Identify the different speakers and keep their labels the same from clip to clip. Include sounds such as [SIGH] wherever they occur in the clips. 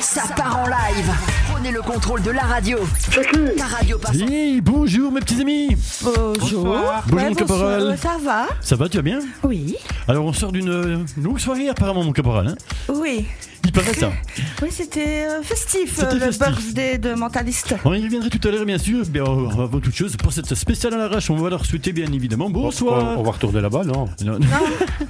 Speaker 1: ça part en live. Prenez le contrôle de la radio. La radio passe en-
Speaker 2: Hey, bonjour mes petits amis
Speaker 3: Bonjour.
Speaker 2: Bonjour, mon caporal.
Speaker 3: euh, Ça va
Speaker 2: Ça va, tu vas bien
Speaker 3: Oui.
Speaker 2: Alors on sort d'une euh, longue soirée apparemment mon caporal. hein.
Speaker 3: Oui.
Speaker 2: Il paraît
Speaker 3: [LAUGHS]
Speaker 2: ça.
Speaker 3: Oui, c'était euh, festif,
Speaker 2: C'était
Speaker 3: euh, le
Speaker 2: festif. Oh,
Speaker 3: birthday de Mentaliste.
Speaker 2: On y reviendra tout à l'heure bien sûr. Mais euh, avant toute chose, pour cette spéciale à l'arrache, on va leur souhaiter bien évidemment bonsoir.
Speaker 4: On,
Speaker 3: Oh,
Speaker 4: on va retourner là-bas, non
Speaker 2: Non,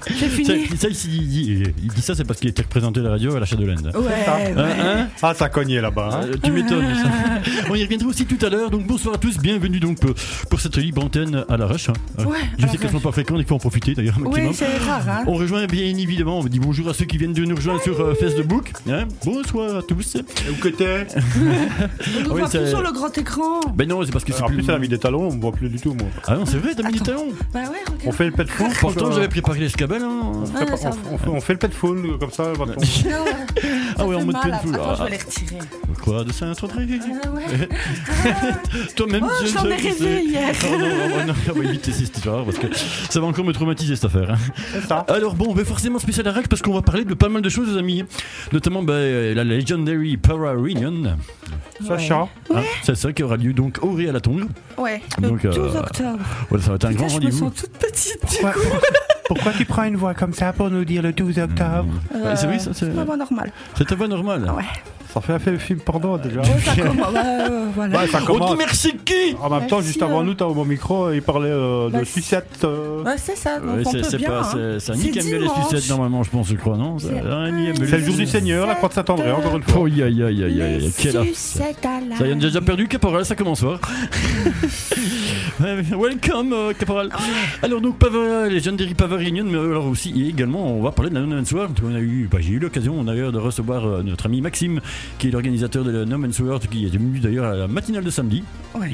Speaker 3: J'ai
Speaker 2: ça,
Speaker 3: fini.
Speaker 2: ça, il, il- il dit ça, c'est parce qu'il était représenté à la radio à la Shadowlands.
Speaker 3: Ouais, ouais.
Speaker 2: Hein, hein
Speaker 4: Ah, ça cognait là-bas. hein.
Speaker 2: Euh, tu m'étonnes.
Speaker 3: [LAUGHS]
Speaker 2: ça. On y reviendra aussi tout à l'heure. Donc bonsoir à tous, bienvenue donc pour, pour cette libre antenne à l'arrache. hein.
Speaker 3: Ouais,
Speaker 2: Je
Speaker 3: à
Speaker 2: sais qu'elles
Speaker 3: l'arrache.
Speaker 2: sont pas fréquentes, il faut en profiter d'ailleurs un maximum.
Speaker 3: Oui, c'est rare, hein.
Speaker 2: On rejoint bien évidemment, on dit bonjour à ceux qui viennent de nous rejoindre sur euh, Facebook. hein. bonsoir à tous.
Speaker 4: Où que t'es
Speaker 3: On nous
Speaker 2: oui,
Speaker 3: voit
Speaker 2: c'est-
Speaker 3: plus sur le grand écran.
Speaker 2: Ben non, c'est parce que c'est
Speaker 4: En
Speaker 2: plus...
Speaker 4: plus, elle a mis des talons, on me voit plus du tout, moi.
Speaker 2: Ah non, c'est vrai, t'as mis du
Speaker 3: Attends.
Speaker 2: talon.
Speaker 3: Bah ouais, regarde.
Speaker 4: On fait le pet full
Speaker 2: [LAUGHS] Pourtant, j'avais préparé l'escabelle. Hein.
Speaker 3: Ah, non, ça va.
Speaker 4: euh, on, fait- on fait le pet full comme ça, [LAUGHS] maintenant.
Speaker 2: [LAUGHS]
Speaker 3: Non,
Speaker 2: Ah ouais, en
Speaker 3: ça fait
Speaker 2: mode
Speaker 3: mal,
Speaker 2: pleine
Speaker 3: là.
Speaker 2: foule.
Speaker 3: Attends, je
Speaker 2: Ah,
Speaker 3: vais les
Speaker 2: [LAUGHS]
Speaker 3: retirer.
Speaker 2: Quoi de ça, un truc
Speaker 3: Ah ouais.
Speaker 2: Toi-même,
Speaker 3: Oh,
Speaker 2: tu
Speaker 3: j'en
Speaker 2: sais
Speaker 3: ai
Speaker 2: qui
Speaker 3: rêvé
Speaker 2: c'est.
Speaker 3: hier.
Speaker 2: Oh non, oh non, on va éviter cette histoire parce que ça va encore me traumatiser cette affaire. hein.
Speaker 4: C'est ça.
Speaker 2: Alors bon, ben forcément spécial Arac parce qu'on va parler de pas mal de choses, les amis. Notamment ben, euh, la Legendary Para Reunion.
Speaker 4: Sacha.
Speaker 2: Hein, c'est ça qui aura lieu donc au Ré à la Tongue.
Speaker 3: Ouais, le
Speaker 2: Donc, euh,
Speaker 3: 12 octobre.
Speaker 2: Voilà, ça va être un
Speaker 3: Putain,
Speaker 2: grand
Speaker 3: je me
Speaker 2: rendez-vous.
Speaker 3: sens toute petite.
Speaker 4: Pourquoi, pourquoi tu prends une voix comme ça pour nous dire le 12 octobre
Speaker 2: Ouais, c'est vrai, ça, c'est-
Speaker 3: euh, C'est
Speaker 2: [LAUGHS]
Speaker 3: pas normal.
Speaker 2: C'est ta voix normale.
Speaker 3: Ouais.
Speaker 4: Ça fait un fait- film porno déjà.
Speaker 3: Bon, ça commence. Ouais, ouais, bah, euh, voilà.
Speaker 4: Ouais, ça
Speaker 5: Ah,
Speaker 2: On dit
Speaker 4: Oh, commence. hein.
Speaker 2: merci qui
Speaker 4: En même temps,
Speaker 3: Merci,
Speaker 4: juste avant
Speaker 3: euh.
Speaker 4: nous, t'as mon micro, il parlait euh, de
Speaker 3: Bah,
Speaker 4: sucette. euh,
Speaker 3: Ouais, c'est ça, donc
Speaker 2: Ouais,
Speaker 3: on
Speaker 2: c'est-
Speaker 3: peut
Speaker 2: c'est
Speaker 3: bien.
Speaker 2: pas-
Speaker 3: hein.
Speaker 2: c'est- c'est Annie qui aime bien les
Speaker 3: dimanche.
Speaker 2: sucettes normalement, je pense, je crois, non C'est Annie aime bien
Speaker 4: C'est
Speaker 2: les
Speaker 4: le jour du
Speaker 2: sucettes.
Speaker 4: Seigneur, la croix de Saint-André, encore une fois.
Speaker 2: Oh, aïe, aïe, aïe, aïe, aïe, quelle affaire.
Speaker 3: sucettes à la-
Speaker 2: Ça y est, on a déjà perdu, Caporal, ça commence fort. Welcome, euh, Caporal. Alors, donc, Pava, Legendary Pava Reunion, mais alors aussi, et également, on va parler de la No Man's World. On a eu, bah, j'ai eu l'occasion d'ailleurs de recevoir euh, notre ami Maxime, qui est l'organisateur de la No Man's World, qui est venu d'ailleurs à la matinale de samedi.
Speaker 3: Ouais.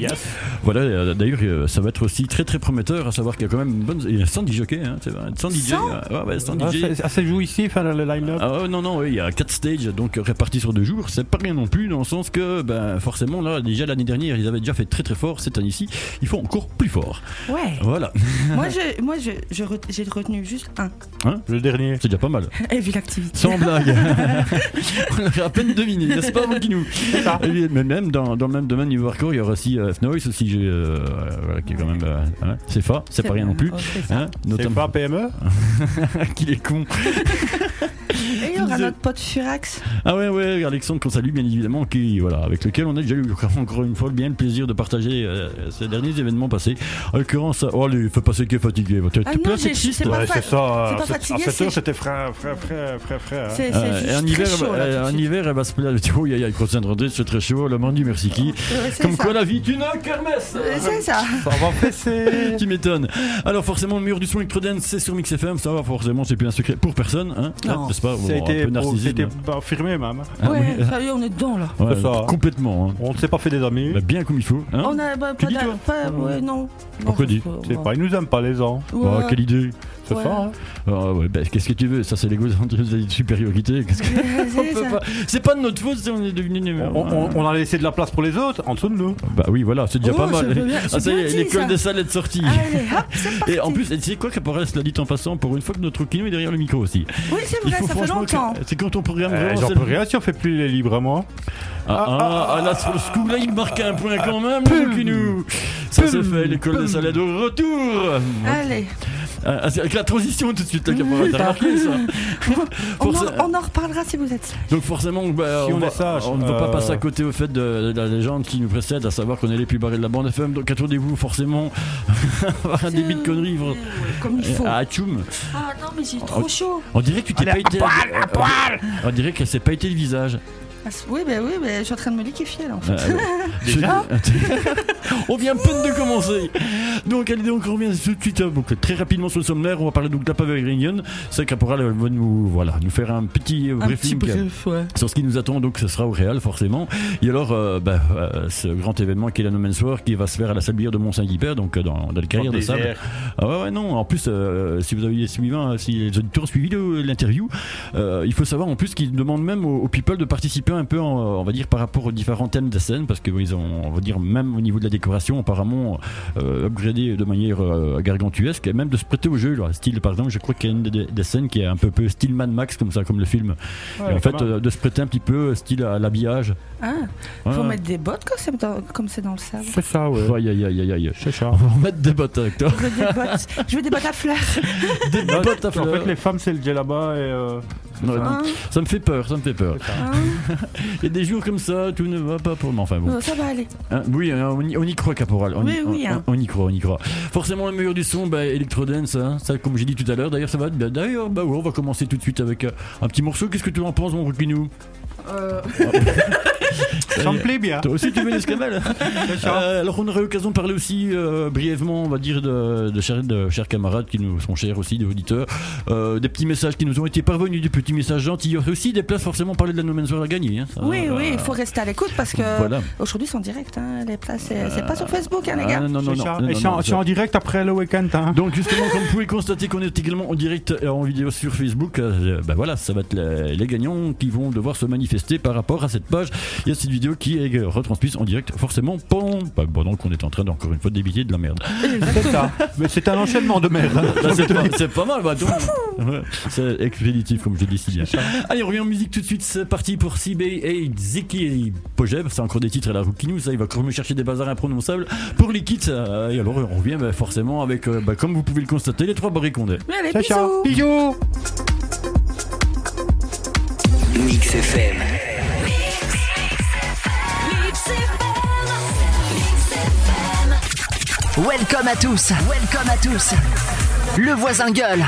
Speaker 2: Voilà, euh, d'ailleurs, euh, ça va être aussi très très prometteur, à savoir qu'il y a quand même une bonne. Il y a 100 DJ, hein, c'est vrai, 100 DJ.
Speaker 3: Cent
Speaker 2: euh, ouais, ouais, 100
Speaker 4: Ah,
Speaker 2: DJ.
Speaker 4: c'est- ah, c'est joué ici, enfin, le line-up.
Speaker 2: Ah ouais, non, non, oui, il y a 4 stages, donc euh, répartis sur deux jours, c'est pas rien non plus, dans le sens que, ben, forcément, là, déjà l'année dernière, ils avaient déjà fait très très fort, cette année-ci, ils font encore plus fort.
Speaker 3: Ouais.
Speaker 2: Voilà, [LAUGHS]
Speaker 3: moi, je, moi je, je re- j'ai retenu juste un. [LAUGHS]
Speaker 4: Le dernier.
Speaker 2: c'est déjà pas mal.
Speaker 3: Et vu l'activité.
Speaker 2: Sans blague. [LAUGHS] On l'aurait à peine deviné, n'est-ce pas, mon Kinou
Speaker 4: ça.
Speaker 2: Et Mais même dans, dans le même domaine du hardcore, il y aura aussi euh, Fnoise, aussi, j'ai, euh, voilà, qui est quand même. euh, hein, c'est fa, c'est pas rien non plus.
Speaker 3: Oh, c'est ça.
Speaker 2: Hein,
Speaker 4: C'est
Speaker 2: notamment
Speaker 4: pas PME
Speaker 2: [LAUGHS] qu'il est con.
Speaker 3: Et il y aura notre pote Furax.
Speaker 2: Ah ouais ouais Alexandre qu'on salue bien évidemment qui voilà avec lequel on a déjà eu encore une fois bien le plaisir de partager euh, ces derniers événements passés. En l'occurrence oh allez fais passer qui est fatigué t'es
Speaker 3: Ah
Speaker 2: t'es
Speaker 3: non,
Speaker 2: plein
Speaker 3: j'ai-
Speaker 2: sexiste.
Speaker 3: c'est
Speaker 2: Ouais.
Speaker 3: pas
Speaker 4: Ouais,
Speaker 3: fa-
Speaker 4: c'est ça.
Speaker 3: c'est
Speaker 4: euh,
Speaker 3: pas
Speaker 4: à sept-
Speaker 3: fatigué,
Speaker 4: À 7 heures,
Speaker 3: c'est-
Speaker 4: c'était frais, frais, frais, frais, frais. hein.
Speaker 3: C'est c'est
Speaker 2: Euh, et
Speaker 3: juste
Speaker 2: en
Speaker 3: très
Speaker 2: hiver,
Speaker 3: chaud, là,
Speaker 2: euh,
Speaker 3: tout
Speaker 2: en
Speaker 3: de suite.
Speaker 2: hiver, elle va se plaindre. [LAUGHS] Tu vois, il y a- il y a le croissant de Rodez, c'est très chaud. Le mandu, merci qui.
Speaker 3: Ouais, c'est
Speaker 2: Comme Ah
Speaker 3: ça.
Speaker 2: quoi, la vie est une kermesse.
Speaker 3: Euh, C'est ça.
Speaker 4: Ça va
Speaker 3: [LAUGHS]
Speaker 4: fesser.
Speaker 2: Tu m'étonnes. Alors, forcément, le mur du son électrodance, c'est sur Mix FM. Ça va, forcément, c'est plus un secret pour personne. Hein
Speaker 3: Non.
Speaker 2: n'est-ce pas Bon,
Speaker 4: Ça a
Speaker 2: un
Speaker 4: été,
Speaker 2: peu narcissique.
Speaker 4: c'était pas affirmé même.
Speaker 2: Ah oui. Ah
Speaker 3: Ouais, ça y est, on est dedans là.
Speaker 2: Ouais,
Speaker 4: C'est ça, hein.
Speaker 2: Complètement. hein.
Speaker 4: On ne s'est pas fait des amis.
Speaker 2: Bah, Bien comme il faut. hein.
Speaker 3: On a bah,
Speaker 2: Tu
Speaker 3: pas
Speaker 2: dis,
Speaker 3: d'a-
Speaker 2: toi
Speaker 3: pas-
Speaker 2: Ah.
Speaker 3: ouais, non.
Speaker 2: Pourquoi dis
Speaker 4: C'est pas, ils nous aiment pas les gens.
Speaker 2: Bah, quelle idée.
Speaker 4: C'est
Speaker 3: Ouais.
Speaker 4: ça.
Speaker 3: [LAUGHS]
Speaker 4: hein.
Speaker 2: Ah ouais, bah, qu'est-ce que tu veux Ça, c'est l'ego de supériorité. Qu'est-ce que- On peut pas- C'est pas de notre faute si on est devenu
Speaker 4: On,
Speaker 2: numéro un.
Speaker 4: on- on a laissé de la place pour les autres en dessous de nous.
Speaker 2: Bah oui, voilà, c'est déjà
Speaker 3: Oh,
Speaker 2: pas
Speaker 3: c'est
Speaker 2: mal.
Speaker 3: bien-
Speaker 2: ah,
Speaker 3: c'est
Speaker 2: ça y
Speaker 3: bien
Speaker 2: est,
Speaker 3: dit,
Speaker 2: l'école
Speaker 3: ça. Ah,
Speaker 2: des salles est sortie.
Speaker 3: Allez, hop,
Speaker 2: [LAUGHS]
Speaker 3: c'est parti.
Speaker 2: Et en plus, et c'est quoi qu'apparaît cela dit en passant pour une fois que notre kino est derrière le micro aussi.
Speaker 3: Oui, c'est
Speaker 2: Il
Speaker 3: vrai,
Speaker 2: faut
Speaker 3: ça fait
Speaker 2: franchement que-
Speaker 3: longtemps.
Speaker 2: C'est quand on programme
Speaker 4: Euh,
Speaker 2: vraiment.
Speaker 4: J'en
Speaker 2: c'est
Speaker 4: peux
Speaker 2: le-
Speaker 4: rien si on fait plus les libres à moi.
Speaker 2: Ah, ah, ah, là sur le scoop, là il marque
Speaker 3: ah,
Speaker 2: un point quand même, le kino. Ça c'est fait, l'école des salles de
Speaker 3: ah,
Speaker 2: retour.
Speaker 3: Allez,
Speaker 2: Ah, ah, c'est avec la transition tout de suite, là, qu'apparaît. T'as remarqué ça
Speaker 3: Ah, on
Speaker 2: Forcé-
Speaker 3: en, on en reparlera si vous êtes sage.
Speaker 2: Donc forcément, bah,
Speaker 4: Si
Speaker 2: on,
Speaker 4: on
Speaker 2: va-
Speaker 4: est sage,
Speaker 2: on ne va pas
Speaker 4: euh,
Speaker 2: passer à côté au fait de, de la légende qui nous précède, à savoir qu'on est les plus barrés de la bande FM. Donc attendez-vous forcément [LAUGHS] à avoir un débit de conneries. vra-
Speaker 3: Comme il faut.
Speaker 2: À Atchoum.
Speaker 3: Ah non, mais j'ai trop
Speaker 2: Oh.
Speaker 3: chaud.
Speaker 2: On dirait que tu t'es pas été. euh, on dirait qu'elle s'est pas été le visage.
Speaker 3: Ah, c- oui, bah, oui, bah, je suis en train de me liquéfier là en fait.
Speaker 2: Euh, Déjà [LAUGHS] On vient peine de commencer Donc allez donc on revient tout de suite euh, donc, très rapidement sur le sommaire, on va parler donc de la Pavée Réunion. C'est Caporal euh, va nous voilà nous faire un petit euh,
Speaker 3: Un petit
Speaker 2: briefing.
Speaker 3: brief, ouais.
Speaker 2: Sur ce qui nous attend, donc ce sera au Real forcément. Et alors, euh, bah, euh, ce grand événement qui est la No Man's War, qui va se faire à la sablière de Mont-Saint-Guibert, donc euh, dans, dans le carrière de sable. Ah ouais, ouais, non. En plus, euh, si vous avez suivi, hein, si les auditeurs ont suivi le- l'interview, euh, il faut savoir en plus qu'ils demandent même aux, aux people de participer un peu, en, on va dire, par rapport aux différents thèmes de la scène, parce que oui, ils ont, on va dire, même au niveau de la décorations apparemment euh, upgradées de manière euh, gargantuesque et même de se prêter au jeu. Là. Style, par exemple, je crois qu'il y a une des, des scènes qui est un peu, peu style Mad Max, comme ça, comme le film. Et en
Speaker 5: quand
Speaker 2: fait,
Speaker 5: même.
Speaker 2: euh, de se prêter un petit peu euh, style à l'habillage.
Speaker 3: Ah,
Speaker 2: Ouais,
Speaker 3: faut
Speaker 2: ouais.
Speaker 3: mettre des bottes quand c'est dans- comme c'est dans le sable.
Speaker 4: C'est ça, ouais.
Speaker 2: Aïe, aïe, aïe, aïe, aïe.
Speaker 4: C'est ça.
Speaker 2: On va en mettre des bottes avec
Speaker 3: [LAUGHS]
Speaker 2: toi.
Speaker 3: Je veux des bottes. Je veux des bottes
Speaker 2: [LAUGHS]
Speaker 3: à fleurs.
Speaker 2: Des
Speaker 5: Non,
Speaker 2: bottes à
Speaker 5: en fait,
Speaker 2: fleurs.
Speaker 5: les femmes, c'est le djellaba et. euh, c'est
Speaker 2: Non,
Speaker 5: ça.
Speaker 2: non.
Speaker 3: Hein,
Speaker 2: Ça me fait peur, ça me fait peur.
Speaker 3: hein.
Speaker 2: [LAUGHS] Il y a des jours comme ça, tout ne va pas pour moi. Enfin bon.
Speaker 3: Bon, ça va aller.
Speaker 2: Hein, oui, hein, on y, on y croit, Caporal. On, y-
Speaker 3: Ah. Oui, oui,
Speaker 2: on-
Speaker 3: hein.
Speaker 2: on y croit, on y croit. Forcément, le meilleur du son, bah, Electrodance, hein. ça, comme j'ai dit tout à l'heure. D'ailleurs, ça va. bah, D'ailleurs, bah, ouais, on va commencer tout de suite avec euh, un petit morceau. Qu'est-ce que tu en penses, mon Rouquinou
Speaker 4: Ça me plaît bien.
Speaker 2: [LAUGHS] Toi aussi, tu veux
Speaker 4: [LAUGHS]
Speaker 2: l'escamel Euh, Alors, on aurait l'occasion de parler aussi euh, brièvement, on va dire, de, de, chers, de chers camarades qui nous sont chers aussi, des auditeurs, euh, des petits messages qui nous ont été parvenus, des petits messages gentils. Il y aurait aussi des places forcément parler de la No Man's World à gagner. hein. Ça,
Speaker 3: Oui,
Speaker 2: euh,
Speaker 3: oui, il faut rester à l'écoute parce que
Speaker 2: Voilà.
Speaker 3: aujourd'hui c'est en direct. hein, les places, c'est c'est pas sur Facebook, hein, les
Speaker 2: Ah,
Speaker 3: gars.
Speaker 2: non, non, non,
Speaker 4: C'est ça.
Speaker 2: non,
Speaker 4: Et
Speaker 2: non,
Speaker 4: c'est en-
Speaker 2: non,
Speaker 4: c'est en direct après le week-end. hein.
Speaker 2: Donc justement, comme vous pouvez constater qu'on est également en direct et en vidéo sur Facebook, euh, bah voilà, ça va être les, les gagnants qui vont devoir se manifester par rapport à cette page. Il y a cette vidéo qui est euh, retransmise en direct, forcément, pendant, bah, pendant qu'on est en train d'encore une fois débiter de la merde.
Speaker 4: C'est ça. Mais c'est un enchaînement de merde. hein.
Speaker 2: Bah, [LAUGHS] c'est pas, c'est pas mal, bah, donc. Ouais, c'est expéditif comme je dis si bien. Allez, on revient en musique tout de suite, c'est parti pour CB et Ziki et Pojeb, c'est encore des titres à la Roukinou, ça il va quand même chercher des bazars imprononçables. Pour les kits, euh, et alors on revient bah, forcément avec, euh, bah, comme vous pouvez le constater, les trois barrés qu'on est.
Speaker 3: Oui, allez,
Speaker 4: C'est ça.
Speaker 3: bisous.
Speaker 4: Bisous.
Speaker 1: Mix FM. Welcome à tous, welcome à tous. Le voisin gueule.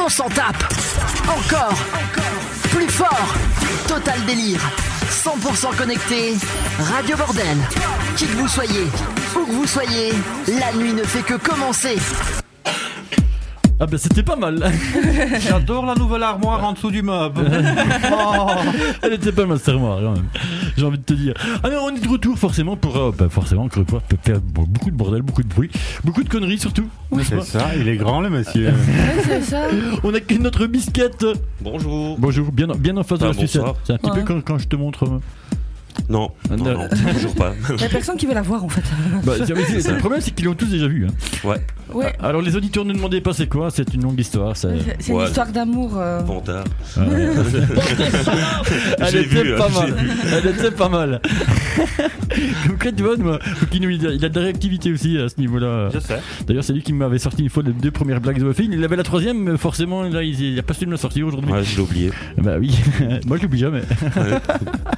Speaker 1: On s'en tape. Encore. Plus fort. Total délire. 100% connecté. Radio Bordel. Qui que vous soyez, où que vous soyez, la nuit ne fait que commencer.
Speaker 2: Ah bah c'était pas mal [LAUGHS]
Speaker 4: J'adore la nouvelle armoire en dessous du [LAUGHS] meuble. Oh.
Speaker 2: Elle était pas mal cette armoire quand même J'ai envie de te dire Alors on est de retour forcément pour euh, bah, forcément encore une fois, peut faire bon, beaucoup de bordel, beaucoup de bruit Beaucoup de conneries surtout n'est-ce pas
Speaker 5: ça, il est grand le monsieur.
Speaker 3: Ouais,
Speaker 2: [LAUGHS]
Speaker 3: c'est ça.
Speaker 2: On a que notre euh, bisquette
Speaker 6: Bonjour.
Speaker 2: Bonjour, bien, bien en face de
Speaker 6: Ah,
Speaker 2: la sucette
Speaker 6: bonsoir.
Speaker 2: C'est un petit
Speaker 3: Ouais.
Speaker 2: peu quand, quand je te montre
Speaker 6: [LAUGHS]
Speaker 2: euh,
Speaker 6: Non, non,
Speaker 2: Euh,
Speaker 6: non,
Speaker 2: [LAUGHS]
Speaker 6: toujours pas.
Speaker 3: Il y a personne qui veut la voir en fait.
Speaker 2: bah, c'est- c'est- Le problème c'est qu'ils l'ont tous déjà vu hein.
Speaker 6: Ouais,
Speaker 3: Ouais.
Speaker 2: Alors les auditeurs ne demandaient pas c'est quoi, c'est une longue histoire
Speaker 3: [LAUGHS]
Speaker 2: ça...
Speaker 3: C'est c'est une
Speaker 6: Ouais.
Speaker 3: histoire d'amour. euh.
Speaker 6: Vantard.
Speaker 2: Elle
Speaker 6: J'ai
Speaker 2: était
Speaker 6: vu,
Speaker 2: pas
Speaker 6: hein, j'ai
Speaker 2: mal Elle était pas mal [LAUGHS] Comme quoi tu vois, moi, Kino, il a il a de la réactivité aussi à ce niveau-là
Speaker 5: Je sais.
Speaker 2: D'ailleurs, c'est lui qui m'avait sorti une fois les deux premières blagues de Buffy. Il avait la troisième, mais forcément, là, il il a pas su me la sortir aujourd'hui.
Speaker 6: Ouais, je l'ai Ah, oublié.
Speaker 2: Bah oui, [LAUGHS] moi je l'oublie jamais. [LAUGHS]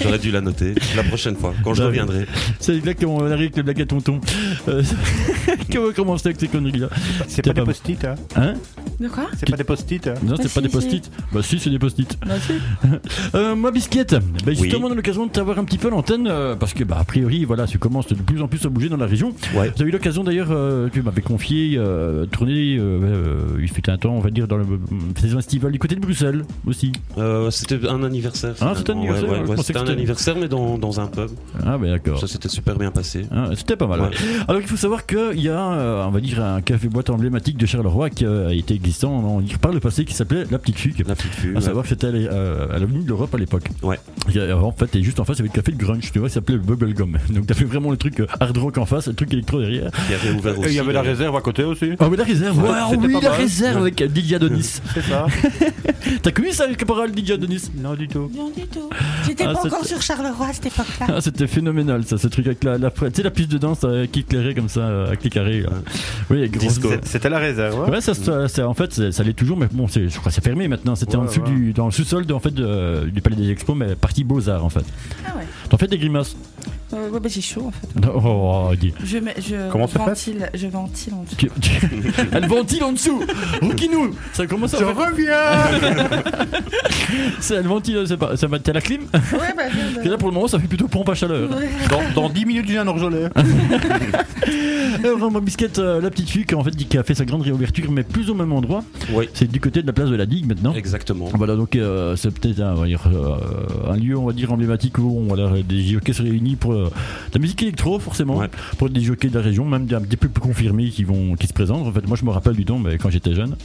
Speaker 6: J'aurais dû la noter la prochaine fois, quand je
Speaker 2: Bah,
Speaker 6: reviendrai.
Speaker 2: C'est là qu'on arrive avec les blagues à tonton. Euh, [LAUGHS] Comment commencer avec ces conneries-là
Speaker 4: [LAUGHS] C'est pas
Speaker 2: pas
Speaker 4: des
Speaker 2: bon.
Speaker 4: post-it. hein.
Speaker 2: Hein
Speaker 3: De quoi
Speaker 4: C'est pas des post-it. hein.
Speaker 2: Non,
Speaker 3: Bah
Speaker 2: c'est pas
Speaker 3: si,
Speaker 2: des
Speaker 3: si.
Speaker 2: post-it. Bah si, c'est des post-it.
Speaker 3: Bah, si.
Speaker 2: Euh, moi, Bisquette, bah,
Speaker 6: Oui.
Speaker 2: justement, on a l'occasion de t'avoir un petit peu à l'antenne, euh, parce que, bah, a priori, voilà, tu commences de plus en plus à bouger dans la région.
Speaker 6: Ouais.
Speaker 2: Tu as eu l'occasion d'ailleurs, euh, tu m'avais confié, euh, tourner, euh, euh, il fut un temps, on va dire, dans euh, la saison estivale du côté de Bruxelles aussi.
Speaker 6: Euh, c'était un anniversaire.
Speaker 2: Ah,
Speaker 6: finalement.
Speaker 2: c'était un
Speaker 6: Ouais,
Speaker 2: anniversaire,
Speaker 6: ouais,
Speaker 2: je
Speaker 6: ouais,
Speaker 2: pensais
Speaker 6: c'était
Speaker 2: que
Speaker 6: un
Speaker 2: c'était-
Speaker 6: anniversaire, mais dans, dans un pub.
Speaker 2: Ah, bah d'accord.
Speaker 6: Ça s'était super bien passé.
Speaker 2: Hein, C'était pas mal.
Speaker 6: Ouais.
Speaker 2: ouais. Alors il faut savoir qu'il y a, euh, on va dire, un café-boîte emblématique de Charleroi qui euh, a été existant on va dire, par le passé qui s'appelait La Petite Fugue.
Speaker 6: La petite fille.
Speaker 2: À savoir que c'était à l'é- euh, à l'avenue de l'Europe à l'époque.
Speaker 6: Ouais.
Speaker 2: Et, euh, en fait, et juste en face, il y avait le café de grunge, tu vois, il s'appelait le Bubblegum. [LAUGHS] Donc t'as fait vraiment le truc euh, hard rock en face, le truc électro derrière.
Speaker 6: Il y avait ouvert
Speaker 5: Et
Speaker 6: aussi.
Speaker 5: il y avait la
Speaker 6: euh,
Speaker 5: réserve à côté aussi.
Speaker 2: Ah mais la réserve,
Speaker 5: Ouais,
Speaker 2: ouais, ah
Speaker 5: c'était
Speaker 2: oui,
Speaker 5: pas
Speaker 2: la
Speaker 5: mal.
Speaker 2: réserve avec euh, Didier Adonis.
Speaker 4: [LAUGHS] C'est ça.
Speaker 2: [LAUGHS] T'as connu ça, le caporal Didier Adonis
Speaker 4: Non, du tout.
Speaker 3: Non, du tout. J'étais
Speaker 2: Ah,
Speaker 3: pas
Speaker 2: ça,
Speaker 3: encore
Speaker 2: c'est-
Speaker 3: sur Charleroi à cette époque-là.
Speaker 2: [LAUGHS] ah, c'était phénoménal ça, ce truc avec la, la, tu sais, la piste de danse euh, qui éclairait comme ça, euh, à clé carré. là. Oui, grosse,
Speaker 6: Disco.
Speaker 5: C'était la réserve. [LAUGHS]
Speaker 2: Ouais, ça, ça- ça- en fait, ça, ça l'est toujours, mais bon, c'est- je crois que c'est fermé maintenant. C'était en
Speaker 5: Ouais,
Speaker 2: dessous
Speaker 5: ouais.
Speaker 2: du, dans le sous-sol de- en fait, de- du Palais des Expos, mais partie Beaux-Arts, en fait.
Speaker 3: Ah ouais.
Speaker 2: T'en fais des grimaces [LAUGHS]
Speaker 3: Euh, ouais, bah, j'ai chaud en fait.
Speaker 2: Non, oh, oh, dis.
Speaker 3: Je, mets- je
Speaker 5: Comment ça fait
Speaker 3: ventile, je ventile en
Speaker 2: [LAUGHS]
Speaker 3: dessous.
Speaker 2: Tu- tu- Elle ventile en dessous Roukinou Ça commence à faire...
Speaker 4: reviens
Speaker 2: c'est- Elle ventile, c'est pas... ça va- T'as la clim
Speaker 3: Ouais, bah,
Speaker 2: Parce que là, pour le moment, ça fait plutôt pompe à chaleur.
Speaker 4: dans, dans 10 minutes, je viens d'enjôler.
Speaker 2: Alors, Vraiment, Bisquette, [LAUGHS] euh, la petite fille qui, en fait, dit- qui a fait sa grande réouverture, mais plus au même endroit.
Speaker 6: Oui,
Speaker 2: C'est du côté de la place de la digue maintenant.
Speaker 6: exactement.
Speaker 2: Voilà, donc euh, c'est peut-être un, on va dire, euh, un lieu, on va dire, emblématique où on, voilà, des jockeys se réunissent pour euh, de la musique électro, forcément,
Speaker 6: Ouais.
Speaker 2: pour des jockeys de la région, même des, des plus confirmés qui, vont, qui se présentent. En fait, moi, je me rappelle du temps, mais quand j'étais jeune,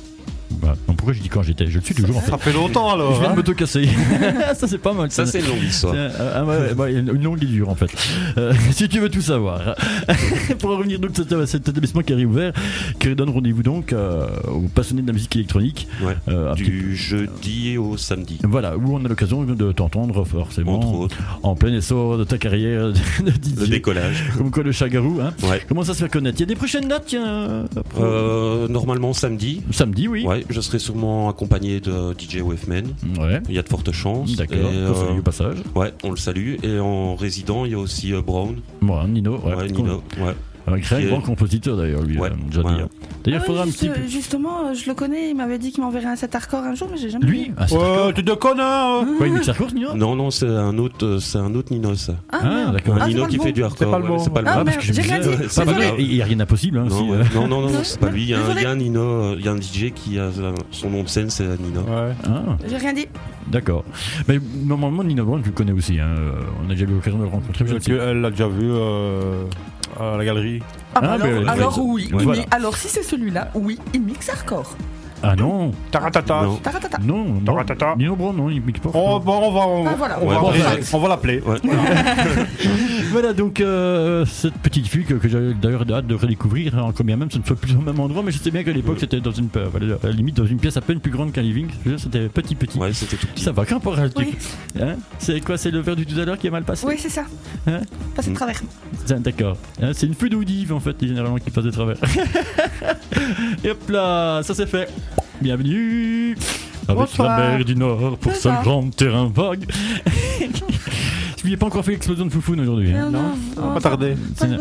Speaker 2: Voilà. Donc, pourquoi je dis quand j'étais Je le suis toujours en fait.
Speaker 5: Ça fait longtemps
Speaker 2: Je
Speaker 5: alors.
Speaker 2: viens de
Speaker 5: hein.
Speaker 2: me casser. Oh, hein. [LAUGHS] ça c'est pas mal.
Speaker 6: Ça, c'est une longue histoire.
Speaker 2: Tiens, euh, ah ouais, bah, une une longue et dure en fait. Euh, [LAUGHS] si tu veux tout savoir. [LAUGHS] Pour en revenir donc à cet établissement qui est réouvert, qui donne rendez-vous donc euh, aux passionnés de la musique électronique.
Speaker 6: Ouais.
Speaker 2: euh, un petit Euh,
Speaker 6: Du jeudi au samedi.
Speaker 2: peu- Voilà, où on a l'occasion de t'entendre forcément
Speaker 6: Entre autres,
Speaker 2: en plein essor de ta carrière de
Speaker 6: le
Speaker 2: DJ.
Speaker 6: décollage.
Speaker 2: Comme quoi le chagarou, hein.
Speaker 6: Ouais.
Speaker 2: Comment ça se fait connaître Il y a des prochaines dates, tiens après-
Speaker 6: Euh, normalement samedi.
Speaker 2: Samedi, oui.
Speaker 6: Ouais, je serai sûrement accompagné de DJ Wavman.
Speaker 2: Ouais.
Speaker 6: Il y a de fortes chances.
Speaker 2: D'accord,
Speaker 6: Et, euh,
Speaker 2: qu'on salue au passage.
Speaker 6: ouais, on le salue. Et en résident, il y a aussi euh, Brown.
Speaker 2: Moi, Nino, ouais.
Speaker 6: Ouais, Nino. Ouais.
Speaker 2: Un grand
Speaker 6: Qui est-
Speaker 2: bon compositeur d'ailleurs, lui.
Speaker 6: Ouais,
Speaker 2: euh, Johnny,
Speaker 6: ouais.
Speaker 2: hein. D'ailleurs,
Speaker 3: Ah
Speaker 2: il faudra
Speaker 3: oui,
Speaker 2: un petit
Speaker 3: juste-
Speaker 2: peu.
Speaker 3: Justement, euh, je le connais, il m'avait dit qu'il m'enverrait un set hardcore un jour, mais j'ai jamais.
Speaker 2: Lui Ah, c'est
Speaker 5: Ouais, tu te connais. hein.
Speaker 2: Quoi, il mixe hardcore, Nino
Speaker 6: Non, non, c'est un autre, euh, c'est un autre Nino ça.
Speaker 3: Ah,
Speaker 2: Ah,
Speaker 3: merde.
Speaker 2: d'accord.
Speaker 6: un
Speaker 3: c'est
Speaker 6: Nino
Speaker 3: pas le
Speaker 6: qui
Speaker 3: bon.
Speaker 6: fait du hardcore.
Speaker 5: C'est pas le
Speaker 6: ouais,
Speaker 5: bon.
Speaker 6: pas le
Speaker 3: Ah,
Speaker 6: bon.
Speaker 3: merde, j'ai rien dit.
Speaker 6: Ouais, c'est pas
Speaker 3: Désolé.
Speaker 6: grave.
Speaker 2: Il n'y a rien d'impossible, hein,
Speaker 6: Non,
Speaker 2: si,
Speaker 6: ouais.
Speaker 2: euh,
Speaker 6: non, non, non,
Speaker 3: Non,
Speaker 6: c'est pas lui. Il y, a un-
Speaker 3: désolé.
Speaker 6: il y a un Nino, euh, il y a un DJ qui a euh, son nom de scène, c'est Nino.
Speaker 5: Ouais.
Speaker 2: ah,
Speaker 3: J'ai rien dit.
Speaker 2: D'accord. Mais normalement, Nino Brown, tu le connais aussi. hein, euh, On a déjà eu l'occasion de le rencontrer. je le
Speaker 5: Parce
Speaker 2: sais.
Speaker 5: qu'elle l'a déjà vu euh, à la galerie.
Speaker 2: Ah,
Speaker 7: bah alors,
Speaker 2: mais, euh,
Speaker 7: alors
Speaker 2: ouais.
Speaker 7: oui, il mi-
Speaker 2: Voilà.
Speaker 7: alors si c'est celui-là, oui, il mixe hardcore.
Speaker 2: Ah non,
Speaker 5: Taratata.
Speaker 6: Non.
Speaker 7: Taratata.
Speaker 2: non, non.
Speaker 5: Taratata.
Speaker 2: Nino Brown, non, il mixe pas.
Speaker 5: Oh, bon, on va, on,
Speaker 7: Ah, voilà.
Speaker 5: on
Speaker 6: Ouais,
Speaker 5: va,
Speaker 6: bon,
Speaker 5: l'appeler. on va l'appeler.
Speaker 6: Ouais.
Speaker 2: Voilà donc euh, cette petite fille que, que j'avais d'ailleurs hâte de redécouvrir hein, encore bien même ce ne soit plus au même endroit mais je sais bien qu'à l'époque c'était dans une euh, voilà, à la limite dans une pièce à peine plus grande qu'un living Je veux dire, c'était petit petit
Speaker 6: Ouais, c'était tout petit.
Speaker 2: ça va qu'importe le truc
Speaker 3: Oui,
Speaker 2: Hein c'est quoi c'est le verre du tout à l'heure qui est mal passé
Speaker 3: oui c'est ça.
Speaker 2: Hein
Speaker 3: Passe de travers.
Speaker 2: Tiens, d'accord Hein, c'est une feuille d'oudive en fait généralement qui passe de travers [LAUGHS] et hop là ça c'est fait bienvenue avec
Speaker 3: Bonsoir.
Speaker 2: la mer du Nord pour ce
Speaker 3: Bonsoir.
Speaker 2: grand terrain vague [LAUGHS] je lui ai pas encore fait l'explosion de foufoune aujourd'hui hein.
Speaker 5: Non, on
Speaker 7: Ah.
Speaker 5: va pas
Speaker 3: tarder.
Speaker 5: tarder.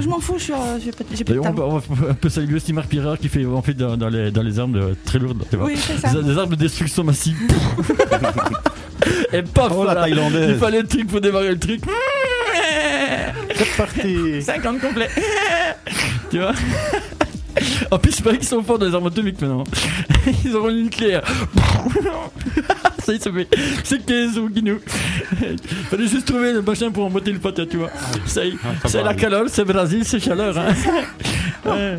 Speaker 3: Je m'en fous, je suis, euh, j'ai pas, j'ai pas de
Speaker 2: D'ailleurs, on,
Speaker 3: talent.
Speaker 2: peut- on va- on peut saluer aussi Marc Pirard qui fait en fait dans, dans les, dans les armes de- très lourdes. tu vois.
Speaker 3: Oui, c'est ça.
Speaker 2: Des, des armes de destruction
Speaker 3: [LAUGHS]
Speaker 2: massive. Et paf
Speaker 5: Oh, la
Speaker 2: voilà. Il
Speaker 5: Thaïlandaise.
Speaker 2: fallait le truc pour démarrer le truc.
Speaker 5: C'est parti.
Speaker 2: 50 complets. [LAUGHS] tu vois En plus, c'est pas qu'ils sont forts dans les armes atomiques maintenant. [LAUGHS] Ils auront le nucléaire. [LAUGHS] ça y est, ça fait. C'est 15 au guinou. [LAUGHS] Fallait juste trouver le machin pour emboîter le pote, tu vois. Ça y est.
Speaker 5: ça
Speaker 2: C'est
Speaker 5: va
Speaker 2: la
Speaker 5: aller.
Speaker 2: calole, c'est Brésil, c'est chaleur. Hein. [LAUGHS] Ouais.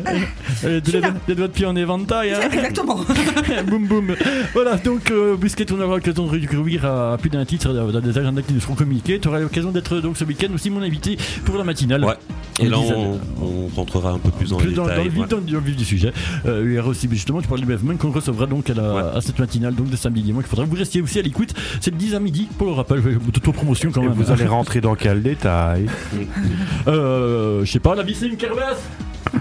Speaker 2: Euh, des, doigts- des doigts de pied en éventail. Hein.
Speaker 7: Exactement.
Speaker 2: [LAUGHS] boum boum. Voilà, donc euh, Busquet, on aura l'occasion de réduire à plus d'un titre euh, dans des agendas qui nous seront communiqués. Tu auras l'occasion d'être euh, donc ce week-end aussi mon invité pour la matinale.
Speaker 6: Ouais. Et là,
Speaker 2: On disait-
Speaker 6: on, on rentrera un peu plus dans
Speaker 2: Plus
Speaker 6: les
Speaker 2: dans, dans
Speaker 6: détails.
Speaker 2: le vif,
Speaker 6: ouais.
Speaker 2: dans le vif du sujet. Euh, UR aussi, mais justement, tu parlais du Wavman qu'on recevra donc à, la-
Speaker 6: Ouais.
Speaker 2: à cette matinale, donc de samedi dimanche. Il faudra que vous restiez aussi à l'écoute. C'est le 10 à midi, pour le rappel, auto-promotion quand
Speaker 5: Et
Speaker 2: même.
Speaker 5: vous allez rentrer dans quel détail
Speaker 2: Euh, je sais pas, la vie c'est une kermesse
Speaker 6: [LAUGHS]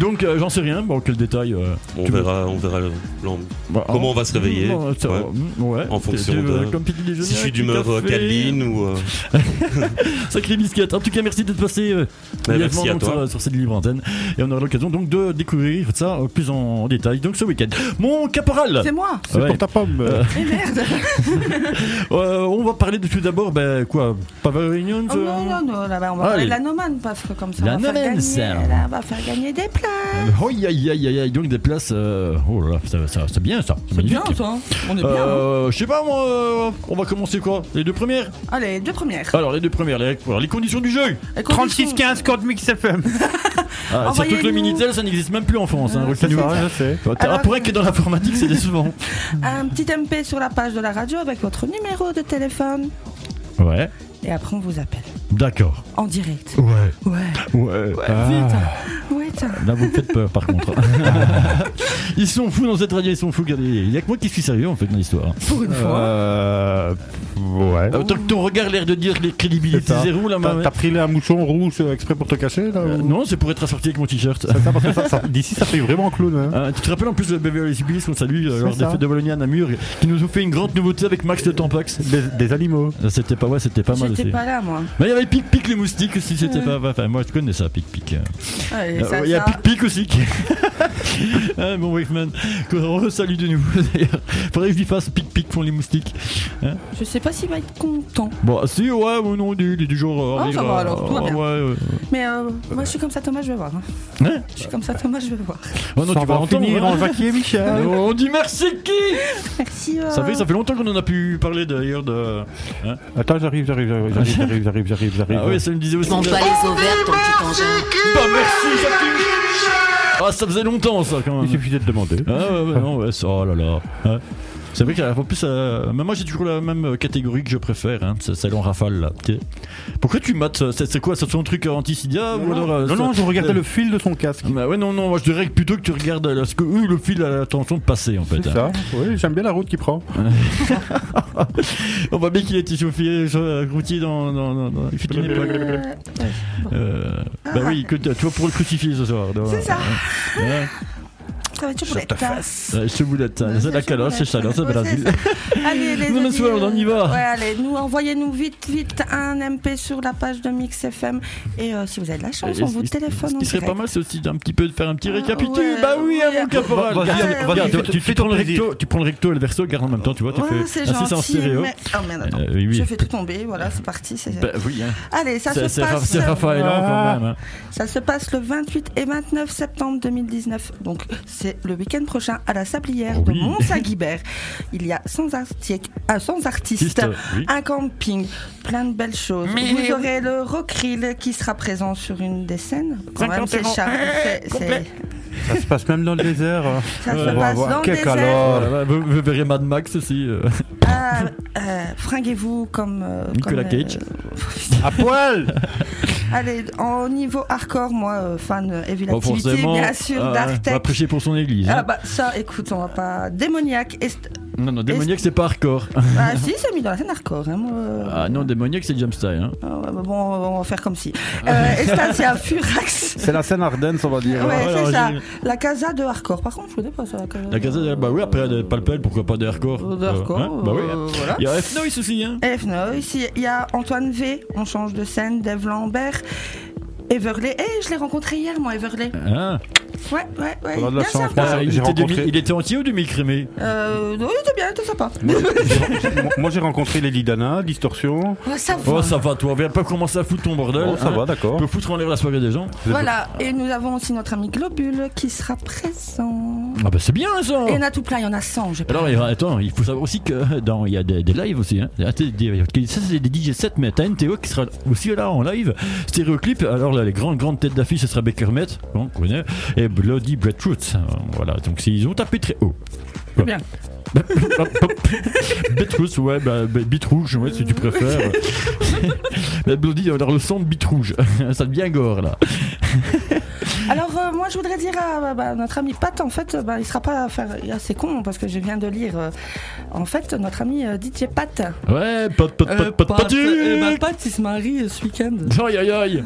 Speaker 2: Donc euh, j'en sais rien, bon quel détail. euh,
Speaker 6: On
Speaker 2: tu veux-
Speaker 6: verra, on verra le- l'en-
Speaker 2: Bah,
Speaker 6: comment on va se réveiller.
Speaker 2: Bon, ça va.
Speaker 6: Ouais.
Speaker 2: Mm, ouais.
Speaker 6: En
Speaker 2: T'es-
Speaker 6: fonction
Speaker 2: t'es, euh,
Speaker 6: de-
Speaker 2: comme petit déjeuner,
Speaker 6: Si je suis
Speaker 2: avec
Speaker 6: d'humeur
Speaker 2: du
Speaker 6: euh,
Speaker 2: café.
Speaker 6: câline ou. euh,
Speaker 2: Sacré biscuit. En tout cas, merci d'être passé euh,
Speaker 6: Ouais,
Speaker 2: brièvement,
Speaker 6: merci à
Speaker 2: donc,
Speaker 6: toi.
Speaker 2: Sur, sur cette libre antenne. Et on aura l'occasion donc de découvrir ça euh, plus en détail. Donc ce week-end. Mon caporal
Speaker 3: C'est moi.
Speaker 5: C'est
Speaker 2: Ouais.
Speaker 5: pour ta pomme.
Speaker 2: Euh, [LAUGHS]
Speaker 3: Eh merde.
Speaker 2: Euh, On va parler de tout d'abord, ben quoi Power Union
Speaker 3: Oh
Speaker 2: euh,
Speaker 3: non, non, non, là-bas, on va
Speaker 2: Allez.
Speaker 3: parler de la nomade, parce que comme ça,
Speaker 2: La
Speaker 3: on va, faire
Speaker 2: nomade,
Speaker 3: gagner,
Speaker 2: ça.
Speaker 3: là, on va faire gagner des places.
Speaker 2: Oh, aïe, aïe, aïe, aïe, aïe, donc des places. euh, Oh là là, ça, ça- c'est bien ça.
Speaker 7: C'est bien
Speaker 2: magnifique.
Speaker 7: ça. hein. On est bien. hein.
Speaker 2: Euh, je sais pas moi, euh, on va commencer quoi Les deux premières
Speaker 3: Allez, deux premières.
Speaker 2: Alors les deux premières, les, alors, les conditions du jeu
Speaker 3: Et qu'on dit
Speaker 4: 36-15 contre Mix FM.
Speaker 2: ah, Surtout que le
Speaker 3: Envoyez-nous.
Speaker 2: Minitel ça n'existe même plus en France, hein,
Speaker 5: C'est
Speaker 2: retenez-nous.
Speaker 5: ça, je sais.
Speaker 2: Ah, T'as un
Speaker 3: Alors-
Speaker 2: point qui est dans l'informatique, c'est décevant.
Speaker 3: Un petit MP sur la page de la radio avec votre numéro de téléphone.
Speaker 2: Ouais,
Speaker 3: Et après, on vous appelle.
Speaker 2: d'accord.
Speaker 3: En direct.
Speaker 2: Ouais,
Speaker 3: Ouais.
Speaker 2: ouais. Ah.
Speaker 3: Ouais, tiens.
Speaker 2: Là, vous me faites peur par contre. [LAUGHS] ils sont fous dans cette radio, ils sont fous, regardez. Il y a que moi qui suis sérieux en fait dans l'histoire.
Speaker 7: Pour une fois.
Speaker 5: Euh, ouais.
Speaker 2: Euh, Tant que ton regard a l'air de dire que les crédibilités
Speaker 5: C'est ça.
Speaker 2: zéro là, ma-
Speaker 5: T'as t'as pris un mouchon rouge euh, exprès pour te cacher là
Speaker 2: Euh,
Speaker 5: ou-
Speaker 2: Non, c'est pour être assorti avec mon t-shirt.
Speaker 5: Ça, parce que ça- ça- D'ici, ça fait vraiment clown. hein.
Speaker 2: Euh, tu te rappelles en plus de Beverly Hills qu'on salue euh,
Speaker 5: C'est
Speaker 2: lors des
Speaker 5: ça.
Speaker 2: fêtes de Wallonie à Namur qui nous ont fait une grande nouveauté avec Max de Tampax
Speaker 5: Des, des animaux.
Speaker 2: Euh, C'était pas ouais, c'était pas mal aussi.
Speaker 3: J'étais pas là, moi.
Speaker 2: Mais il y avait Pic Pic les moustiques aussi, c'était pas. Enfin, moi je connais ça, Pic Pic. Euh,
Speaker 3: Allez,
Speaker 2: Il
Speaker 3: ça,
Speaker 2: y a
Speaker 3: ça.
Speaker 2: Pic Pic aussi. Qui...
Speaker 3: [LAUGHS]
Speaker 2: ah, bon, Wakeman, on le salue de nouveau [LAUGHS] d'ailleurs. Faudrait que je lui fasse Pic Pic font les moustiques.
Speaker 3: Je sais pas s'il va être content.
Speaker 2: Bon, si, ouais, ou non, du, du, du genre. euh,
Speaker 3: Ah,
Speaker 2: vivre,
Speaker 3: ça va
Speaker 2: euh,
Speaker 3: alors, tout va bien.
Speaker 2: Ouais, ouais.
Speaker 3: Mais euh, moi, je suis comme ça, Thomas, je vais voir. hein.
Speaker 2: Hein
Speaker 3: Je suis comme ça, Thomas, je vais voir. [LAUGHS]
Speaker 2: Oh, non,
Speaker 5: ça
Speaker 2: tu vas
Speaker 5: va en
Speaker 2: entendre,
Speaker 5: finir
Speaker 2: hein.
Speaker 5: en Jackie et
Speaker 2: [LAUGHS]
Speaker 5: Michel.
Speaker 2: On dit merci qui
Speaker 3: Merci. euh,
Speaker 2: Ça fait, ça fait longtemps qu'on en a pu parler d'ailleurs de.
Speaker 5: Attends, j'arrive, j'arrive, j'arrive, j'arrive, j'arrive, j'arrive, j'arrive,
Speaker 2: Ah
Speaker 5: j'arrive.
Speaker 2: oui, Ah, ça me disait aussi.
Speaker 7: Bon,
Speaker 2: de-
Speaker 7: bah,
Speaker 2: Bah merci Jackie Ah, ça faisait longtemps ça quand
Speaker 5: Il
Speaker 2: même.
Speaker 5: suffisait de demander.
Speaker 2: Ah ouais, ouais, non, ouais, ça- oh là là. Hein. C'est vrai qu'en plus, euh, mais moi j'ai toujours la même euh, catégorie que je préfère, hein, c'est celle en rafale là. Ok. Pourquoi tu mates euh, C'est c'est quoi C'est son truc euh, anti-sida ou alors euh,
Speaker 5: Non,
Speaker 2: ça-
Speaker 5: non, je regardais
Speaker 2: euh,
Speaker 5: le fil de son casque.
Speaker 2: Bah ouais, non, non, moi je dirais que plutôt que tu regardes euh, ce que eux, le fil à l'attention de passer en fait.
Speaker 5: C'est
Speaker 2: hein.
Speaker 5: ça, oui, j'aime bien la route qu'il prend.
Speaker 2: On voit bien qu'il a été chauffé, euh, croûté dans. dans, dans, dans- il fait tourner le- Euh, bah oui, écoute, tu vas pour le crucifier ce soir. donc.
Speaker 3: C'est ça.
Speaker 2: Ouais.
Speaker 3: Ça va être chaud pour les tasses.
Speaker 2: Ouais, Chouboulette, hein. c'est la caloche, c'est chaleur, c'est
Speaker 3: Ouais,
Speaker 2: Brésil.
Speaker 3: ça.
Speaker 2: [LAUGHS]
Speaker 3: Allez, les
Speaker 2: Non, mais
Speaker 3: amis, euh,
Speaker 2: soit, on y va.
Speaker 3: Ouais, allez, nous, envoyez-nous vite, vite un MP sur la page de Mix FM. Et euh, si vous avez de la chance,
Speaker 2: Et-
Speaker 3: on vous
Speaker 2: il-
Speaker 3: téléphone en
Speaker 2: Il serait pas
Speaker 3: direct.
Speaker 2: mal, c'est aussi d'un petit peu de faire un petit
Speaker 3: Ah,
Speaker 2: récapitule.
Speaker 3: ouais,
Speaker 2: bah oui, à
Speaker 3: oui.
Speaker 2: mon caporal.
Speaker 5: Vas-y,
Speaker 2: Garde,
Speaker 5: vas-y,
Speaker 2: garde, tu-
Speaker 5: fais-
Speaker 2: tu-
Speaker 5: fais
Speaker 2: tu prends
Speaker 5: ton
Speaker 2: le
Speaker 5: plaisir.
Speaker 2: recto, tu prends le recto et le verso, garde en même temps, tu vois, tu
Speaker 3: Ouais,
Speaker 2: fais
Speaker 3: c'est
Speaker 2: Ah, c'est en
Speaker 3: gentil.
Speaker 2: stéréo.
Speaker 3: mais- Oh merde, attends.
Speaker 2: Euh, oui, oui.
Speaker 3: Je fais tout tomber, voilà, c'est parti. c'est-
Speaker 2: Bah oui, hein.
Speaker 3: Allez, ça
Speaker 2: C'est-
Speaker 3: se
Speaker 2: c'est Ra-
Speaker 3: passe.
Speaker 2: c'est Raphaël hein,
Speaker 5: Ah.
Speaker 2: quand même. hein.
Speaker 3: Ça se passe le 28 et 29 septembre 2019. Donc, c'est le week-end prochain à la Sablière
Speaker 2: Ah Oui.
Speaker 3: de Mont-Saint-Guibert. [LAUGHS] Il y a 100, arti- ah, 100 artistes,
Speaker 2: Artistes, oui.
Speaker 3: un camping, plein de belles choses. Vous aurez le Rocril qui sera présent sur une des scènes. Quand même, c'est char- c'est- c'est-
Speaker 5: Ça se passe même dans le désert. euh.
Speaker 3: Ça
Speaker 5: On
Speaker 3: se
Speaker 5: va
Speaker 3: passe
Speaker 5: voir.
Speaker 3: dans le
Speaker 5: Quel
Speaker 3: désert.
Speaker 5: calor.
Speaker 2: Oh là là, vous, vous verrez Mad Max aussi. euh.
Speaker 3: Ah, euh, fringuez-vous comme. euh,
Speaker 2: Nicolas
Speaker 3: comme, euh, [LAUGHS]
Speaker 2: Cage.
Speaker 5: À poil
Speaker 3: Allez, en niveau hardcore, moi, euh, fan euh, Heavy
Speaker 2: Bon,
Speaker 3: Activity,
Speaker 2: forcément.
Speaker 3: bien sûr,
Speaker 2: ah,
Speaker 3: Dark
Speaker 2: on va
Speaker 3: Tech.
Speaker 2: prêcher pour son église.
Speaker 3: Ah
Speaker 2: hein.
Speaker 3: bah ça, écoute, on va pas. Démoniaque. est-
Speaker 2: Non, non, démoniaque, c'est pas hardcore. [LAUGHS]
Speaker 3: Ah si, c'est mis dans la scène hardcore. Hein, moi.
Speaker 2: Ah non, démoniaque, c'est Jumpstyle. Hein.
Speaker 3: Ah ouais, bah bon, on va faire comme si. Euh,
Speaker 2: [LAUGHS]
Speaker 3: Estancia Furax.
Speaker 5: C'est la scène Ardennes, on va
Speaker 3: Ouais,
Speaker 5: dire. hein.
Speaker 2: alors,
Speaker 3: c'est ça.
Speaker 2: j'ai-
Speaker 3: La Casa de Hardcore. Par contre, je connais pas ça. La Casa,
Speaker 2: La Casa de bah oui, après des Palpel, pourquoi pas des hardcore
Speaker 3: de Hardcore.
Speaker 2: Euh, hein, Bah oui.
Speaker 3: euh,
Speaker 2: hein.
Speaker 3: voilà.
Speaker 2: Il y a F-Noise aussi, hein.
Speaker 3: Et Fno, ici, il y a Antoine V. On change de scène. Dave Lambert. Everley. Eh, je l'ai rencontré hier, moi, Everley.
Speaker 2: Ah.
Speaker 3: Ouais, ouais, ouais.
Speaker 5: On a de
Speaker 3: bien
Speaker 5: la chance,
Speaker 3: sympa.
Speaker 5: moi,
Speaker 2: Ah, il,
Speaker 5: j'ai
Speaker 2: était
Speaker 5: rencontré-
Speaker 2: demi- il était entier ou demi-crémé
Speaker 3: Euh, oui, t'es bien, t'es sympa. [LAUGHS]
Speaker 5: Moi, j'ai rencontré Lady Dana, Distorsion.
Speaker 3: Ouais, ça va.
Speaker 2: Oh, ça va, toi, viens pas commencer à foutre ton bordel.
Speaker 5: Oh, ça
Speaker 2: hein.
Speaker 5: va,
Speaker 2: On
Speaker 5: d'accord.
Speaker 2: peut foutre en l'air la soirée des gens.
Speaker 3: Voilà, et nous avons aussi notre ami Globule qui sera présent.
Speaker 2: Ah, bah c'est bien ça
Speaker 3: Et il y en a tout plein, il y en a 100, j'ai pas.
Speaker 2: alors, il- attends, il faut savoir aussi que dans, il y a des, des lives aussi. Hein. Ah, t'es- des- Ça, c'est des DJ 7 mais t'as NTO qui sera aussi là en live. Stéréoclip, alors là, les grandes, grandes têtes d'affiche, ce sera Baker Met, on connaît, et Bloody Breadroots. Voilà, donc c'est- ils ont tapé très haut. [LAUGHS]
Speaker 7: Bien.
Speaker 2: Beetroots, ouais, bah, bah, bit rouge, ouais, si tu préfères. Mais Bloody, alors le son de bit rouge, [LAUGHS] ça devient gore là.
Speaker 3: Alors euh, moi je voudrais dire à bah, bah, notre ami Pat en fait euh, bah, il sera pas à faire Ah, c'est con parce que je viens de lire euh, en fait notre ami euh, DJ Pat
Speaker 2: Ouais, pot, pot,
Speaker 3: Euh,
Speaker 7: Euh,
Speaker 2: pot, pot, pot,
Speaker 3: eh
Speaker 7: Et
Speaker 3: ben.
Speaker 7: ma patte, bah, il se marie euh, ce week-end.
Speaker 2: Aïe aïe aïe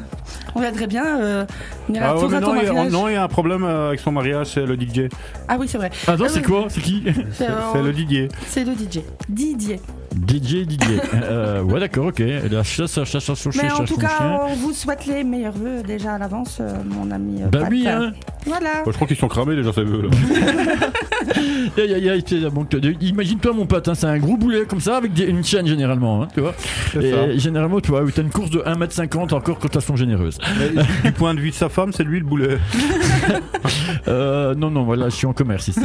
Speaker 3: on viendrait bien euh, on ira
Speaker 5: Ah ouais,
Speaker 3: tous
Speaker 5: mais
Speaker 3: à ton
Speaker 5: non, il y a-
Speaker 3: mariage.
Speaker 5: non, il y a un problème euh, avec son mariage, c'est le Didier.
Speaker 3: ah oui c'est vrai
Speaker 2: Ah non, c'est quoi C'est qui
Speaker 3: c'est
Speaker 5: C'est
Speaker 3: euh,
Speaker 5: c'est le Didier.
Speaker 3: c'est le DJ Didier
Speaker 2: DJ, DJ. Euh, ouais, d'accord, ok. La chasse, chasse, chasse, chasse,
Speaker 3: mais
Speaker 2: chasse,
Speaker 3: en tout
Speaker 2: chasse,
Speaker 3: cas
Speaker 2: chien.
Speaker 3: on vous souhaite les meilleurs vœux déjà à l'avance euh, mon ami euh,
Speaker 2: Bah
Speaker 3: Pat.
Speaker 2: oui, hein.
Speaker 3: voilà
Speaker 5: Moi, je crois qu'ils sont cramés déjà ces vœux. là.
Speaker 2: Aïe, aïe, aïe, t'es- bon, t'es- Imagine-toi, mon pote, hein, c'est un gros boulet comme ça avec des- une chaîne généralement, hein, tu vois.
Speaker 5: C'est ça.
Speaker 2: Et généralement, tu vois, où t'as une course de 1m50 encore quand elles sont généreuses.
Speaker 5: Mais Du point de vue de sa femme, c'est lui le boulet.
Speaker 2: Euh, non, non, voilà, je suis en commerce
Speaker 3: [LAUGHS]
Speaker 2: ici.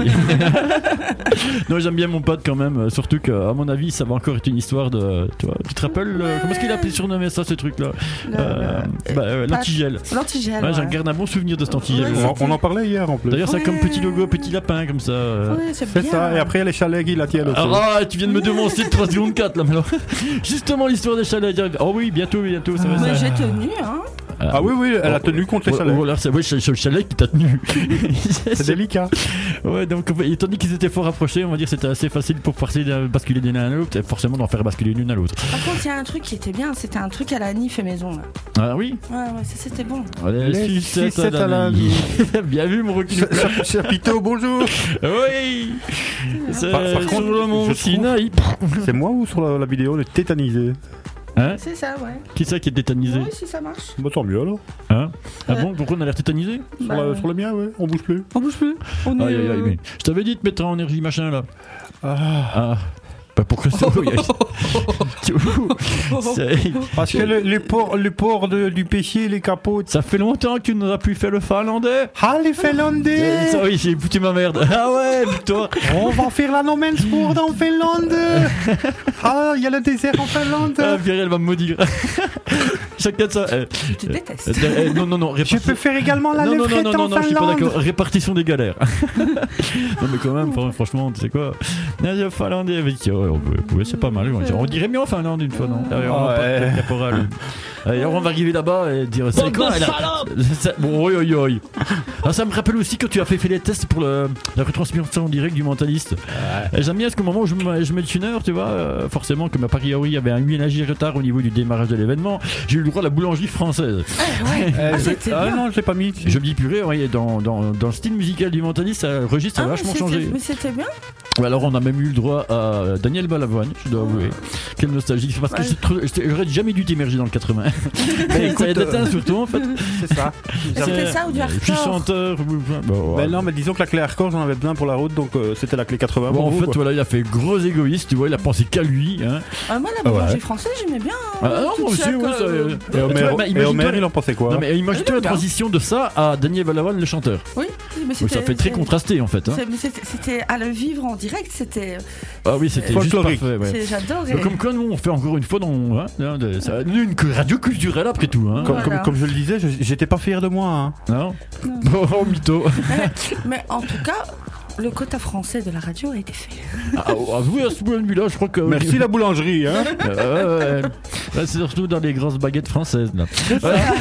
Speaker 2: non, j'aime bien mon pote quand même, euh, surtout que, à mon avis, ça va encore être une histoire de. Tu, vois, tu te rappelles, euh, comment est-ce qu'il a appelé surnommé ça, ce truc-là
Speaker 3: Le-
Speaker 2: Euh, bah, euh, L'antigel.
Speaker 3: le- l'antigel
Speaker 2: Ouais,
Speaker 3: ouais.
Speaker 2: j'en garde un bon souvenir de cet antigel.
Speaker 5: On, en- on en parlait hier en plus.
Speaker 2: D'ailleurs, ça a comme
Speaker 3: Ouais.
Speaker 2: petit logo, petit lapin, comme ça. euh.
Speaker 3: Ouais, c'est
Speaker 5: C'est
Speaker 3: bien.
Speaker 5: ça. Et après, il y a les chalets qui la tiennent aussi.
Speaker 2: Ah, ah, tu viens de me devancer de 3 secondes 4 là, mais alors. [LAUGHS] Justement, l'histoire des chalets. direct. Oh oui, bientôt, bientôt, ça va
Speaker 3: Mais
Speaker 2: ça.
Speaker 3: Ah, j'ai tenu hein
Speaker 5: Ah oui, oui, elle a tenu contre les
Speaker 2: Ou-
Speaker 5: chalets.
Speaker 2: Ou alors, c'est ouais, c'est le chalet qui t'a tenu.
Speaker 5: [LAUGHS] C'est [LAUGHS] délicat.
Speaker 2: [LAUGHS] Ouais, donc en fait, étant donné qu'ils étaient fort rapprochés, on va dire que c'était assez facile pour passer d'un- basculer de l'un à l'autre et forcément d'en faire basculer l'une à l'autre.
Speaker 3: par contre il y a un truc qui était bien c'était un truc à la nif et maison là.
Speaker 2: Ah oui
Speaker 3: ouais ouais ça c'était bon
Speaker 2: Allez,
Speaker 5: Les
Speaker 2: six, sept
Speaker 5: six, sept
Speaker 2: à
Speaker 5: à
Speaker 2: la
Speaker 5: la
Speaker 2: nuit. [LAUGHS] Bien vu, mon recul.
Speaker 5: Chapiteau, bonjour.
Speaker 2: oui C'est
Speaker 5: Par- par
Speaker 2: sur
Speaker 5: contre,
Speaker 2: le mont
Speaker 5: je trouve-
Speaker 2: Sinaï.
Speaker 5: C'est moi ou sur la, la vidéo, le tétanisé
Speaker 2: Hein
Speaker 3: c'est ça ouais
Speaker 2: Qui c'est qui est tétanisé
Speaker 3: Oui, si ça marche.
Speaker 5: Bah tant mieux alors.
Speaker 2: Hein Ah bon Pourquoi on a l'air tétanisé
Speaker 5: Sur,
Speaker 3: Bah,
Speaker 5: la-
Speaker 3: ouais.
Speaker 5: sur le mien, ouais, on bouge plus.
Speaker 7: On bouge plus. On est.
Speaker 2: Aïe, aïe, aïe,
Speaker 7: euh,
Speaker 2: mais Je t'avais dit de mettre en énergie machin là.
Speaker 5: Ah.
Speaker 2: Ah. Bah pourquoi ça oui, c'est-
Speaker 5: Oh. Parce que le- les ports, les ports de- du péché, les capots.
Speaker 2: Ça fait longtemps que tu n'as plus fait le finlandais.
Speaker 5: Ah les
Speaker 2: Euh,
Speaker 5: [LAUGHS]
Speaker 2: ça,
Speaker 5: Finlandais
Speaker 2: oui, j'ai foutu ma merde. Ah ouais, putain.
Speaker 5: On va faire la no man's world en [LAUGHS] Finlande Ah, il y a le désert en Finlande
Speaker 2: [LAUGHS] Ah, Pierre, elle va me maudire. c'est peut-être ça. Eh,
Speaker 3: Tu détestes.
Speaker 2: eh, eh, non, non, non,
Speaker 4: Je
Speaker 2: réparti-
Speaker 4: peux faire également la
Speaker 2: non, non, non,
Speaker 4: levrette
Speaker 2: non,
Speaker 4: en
Speaker 2: non, je suis pas
Speaker 4: Finlande.
Speaker 2: d'accord. Répartition
Speaker 4: [LAUGHS]
Speaker 2: des galères. non, mais quand même, fran- franchement, tu sais quoi Nadia Finlandais avec. ouais, on peut- ouais, c'est pas mal. On dirait, on dirait mieux en Finlande une fois, non Allez, on va
Speaker 5: Ouais.
Speaker 2: pas de caporal. Allez, on va arriver là-bas et dire c'est quoi elle a- ça- Bon, oi, oi, oi. Ah, ça me rappelle aussi que tu as fait, fait les tests pour le, la retransmission en direct du mentaliste. Et J'aime bien ce que au moment où je, me- je mets le tuner, tu vois, euh, forcément, comme a priori avait un 8 de retard au niveau du démarrage de l'événement, j'ai eu le droit à la boulangerie française.
Speaker 5: Euh, je-
Speaker 3: c'était
Speaker 5: Ah
Speaker 3: bien.
Speaker 5: non, je l'ai pas mis.
Speaker 2: Je me dis purée, ouais, dans, dans, dans le style musical du mentaliste, ça registre, ça a
Speaker 3: Ah, mais
Speaker 2: vachement
Speaker 3: c'était-
Speaker 2: changé.
Speaker 3: Mais c'était bien.
Speaker 2: Ou alors on a même eu le droit à Daniel Balavoine, je dois avouer. Quelle nostalgie, parce que
Speaker 3: Ouais.
Speaker 2: c'est trop- j'étais- j'aurais jamais dû t'immerger dans le 80. Ça a
Speaker 5: écoute,
Speaker 2: été éteint
Speaker 5: euh,
Speaker 2: surtout en fait. euh,
Speaker 5: C'est [LAUGHS] ça.
Speaker 3: C'était ça ou du
Speaker 2: Je suis
Speaker 3: hardcore
Speaker 2: chanteur. bon, ouais.
Speaker 5: Mais Ben non, mais disons que la clé hardcore, j'en avais besoin pour la route, donc euh, c'était la clé 80.
Speaker 2: Bon,
Speaker 5: pour
Speaker 2: en
Speaker 5: vous,
Speaker 2: fait,
Speaker 5: quoi.
Speaker 2: voilà, il a fait gros égoïste, tu vois, il a pensé qu'à lui. Hein.
Speaker 3: Ah, Moi, la
Speaker 5: Ah ouais.
Speaker 3: boulangerie française, j'aimais bien. hein,
Speaker 2: Ah, non,
Speaker 3: toute
Speaker 2: moi aussi,
Speaker 3: seule,
Speaker 2: oui,
Speaker 3: Oh, quoi.
Speaker 2: ça, euh,
Speaker 5: Et
Speaker 2: tu vois,
Speaker 5: Homer,
Speaker 2: bah,
Speaker 5: et
Speaker 2: imagine-toi-
Speaker 5: Homer, il en pensait quoi hein
Speaker 2: Non, mais imagine-toi la
Speaker 3: bien.
Speaker 2: transition de ça à Daniel Balavoine, le chanteur.
Speaker 3: Oui, mais
Speaker 2: Donc,
Speaker 3: c'était.
Speaker 2: ça fait très
Speaker 3: c'est-
Speaker 2: contrasté en fait. hein.
Speaker 3: c'est- mais C'était c'était- à le vivre en direct, c'était.
Speaker 2: Ah oui, c'était juste
Speaker 5: Folklorique.
Speaker 2: parfait. ouais.
Speaker 3: c'est- J'adorais.
Speaker 2: Donc, Euh, comme quoi, nous, on fait encore une fois dans. hein, hein, de- ça- une radio culturelle après tout. Hein.
Speaker 5: comme,
Speaker 3: Voilà.
Speaker 5: comme- comme je le disais, je- j'étais pas fier de moi. hein.
Speaker 2: Non Bon, [LAUGHS] oh, mytho.
Speaker 3: [LAUGHS] Mais en tout cas, le quota français de la radio a été fait.
Speaker 2: Ah, ah, oui, à ce point de vue-là, je crois que. [LAUGHS]
Speaker 5: Merci la
Speaker 3: [LAUGHS]
Speaker 5: boulangerie. hein.
Speaker 2: Euh, ouais, ouais. Là, c'est surtout dans les grosses baguettes françaises. là. Ah.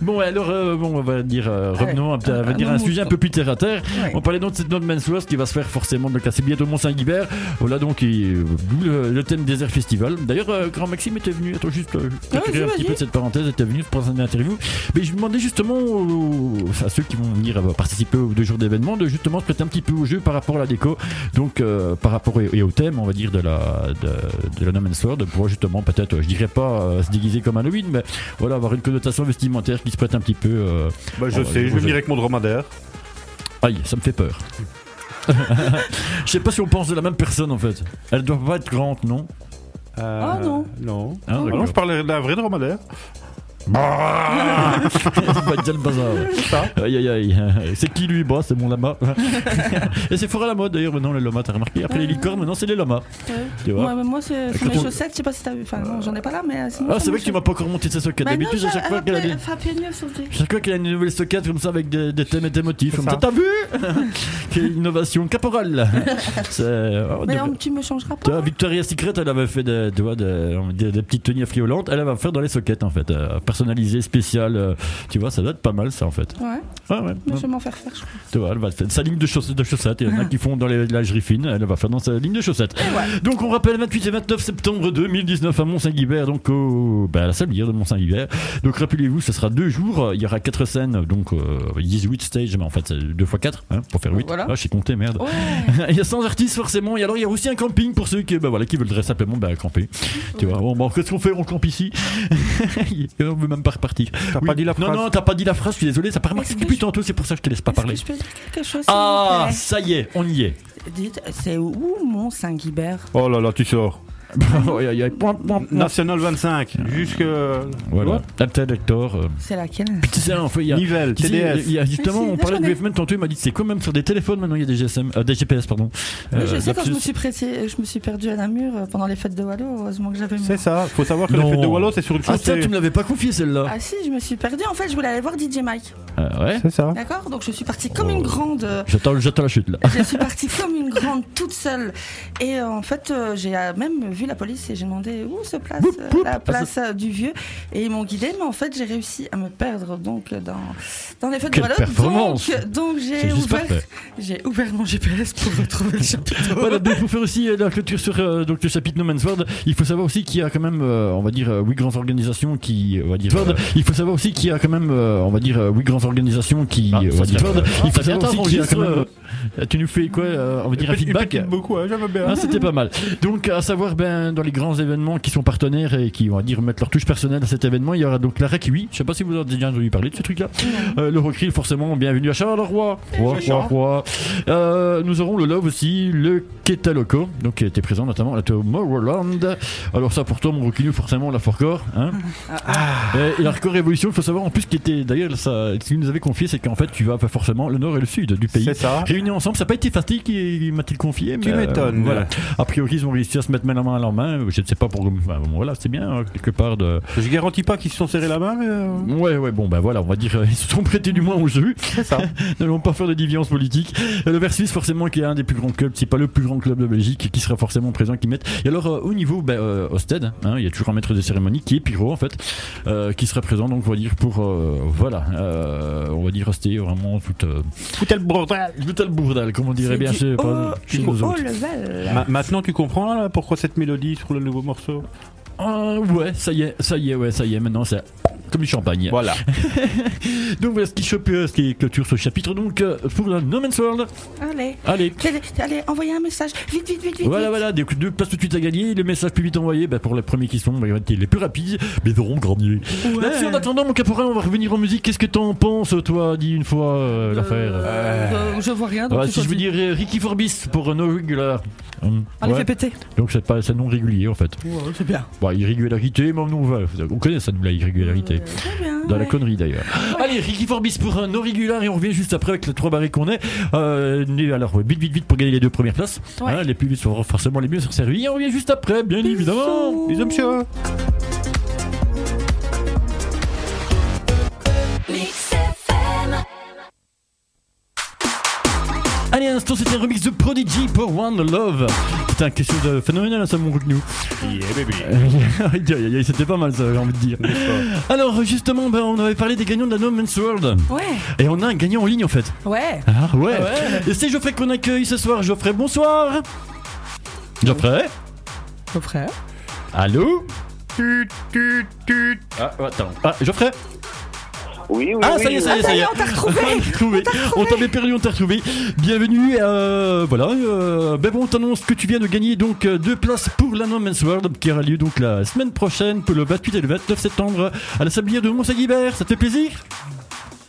Speaker 2: bon, alors, euh, bon, on va dire, euh, revenons à, peut- à
Speaker 3: un
Speaker 2: dire un
Speaker 3: autre
Speaker 2: sujet un
Speaker 3: mouton.
Speaker 2: peu plus terre à terre.
Speaker 3: Ouais.
Speaker 2: On parlait donc de cette note Mansworth qui va se faire forcément donc, assez bientôt Mont-Saint-Guibert. Voilà donc, et, euh, d'où le, le thème Désert Festival. D'ailleurs, euh, quand Maxime était venu, attends juste, euh, je
Speaker 3: Ah,
Speaker 2: t'écrirai
Speaker 3: vas-y,
Speaker 2: un petit
Speaker 3: vas-y.
Speaker 2: peu de cette parenthèse, était venu pour une interview. Mais je demandais justement aux- à ceux qui vont venir euh, participer aux deux jours d'événement de justement se prêter un petit peu au jeu par rapport à la déco. Donc, euh, par rapport au- et au thème, on va dire, de la, de, de la No Man's World, pour justement, peut-être, euh, je dirais pas euh, se déguiser comme Halloween, mais voilà, avoir une connotation vestimentaire qui se prête un petit peu. euh,
Speaker 5: Bah, je
Speaker 2: Oh,
Speaker 5: sais, je vais
Speaker 2: boulangerie.
Speaker 5: venir avec mon dromadaire.
Speaker 2: Aïe, ça me fait peur. Je
Speaker 5: [LAUGHS]
Speaker 2: sais pas si on pense de la même personne en fait. Elle doit pas être grande, non
Speaker 5: Euh,
Speaker 3: Oh, non.
Speaker 5: Non.
Speaker 2: Ah,
Speaker 5: Ah non, je parlais de la vraie dromadaire. Bah, Ah,
Speaker 2: C'est pas déjà le
Speaker 5: [LAUGHS]
Speaker 2: bazar.
Speaker 5: Ça.
Speaker 2: Aïe aïe aïe. [LAUGHS] C'est qui lui Bah, c'est mon lama. [LAUGHS] Et c'est fort à la mode d'ailleurs maintenant les lamas, t'as remarqué Après les licornes, maintenant c'est les lamas.
Speaker 3: Ouais.
Speaker 2: Tu vois
Speaker 3: Moi, moi c'est c'est
Speaker 2: Quand
Speaker 3: mes
Speaker 2: on-
Speaker 3: chaussettes, je sais pas si t'as vu. Enfin, non, j'en ai pas là, mais. euh, sinon,
Speaker 2: Ah,
Speaker 3: mes
Speaker 2: c'est vrai que tu m'as
Speaker 3: chaussettes.
Speaker 2: pas encore monté sa socket.
Speaker 3: Bah non,
Speaker 2: D'habitude, à chaque
Speaker 3: elle
Speaker 2: fois
Speaker 3: va
Speaker 2: qu'elle a Ah,
Speaker 3: appeler-
Speaker 2: des.
Speaker 3: enfin, appeler mieux, s'il vous plaît.
Speaker 2: Chaque fois qu'elle a une nouvelle socket comme ça avec des, des thèmes et des motifs,
Speaker 5: C'est
Speaker 2: comme ça,
Speaker 5: ça.
Speaker 2: t'as vu [LAUGHS] Quelle innovation
Speaker 3: [LAUGHS]
Speaker 2: caporale C'est- oh,
Speaker 3: Mais
Speaker 2: de-
Speaker 3: non, tu me changeras
Speaker 2: Tu vois,
Speaker 3: pas.
Speaker 2: Victoria's Secret, elle avait fait des, tu vois, des, des- des petites tenues friolantes. Elle va faire dans les sockets, en fait. euh, personnalisées, spéciales. euh, tu vois, ça doit être pas mal, ça, en fait.
Speaker 3: Ouais,
Speaker 2: Ah, Ouais, ouais.
Speaker 3: mais je vais m'en faire faire, je crois.
Speaker 2: Tu vois, elle va faire sa ligne de, chauss- de chaussettes. Il y en a qui font dans les lingeries fines. Elle va faire dans sa ligne de chaussettes. Donc, on rappelle 28 et 29 septembre 2019 à Mont-Saint-Guibert, donc au, bah, à la salle bière de Mont-Saint-Guibert. Donc, rappelez-vous, ce sera deux jours. Il y aura quatre scènes, donc euh, 18 stages, mais en fait, c'est deux fois quatre, hein, pour faire 8.
Speaker 3: Voilà. Oh,
Speaker 2: Ah, j'ai compté, merde. [LAUGHS] Il y a 100 artistes forcément, et alors il y a aussi un camping pour ceux qui, bah, voilà, qui veulent très simplement bah, camper. Tu vois, bon, bon, qu'est-ce qu'on fait On campe ici [LAUGHS] Et On veut même pas repartir.
Speaker 5: T'as
Speaker 2: Oui.
Speaker 5: pas dit la
Speaker 2: non,
Speaker 5: phrase.
Speaker 2: non, t'as pas dit la phrase, je suis désolé, ça part
Speaker 3: Est-ce
Speaker 2: Maxime
Speaker 3: que
Speaker 2: depuis
Speaker 3: je-
Speaker 2: tantôt, c'est pour ça que je te laisse pas
Speaker 3: Est-ce
Speaker 2: parler.
Speaker 3: que je peux dire quelque chose s'il
Speaker 2: Ah,
Speaker 3: vous
Speaker 2: ça y est, on y
Speaker 3: [LAUGHS]
Speaker 2: est.
Speaker 3: plaît Dites, c'est où Mont Saint-Guibert
Speaker 5: Oh là là, tu sors.
Speaker 2: Aïe, aïe, aïe, point, point, point.
Speaker 5: National 25, jusque.
Speaker 2: Voilà, Aptel Hector. euh,
Speaker 3: C'est laquelle
Speaker 2: Putain, c'est un fait, il y a.
Speaker 5: Nivelle,
Speaker 2: Tu sais,
Speaker 5: TDS.
Speaker 2: il y a justement,
Speaker 3: Mais si,
Speaker 2: on
Speaker 3: là,
Speaker 2: parlait
Speaker 3: je
Speaker 2: de
Speaker 3: connais.
Speaker 2: Wavement tantôt, il m'a dit c'est quand même sur des téléphones maintenant il y a des GSM, euh, des GPS pardon.
Speaker 3: Oui,
Speaker 2: Euh,
Speaker 3: je sais, quand je me
Speaker 2: là-dessus-
Speaker 3: suis pressée, je me suis perdue à Namur euh, pendant les fêtes de Wallo, heureusement que j'avais mon-
Speaker 5: C'est ça. Faut savoir que
Speaker 2: Non.
Speaker 5: les fêtes de Wallo, c'est sur une
Speaker 2: Ah ça,
Speaker 5: chaussée.
Speaker 2: tu me l'avais pas confié celle-là.
Speaker 3: Ah si, je me suis perdue. En fait, je voulais aller voir DJ Mike.
Speaker 2: Euh, ouais.
Speaker 5: c'est ça.
Speaker 3: D'accord Donc je suis partie
Speaker 2: Oh.
Speaker 3: comme une grande. euh,
Speaker 2: J'attends, j'attends la chute là.
Speaker 3: Je suis partie [LAUGHS] comme une grande toute seule. Et euh, en fait, euh, j'ai euh, même vu la police et j'ai demandé où se place euh,
Speaker 2: Ah,
Speaker 3: la place euh, du vieux. Et ils m'ont guidée, mais en fait, j'ai réussi à me perdre donc euh, dans, dans les fêtes de
Speaker 2: Quelle
Speaker 3: Wallonie.
Speaker 2: performance
Speaker 3: Donc, euh, donc j'ai
Speaker 2: C'est juste
Speaker 3: ouvert,
Speaker 2: parfait.
Speaker 3: [LAUGHS] j'ai ouvert mon GPS pour retrouver le chapiteau.
Speaker 2: [LAUGHS] Voilà, donc pour faire aussi euh, la clôture sur euh, donc, le chapitre No Man's World, il faut savoir aussi qu'il y a quand même, euh, on va dire, euh, huit grandes organisations qui, on va dire, euh, il faut savoir aussi qu'il y a quand même, euh, on va dire, euh, huit grandes organisations qui, euh,
Speaker 8: Ah,
Speaker 2: on
Speaker 8: ça
Speaker 2: va dire,
Speaker 8: serait-
Speaker 2: World. il faut
Speaker 8: ça serait
Speaker 2: savoir aussi
Speaker 8: attends,
Speaker 2: qu'il y a quand
Speaker 8: enregistre,
Speaker 2: même, euh, tu nous fais quoi, euh, on va dire, un feedback
Speaker 5: beaucoup, hein, j'aime bien.
Speaker 2: Ah, c'était pas mal. Donc, à savoir, ben, dans les grands événements qui sont partenaires et qui, on va dire, mettent leur touche personnelle à cet événement, il y aura donc la REC 8. Je sais pas si vous avez déjà entendu parler de ce truc-là. Euh, le Rocril, forcément, bienvenue à Charleroi. Roi, roi, roi. Euh, nous aurons le Love aussi, le Ketaloco, donc qui était présent notamment à Tomorrowland. Alors, ça, pour toi, mon Rocril, forcément, la Forcore, hein. Et, et la Record Révolution, il faut savoir, en plus, qui était, d'ailleurs, ça, qu'il nous avait confié, c'est qu'en fait, tu vas pas forcément le nord et le sud du pays.
Speaker 5: C'est ça.
Speaker 2: Réunis ensemble, ça n'a pas été facile, il il m'a-t-il confié.
Speaker 5: Tu
Speaker 2: mais, euh,
Speaker 5: m'étonnes.
Speaker 2: voilà. A priori, ils ont réussi à se mettre main la main à la main. Je ne sais pas pour. enfin, voilà, c'est bien, hein, quelque part. De...
Speaker 5: Je garantis pas qu'ils se sont serrés la main, mais. euh,
Speaker 2: Ouais, ouais, bon, ben voilà, on va dire, euh, ils se sont prêtés du moins au jeu. [LAUGHS]
Speaker 5: C'est ça.
Speaker 2: N'allons pas faire de déviance politique. Et Le Versus, forcément, qui est un des plus grands clubs, si pas le plus grand club de Belgique, qui sera forcément présent, qui mettent. Et alors, euh, au niveau ben, euh, Hosted, hein, il y a toujours un maître des cérémonies qui est Pyro, en fait, euh, qui sera présent, donc, on va dire, pour. euh, voilà, euh, on va dire, rester vraiment tout. Euh,
Speaker 5: Foutez le bordel
Speaker 2: tout à le bourdal, comme on dirait
Speaker 3: C'est
Speaker 2: bien
Speaker 3: du
Speaker 2: chez,
Speaker 3: haut-
Speaker 5: Oh,
Speaker 2: par- chez
Speaker 3: du
Speaker 2: nous
Speaker 3: haut
Speaker 2: autres.
Speaker 3: level.
Speaker 5: Ma- Maintenant, tu comprends là, pourquoi cette mélodie sur le nouveau morceau
Speaker 2: Ah, ouais, ça y est, ça y est, ouais, ça y est, maintenant, c'est comme du champagne. [LAUGHS]
Speaker 5: Voilà.
Speaker 2: Donc voilà ce qui, chope, euh, ce qui clôture ce chapitre. Donc euh, pour la No Man's World,
Speaker 3: Allez.
Speaker 2: allez.
Speaker 3: Allez, allez, envoyez un message. Vite, vite, vite, vite.
Speaker 2: Voilà,
Speaker 3: vite.
Speaker 2: voilà, des deux places tout de suite à gagner. Les messages plus vite envoyés, bah, pour les premiers qui sont, bah, ils vont être les plus rapides, mais ils auront grandi. Là-dessus, en attendant, mon caporal, on va revenir en musique. Qu'est-ce que t'en penses, toi Dis une fois euh, l'affaire.
Speaker 7: Euh, euh, je vois
Speaker 3: hein,
Speaker 7: rien. Donc
Speaker 2: Ouais,
Speaker 7: tu
Speaker 2: si je veux
Speaker 7: choisis.
Speaker 2: dire euh, Ricky Forbis pour euh, No Regular. Hum,
Speaker 7: Allez,
Speaker 2: ouais.
Speaker 7: fais péter.
Speaker 2: Donc c'est pas c'est non régulier en fait.
Speaker 7: Ouais, c'est bien.
Speaker 2: Bon, irrégularité, mais on, va- on connaît ça de la irrégularité.
Speaker 3: Très bien.
Speaker 2: Dans la
Speaker 3: ouais.
Speaker 2: connerie d'ailleurs. Allez, Ricky Forbis pour un no regular et on revient juste après avec les trois barrés qu'on est. Euh, né- alors, vite, vite, vite pour gagner les deux premières places.
Speaker 3: Ouais.
Speaker 2: Hein, les plus vite seront forcément les mieux sur servis. Et on revient juste après, bien évidemment.
Speaker 5: Bisous, monsieur
Speaker 2: Allez, à l'instant, c'était un remix de Prodigy pour One Love. Putain, quelque chose de euh, phénoménal, ça, mon nous.
Speaker 5: Yeah, baby.
Speaker 2: [LAUGHS] Aïe, aïe, aïe, C'était pas mal, ça, j'ai envie de dire. Alors, justement, ben, on avait parlé des gagnants de la No Man's World.
Speaker 3: Ouais,
Speaker 2: Et on a un gagnant en ligne, en fait.
Speaker 3: ouais.
Speaker 2: Ah, ouais. Et c'est Geoffrey qu'on accueille ce soir. Geoffrey, bonsoir. Geoffrey
Speaker 7: Mon frère.
Speaker 2: Allô Ah, attends. Ah, Geoffrey
Speaker 8: Oui, oui,
Speaker 2: Ah,
Speaker 8: oui.
Speaker 2: ça y est, ça y est, ça y est.
Speaker 3: on t'a retrouvé.
Speaker 2: [LAUGHS] On t'a retrouvé. On t'avait perdu, on t'a retrouvé. Bienvenue. euh, voilà. euh, ben bon, on t'annonce que tu viens de gagner donc euh, deux places pour la No Man's World qui aura lieu donc la semaine prochaine, pour le 28 et le 29 septembre à la sablière de mont guibert Ça te fait plaisir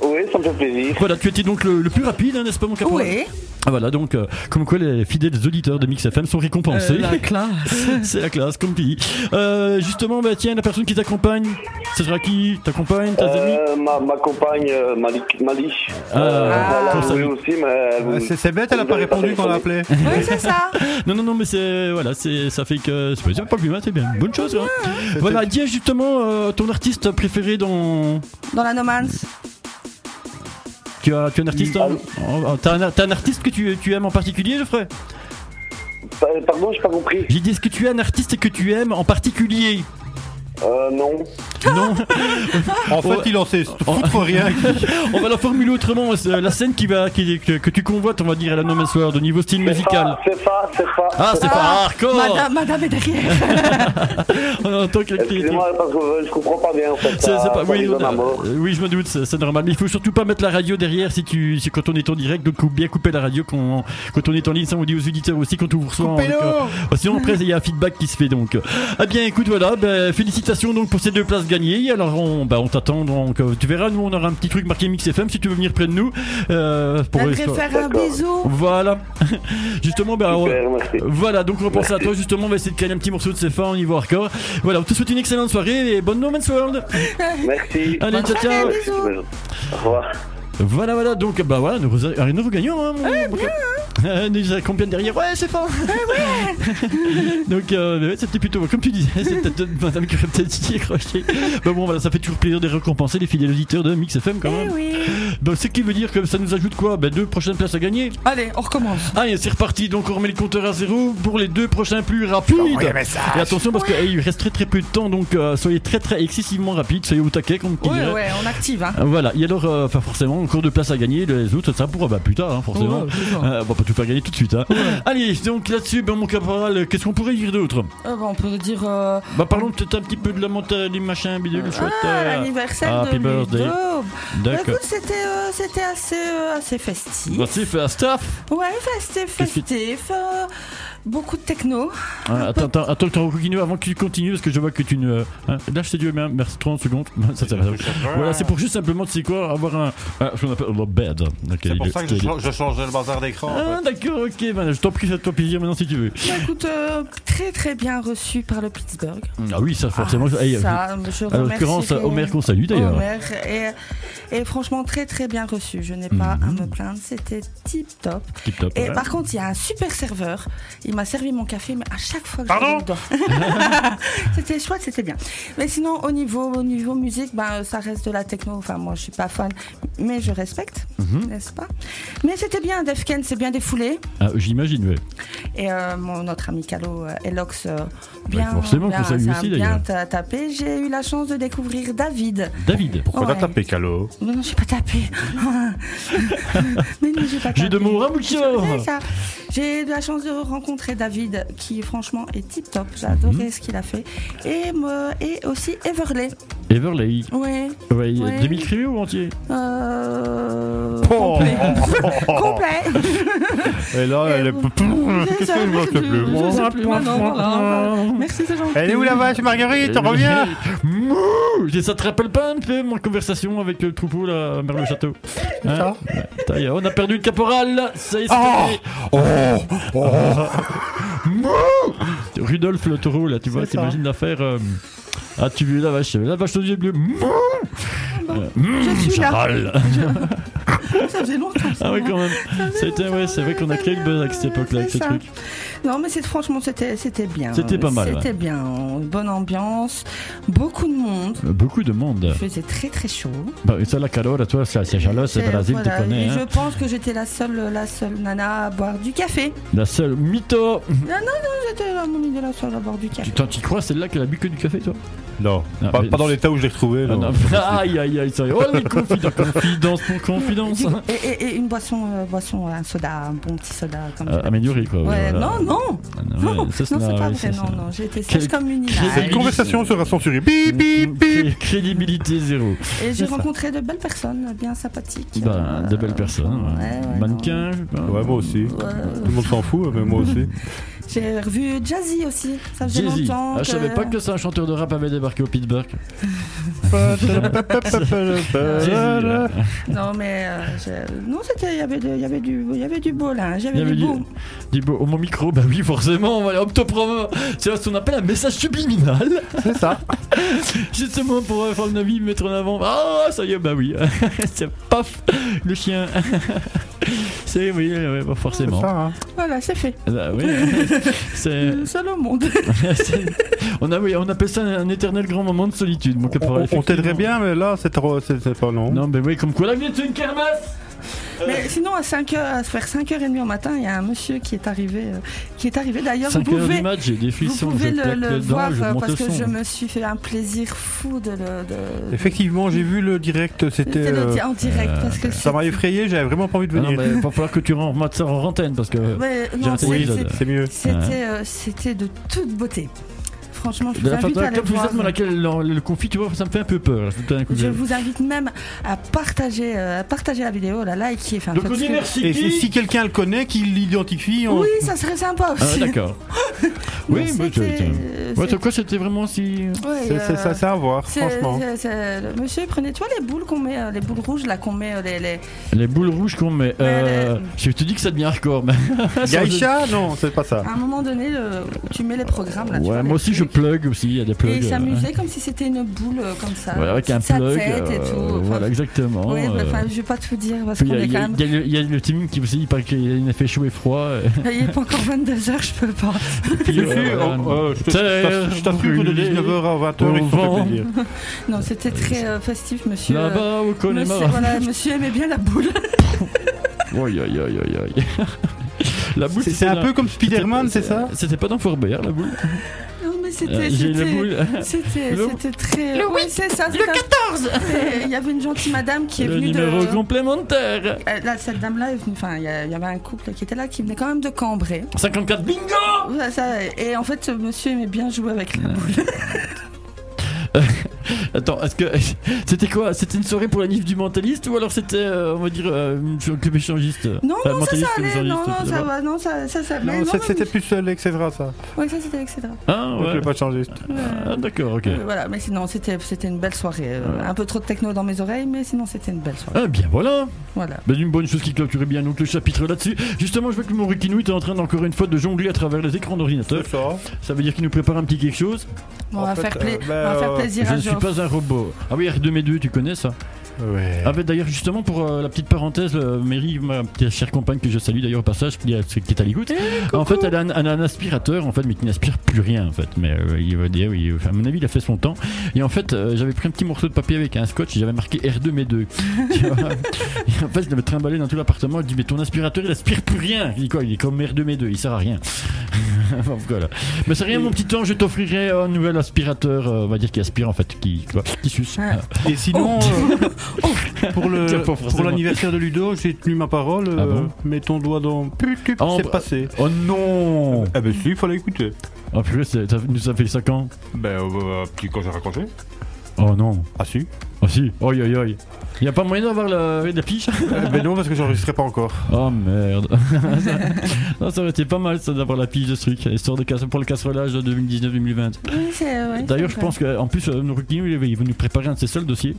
Speaker 8: Oui, ça me fait plaisir.
Speaker 2: Voilà, tu étais donc le, le plus rapide, hein, n'est-ce pas, mon caporal
Speaker 3: Ouais.
Speaker 2: Ah, Voilà, donc, euh, comme quoi les fidèles auditeurs de Mix FM sont récompensés.
Speaker 7: Euh, la classe.
Speaker 2: [LAUGHS] C'est la classe, comme tu dis. Euh, justement, bah, tiens, la personne qui t'accompagne, ce sera qui T'accompagne T'as amis
Speaker 8: Euh, ma, ma compagne euh, Malik, Malish,
Speaker 2: Ah,
Speaker 8: voilà,
Speaker 2: comme ça.
Speaker 8: euh, oui aussi, mais elle-
Speaker 5: Euh, C'est c'est bête, elle a pas répondu quand on l'a appelé.
Speaker 3: Ouais, c'est ça.
Speaker 2: Non, non, non, mais c'est. Voilà, c'est, ça fait que. C'est pas- c'est pas plus mal, c'est bien. Bonne chose, hein. Voilà, dis justement euh, ton artiste préféré dans.
Speaker 3: Dans la No Man's.
Speaker 2: Tu as, tu as un artiste. hein Oh, T'as un, t'as un artiste que tu, tu aimes en particulier, Geoffrey
Speaker 8: Pa- Pardon, j'ai pas compris.
Speaker 2: J'ai dit, est-ce que tu as un artiste que tu aimes en particulier
Speaker 8: Euh, non.
Speaker 2: Non
Speaker 5: [LAUGHS] En
Speaker 2: Ouais.
Speaker 5: fait, il en sait foutre rien. [LAUGHS]
Speaker 2: On va la formuler autrement. c'est, euh, La scène qui va, qui, que, que tu convoites, on va dire, à la No Man's World, au niveau style
Speaker 8: C'est
Speaker 2: musical.
Speaker 8: pas- C'est ça, c'est ça. Euh,
Speaker 2: Ah, c'est pas hardcore
Speaker 3: Madame, madame
Speaker 2: [LAUGHS]
Speaker 3: est derrière.
Speaker 2: En tant que-
Speaker 8: Excusez-moi, parce que euh, je comprends pas bien, en fait.
Speaker 2: C'est-
Speaker 8: ça-
Speaker 2: c'est pas-
Speaker 8: ça
Speaker 2: oui,
Speaker 8: résonne
Speaker 2: on-
Speaker 8: à mort.
Speaker 2: euh, oui, je me doute, c'est c'est normal. Mais il faut surtout pas mettre la radio derrière si tu, si- quand on est en direct, donc faut bien couper la radio quand, quand on est en ligne. Ça, on dit aux auditeurs aussi quand on vous reçoit. en-
Speaker 5: Coupez-le
Speaker 2: euh, sinon, après, il y a un feedback qui se fait donc. Ah bien, écoute, voilà, ben, félicitations donc pour ces deux places gagnées. Alors, on, bah, on t'attend donc. euh, Tu verras, nous, on aura un petit truc marqué Mix FM si tu veux venir près de nous. euh, pour
Speaker 3: Elle préfère faire un
Speaker 8: D'accord.
Speaker 3: bisou.
Speaker 2: Voilà. [LAUGHS] Justement, ben, on-
Speaker 8: Super, merci.
Speaker 2: voilà, donc on va penser à toi justement, on va essayer de caler un petit morceau de ses fins au niveau hardcore. Voilà, on te souhaite une excellente soirée et bonne No Man's World.
Speaker 8: Merci.
Speaker 2: Allez, ciao, ciao.
Speaker 8: Merci,
Speaker 3: bisous.
Speaker 8: bonjour. Au revoir.
Speaker 2: Voilà, voilà, donc bah voilà, nous, re- nous regagnons. Hein, mon- [LAUGHS] Euh, déjà, combien derrière Ouais, c'est fort [LAUGHS] Donc, euh, mais ouais, c'était plutôt, comme tu disais, [LAUGHS] c'est peut-être madame qui aurait peut-être dit [LAUGHS] accroché. Bah bon, voilà, ça fait toujours plaisir de récompenser les fidèles auditeurs de Mix FM quand
Speaker 3: Eh
Speaker 2: même.
Speaker 3: oui.
Speaker 2: Donc, ce qui veut dire que ça nous ajoute quoi Bah, deux prochaines places à gagner.
Speaker 7: Allez, on recommence.
Speaker 2: Allez, c'est reparti, donc on remet le compteur à zéro pour les deux prochains plus rapides. Et attention parce qu'il reste très très peu de temps, donc euh, soyez très très excessivement rapide, soyez au taquet, comme on dirait.
Speaker 7: Ouais, ouais, on active. Hein.
Speaker 2: Voilà, et alors, euh, enfin forcément, encore de place à gagner, les autres, ça pourra bah, plus tard, hein, forcément.
Speaker 7: Ouais, c'est ça.
Speaker 2: Euh, on va pas tout faire gagner tout de suite. Hein. Allez, donc là-dessus, ben, mon caporal, euh, qu'est-ce qu'on pourrait dire d'autre
Speaker 3: Euh, bah, on peut dire euh,
Speaker 2: Bah parlons peut-être un petit peu de la montée, des machins, bidule, le chouette.
Speaker 3: ah,
Speaker 2: euh,
Speaker 3: l'anniversaire
Speaker 2: happy
Speaker 3: de
Speaker 2: birthday.
Speaker 3: Ludo. Bah,
Speaker 2: D'accord.
Speaker 3: écoute, c'était euh, c'était assez euh, assez festif.
Speaker 2: Merci, fais un staff.
Speaker 3: Ouais, festif,
Speaker 2: Qu'est-ce que-
Speaker 3: festif. euh, beaucoup de techno. Bah,
Speaker 2: Ah, attends, attends, attends, attends, continue avant que tu continues parce que je vois que tu ne. hein, là, je t'ai dit, mais, hein, merci 30 secondes. [LAUGHS] Ça, ça va. Voilà, c'est pour juste simplement, tu sais quoi, avoir un. ah, ce qu'on appelle le bed. Ok,
Speaker 5: C'est pour
Speaker 2: il est-
Speaker 5: ça que je,
Speaker 2: il est-
Speaker 5: cha- je changeais le bazar d'écran. en
Speaker 2: Ah, d'accord, ok, ben, je t'en prie, ça te fait plaisir maintenant si tu veux.
Speaker 3: Bah, écoute, euh, très très bien reçu par le Pittsburgh.
Speaker 2: Ah oui, ça, forcément.
Speaker 3: Ah,
Speaker 2: hey,
Speaker 3: ça, je
Speaker 2: en l'occurrence,
Speaker 3: remercierai
Speaker 2: Homer qu'on salue d'ailleurs.
Speaker 3: Oh, Homer, et, et franchement, très très bien reçu. Je n'ai pas à me plaindre, c'était tip top.
Speaker 2: Tip top.
Speaker 3: Et
Speaker 2: Mhm.
Speaker 3: bah.
Speaker 2: ouais.
Speaker 3: par contre, il y a un super serveur. Il m'a servi mon café, mais à chaque fois que j'avais le doigt. [LAUGHS] c'était chouette, c'était bien. Mais sinon, au niveau, au niveau musique, ben, ça reste de la techno. Enfin, moi, je suis pas fan, mais je respecte,
Speaker 2: Mhm.
Speaker 3: n'est-ce pas Mais c'était bien. Defken, c'est bien défoulé.
Speaker 2: Ah, J'imagine, ouais.
Speaker 3: Et euh, mon, notre ami Calo euh, Elox, euh, bien,
Speaker 2: Bah, forcément qu'on
Speaker 3: bien,
Speaker 2: salue
Speaker 3: ça a
Speaker 2: aussi,
Speaker 3: bien
Speaker 2: d'ailleurs.
Speaker 3: ta- tapé. J'ai eu la chance de découvrir David.
Speaker 2: David.
Speaker 5: Pourquoi
Speaker 3: Ouais.
Speaker 5: t'as tapé, Calo
Speaker 3: Mais non, j'ai pas tapé.
Speaker 2: [LAUGHS]
Speaker 3: Mais non, j'ai pas
Speaker 2: J'ai
Speaker 3: tapé.
Speaker 2: de mon Ramucho.
Speaker 3: C'est ça. J'ai eu la chance de rencontrer David, qui franchement est tip top. J'ai adoré
Speaker 2: Mhm.
Speaker 3: ce qu'il a fait. Et, me- et aussi Everley.
Speaker 2: Everley.
Speaker 3: Ouais.
Speaker 2: Ouais,
Speaker 3: Ouais.
Speaker 2: demi-crivé ou entier
Speaker 3: Euh,
Speaker 2: [LAUGHS]
Speaker 3: Complet. [LAUGHS] complet.
Speaker 5: Et là,
Speaker 2: Euh,
Speaker 5: elle est.
Speaker 2: Ah,
Speaker 3: Je sais
Speaker 5: Je sais plus.
Speaker 3: je sais plus. Moi, non, voilà. Merci, c'est gentil.
Speaker 5: Elle est où la vache, Marguerite Reviens
Speaker 2: Mouh Et Ça te rappelle pas un peu ma conversation avec le troupeau là, vers le château Hein Ouais, putain, y a- On a perdu le caporal Ça y est, c'est terminé. Ah. Mouh Rudolf le taureau là, tu vois,
Speaker 4: C'est ça.
Speaker 2: t'imagines l'affaire. euh, Ah, tu veux la vache, la vache aux yeux bleus. Mouh Euh, mouh,
Speaker 3: Ah je suis
Speaker 2: ça
Speaker 3: là.
Speaker 2: râle.
Speaker 3: Ça faisait longtemps. ça.
Speaker 2: Ah ouais, quand même.
Speaker 3: faisait
Speaker 2: C'était, ouais,
Speaker 3: longtemps,
Speaker 2: c'est vrai qu'on a créé le buzz avec cette époque-là, avec
Speaker 3: C'est
Speaker 2: ces
Speaker 3: ça.
Speaker 2: trucs.
Speaker 3: Non, mais c'est franchement, c'était, c'était bien.
Speaker 2: C'était pas mal,
Speaker 3: C'était
Speaker 2: ouais.
Speaker 3: bien. Bonne ambiance, beaucoup de monde.
Speaker 2: Beaucoup de monde.
Speaker 3: Il faisait très très chaud.
Speaker 2: Bah, et ça, la calor, à toi, c'est c'est chaleur, c'est
Speaker 3: Et
Speaker 2: Brésil,
Speaker 3: voilà.
Speaker 2: tu connais.
Speaker 3: Et
Speaker 2: hein.
Speaker 3: Je pense que j'étais la seule, la seule nana à boire
Speaker 2: [LAUGHS]
Speaker 3: du café.
Speaker 2: La seule mytho.
Speaker 3: Non, non, non, j'étais la, mon idée, la seule à boire du café.
Speaker 2: Putain, tu crois celle-là qu'elle a bu que du café, toi
Speaker 5: Non,
Speaker 2: Non,
Speaker 5: pas,
Speaker 2: mais-
Speaker 5: pas dans l'état où je l'ai retrouvé.
Speaker 2: Ah,
Speaker 5: non. [LAUGHS]
Speaker 2: non. Aïe, aïe, aïe, sérieux. Oh, les confidences, confidence pour [LAUGHS] confidence.
Speaker 3: Et, et- et une boisson, euh, boisson, un soda, un bon petit soda comme
Speaker 2: Euh,
Speaker 3: ça.
Speaker 2: amélioré, quoi. oui,
Speaker 3: Ouais,
Speaker 2: voilà.
Speaker 3: non, non,
Speaker 2: Ah, non,
Speaker 3: non,
Speaker 2: ouais, ça,
Speaker 3: non, c'est
Speaker 2: n'a-
Speaker 3: pas
Speaker 2: ouais,
Speaker 3: vrai,
Speaker 2: ça,
Speaker 3: non,
Speaker 2: ça-
Speaker 3: non, j'étais
Speaker 2: Quel-
Speaker 3: sèche comme une
Speaker 2: quel-
Speaker 3: île.
Speaker 5: Cette conversation sera censurée. Bip, bip, bip.
Speaker 2: Cré- Crédibilité zéro.
Speaker 3: Et j'ai rencontré de belles personnes, bien sympathiques.
Speaker 2: Bah,
Speaker 3: Euh,
Speaker 2: de belles personnes.
Speaker 3: ouais, ouais, non.
Speaker 2: Mannequin. bah,
Speaker 5: Ouais, moi aussi. Tout le monde s'en fout, hein, mais moi aussi.
Speaker 3: J'ai revu Jazzy aussi, ça faisait
Speaker 2: Jay-Z.
Speaker 3: longtemps.
Speaker 2: Ah, je savais pas que c'est un chanteur de rap avait débarqué au Pittsburgh.
Speaker 5: Euh,
Speaker 2: Jay-Z,
Speaker 3: Non, mais euh, je- non, c'était, il y avait de- il y avait du, il y avait du beau là,
Speaker 2: Il
Speaker 3: j'avais
Speaker 2: y avait
Speaker 3: du
Speaker 2: du,
Speaker 3: beau.
Speaker 2: du beau. Oh, mon micro, bah oui, forcément, voilà, hop, te promo. C'est ce qu'on appelle un message subliminal.
Speaker 5: C'est ça.
Speaker 2: [LAUGHS] Justement pour euh, faire le avis, mettre en avant. Ah, ça y est, bah oui. [LAUGHS] c'est paf, le chien. [LAUGHS] c'est oui, ouais, bah,
Speaker 5: [LAUGHS] C'est
Speaker 2: forcément.
Speaker 5: ça, [LAUGHS] hein.
Speaker 3: Voilà, c'est fait.
Speaker 2: Bah oui. [LAUGHS] c'est. [LAUGHS]
Speaker 3: Seul au monde.
Speaker 2: c'est- on, a, oui, on appelle ça un éternel grand moment de solitude, mon caporal.
Speaker 5: On, on t'aiderait
Speaker 2: effectivement.
Speaker 5: bien, mais là, c'est trop- c'est c'est pas non.
Speaker 2: Non, mais oui, comme quoi la vie est une kermesse.
Speaker 3: Mais sinon, à 5 heures, à se faire 5h30 au matin, il y a un monsieur qui est arrivé, euh, qui est arrivé. D'ailleurs, vous
Speaker 2: 5 heures du
Speaker 3: pouvez,
Speaker 2: match, j'ai des
Speaker 3: vous
Speaker 2: frissons.
Speaker 3: pouvez
Speaker 2: je
Speaker 3: le,
Speaker 2: claque
Speaker 3: le
Speaker 2: les dents,
Speaker 3: voir
Speaker 2: je
Speaker 3: euh,
Speaker 2: monte
Speaker 3: parce
Speaker 2: le
Speaker 3: que
Speaker 2: son.
Speaker 3: je me suis fait un plaisir fou de le. de-
Speaker 5: Effectivement, j'ai vu le direct, c'était.
Speaker 3: C'était le
Speaker 5: euh,
Speaker 3: di- en direct parce que
Speaker 5: Ça m'a effrayé, j'avais vraiment pas envie de
Speaker 2: Ah non,
Speaker 5: venir.
Speaker 2: mais il va falloir que tu remettes ça en antenne parce que.
Speaker 3: Ouais,
Speaker 2: J'ai
Speaker 3: non,
Speaker 2: un
Speaker 3: c'est-
Speaker 2: oui,
Speaker 5: [LAUGHS] Oui,
Speaker 2: épisode.
Speaker 3: c'est-
Speaker 5: c'est mieux.
Speaker 3: C'était euh, c'était de toute beauté. Franchement, je
Speaker 2: De
Speaker 3: vous
Speaker 2: la façon
Speaker 3: invite à
Speaker 2: dont
Speaker 3: aller
Speaker 2: vous
Speaker 3: voir.
Speaker 2: êtes dans laquelle le, le confit, tu vois, ça me fait un peu peur. tout d'un coup,
Speaker 3: Je vous invite même à partager, euh, à partager la vidéo, la liker. Enfin,
Speaker 2: Donc,
Speaker 3: faites
Speaker 2: on
Speaker 3: ce
Speaker 2: dit
Speaker 3: que-
Speaker 2: merci.
Speaker 5: Et
Speaker 2: qui
Speaker 5: si- si quelqu'un le connaît, qu'il l'identifie, on.
Speaker 3: Oui, ça serait sympa
Speaker 2: Ah, [LAUGHS]
Speaker 3: aussi.
Speaker 2: d'accord. oui,
Speaker 3: Non,
Speaker 2: mais
Speaker 3: c'était-
Speaker 2: tiens, tiens.
Speaker 3: euh,
Speaker 2: Ouais,
Speaker 3: c'est-
Speaker 2: c'est quoi, c'était vraiment si.
Speaker 3: ouais,
Speaker 5: C'est c'est-
Speaker 3: euh,
Speaker 5: ça, c'est à voir,
Speaker 3: c'est-
Speaker 5: franchement.
Speaker 3: c'est- c'est- le Monsieur, prenez, toi les boules qu'on met, euh, les boules rouges là qu'on met, euh, les, les-
Speaker 2: Les boules rouges qu'on met. Euh,
Speaker 3: Ouais,
Speaker 2: je te dis que ça devient hardcore. Mais...
Speaker 5: Gaïcha Non, c'est pas ça.
Speaker 3: à un moment donné, le- où tu mets les programmes là. tu vois,
Speaker 2: ouais,
Speaker 3: les
Speaker 2: moi aussi je
Speaker 3: trucs.
Speaker 2: plug aussi, il y a des plugs.
Speaker 3: Et
Speaker 2: euh,
Speaker 3: s'amuser comme si c'était une boule euh, comme ça.
Speaker 2: voilà, avec un
Speaker 3: sa
Speaker 2: plug.
Speaker 3: tête et
Speaker 2: euh,
Speaker 3: tout. Enfin,
Speaker 2: voilà, exactement.
Speaker 3: oui, mais
Speaker 2: euh.
Speaker 3: enfin, je vais pas tout dire parce
Speaker 2: Puis
Speaker 3: qu'on
Speaker 2: Il y, a-
Speaker 3: est
Speaker 2: il y a-
Speaker 3: quand même.
Speaker 2: il y a le- il y a le team qui aussi, il paraît qu'il y a un effet chaud et [LAUGHS] froid. euh,
Speaker 3: [LAUGHS] Il est pas encore 22h, je peux pas.
Speaker 2: puis,
Speaker 5: Je
Speaker 2: euh,
Speaker 5: suis-
Speaker 2: voilà.
Speaker 5: oh, euh, je te-
Speaker 2: Terre
Speaker 5: je t'assure que de
Speaker 2: brûlée.
Speaker 5: 19h à 20h, ils se
Speaker 2: au
Speaker 5: sont
Speaker 2: vent. [LAUGHS]
Speaker 5: fait plaisir.
Speaker 3: Non, c'était très euh, festif, monsieur. euh,
Speaker 2: Là-bas, au
Speaker 3: monsieur,
Speaker 2: Connemara.
Speaker 3: voilà, monsieur aimait bien la boule. [LAUGHS]
Speaker 2: Aïe, aïe, aïe, aïe, aïe. [LAUGHS] La boule,
Speaker 5: C'est- C'est un peu comme Spider-Man, c'est ça
Speaker 2: C'était pas dans Fort Boyard, la boule.
Speaker 3: Non, mais
Speaker 2: Euh,
Speaker 3: c'était.
Speaker 2: J'ai la
Speaker 3: c'était-
Speaker 2: boule.
Speaker 3: C'était
Speaker 2: Le-
Speaker 3: c'était très. Le oui, c'est ça. Le 14 [LAUGHS] Il y avait une gentille madame qui est
Speaker 2: Le
Speaker 3: venue
Speaker 2: numéro
Speaker 3: de.
Speaker 2: complémentaire.
Speaker 3: Euh, Là, cette dame-là est venue. Enfin, il y, a- il y avait un couple qui était là qui venait quand même de Cambrai.
Speaker 2: 54 bingo
Speaker 3: Ça, ça- et en fait, ce monsieur aimait bien jouer avec la boule.
Speaker 2: Attends, est-ce que [LAUGHS] c'était quoi C'était une soirée pour la NIF du mentaliste ou alors c'était, euh, on va dire, euh, une- un club échangiste
Speaker 3: Non,
Speaker 2: Enfin,
Speaker 3: non, ça, ça
Speaker 2: mentaliste, club
Speaker 3: allait. Non,
Speaker 2: échangiste,
Speaker 3: non,
Speaker 2: c'est
Speaker 3: ça
Speaker 2: bon.
Speaker 3: va. Non, ça, ça, ça allait.
Speaker 4: Non,
Speaker 3: Non,
Speaker 4: ça-
Speaker 3: non,
Speaker 4: c'était plus euh, etc. ça.
Speaker 3: Ouais, ça, c'était, etc.
Speaker 2: Ah,
Speaker 4: Donc,
Speaker 2: ouais.
Speaker 4: le pas changiste.
Speaker 2: Ah, d'accord, ok.
Speaker 3: Euh, Voilà, mais sinon, c'était, c'était une belle soirée. Euh, Un peu trop de techno dans mes oreilles, mais sinon, c'était une belle soirée.
Speaker 2: Ah bien voilà,
Speaker 3: Voilà.
Speaker 2: ben, une bonne chose qui clôturait bien donc le chapitre là-dessus. Justement, je vois que mon Rikinou est en train d'encore une fois de jongler à travers les écrans d'ordinateur.
Speaker 4: ça.
Speaker 2: Ça veut dire qu'il nous prépare un petit quelque chose.
Speaker 3: Bon,
Speaker 4: En
Speaker 3: on, va
Speaker 4: fait,
Speaker 3: faire pla-
Speaker 4: euh, bah,
Speaker 3: on va faire
Speaker 4: euh,
Speaker 3: plaisir
Speaker 2: Je
Speaker 3: à
Speaker 2: ne suis
Speaker 3: Geoff.
Speaker 2: pas un robot. Ah oui, R2M2, tu connais ça hein
Speaker 4: Ouais.
Speaker 2: Ah ben, d'ailleurs, justement, pour euh, la petite parenthèse, euh, Mary, ma petite chère compagne que je salue d'ailleurs au passage, qui, est- qui est à l'écoute, en fait, elle a, un, elle a un aspirateur, en fait, mais qui n'aspire plus rien, en fait. Mais euh, il va dire, oui, à mon avis, il a fait son temps. Et en fait, euh, j'avais pris un petit morceau de papier avec un scotch, et j'avais marqué R2 mes 2. Tu vois et en fait, je l'avais trimballé dans tout l'appartement. Je dis, mais ton aspirateur, il aspire plus rien. Il dit quoi Il est comme R2 mes 2, il sert à rien. [LAUGHS] Enfin, voilà. Mais c'est rien, mon petit temps, je t'offrirai un nouvel aspirateur, euh, on va dire, qui aspire, en fait, qui, tu vois, qui suce.
Speaker 3: Ah.
Speaker 4: Et sinon, euh, pour
Speaker 2: Tiens,
Speaker 4: le
Speaker 2: pas forcément.
Speaker 4: pour l'anniversaire de Ludo, j'ai tenu ma parole.
Speaker 2: Ah
Speaker 4: euh,
Speaker 2: bon
Speaker 4: mets ton doigt dans. Putup,
Speaker 2: Ah, on-
Speaker 5: bah,
Speaker 4: c'est passé.
Speaker 2: Oh non
Speaker 5: Ah ben si, il fallait écouter.
Speaker 2: Oh purée, c'est- ça nous a fait 5 ans.
Speaker 5: Ben, euh, puis quand j'ai raccroché.
Speaker 2: Oh non.
Speaker 5: Ah si.
Speaker 2: Oh si. Oi oi oi. Y a pas moyen d'avoir la, la piche
Speaker 5: Euh, ben non, parce que j'enregistrais pas encore.
Speaker 2: Oh
Speaker 3: [LAUGHS]
Speaker 2: merde. Ça- non, ça aurait été pas mal ça d'avoir la piche de ce truc, histoire de casse- pour le casserolage de 2019-2020.
Speaker 3: Oui, c'est- ouais,
Speaker 2: D'ailleurs,
Speaker 3: c'est
Speaker 2: je
Speaker 3: vrai.
Speaker 2: pense qu'en plus, euh, nous Rukinu, il va- il va nous préparer un de ses seuls dossiers.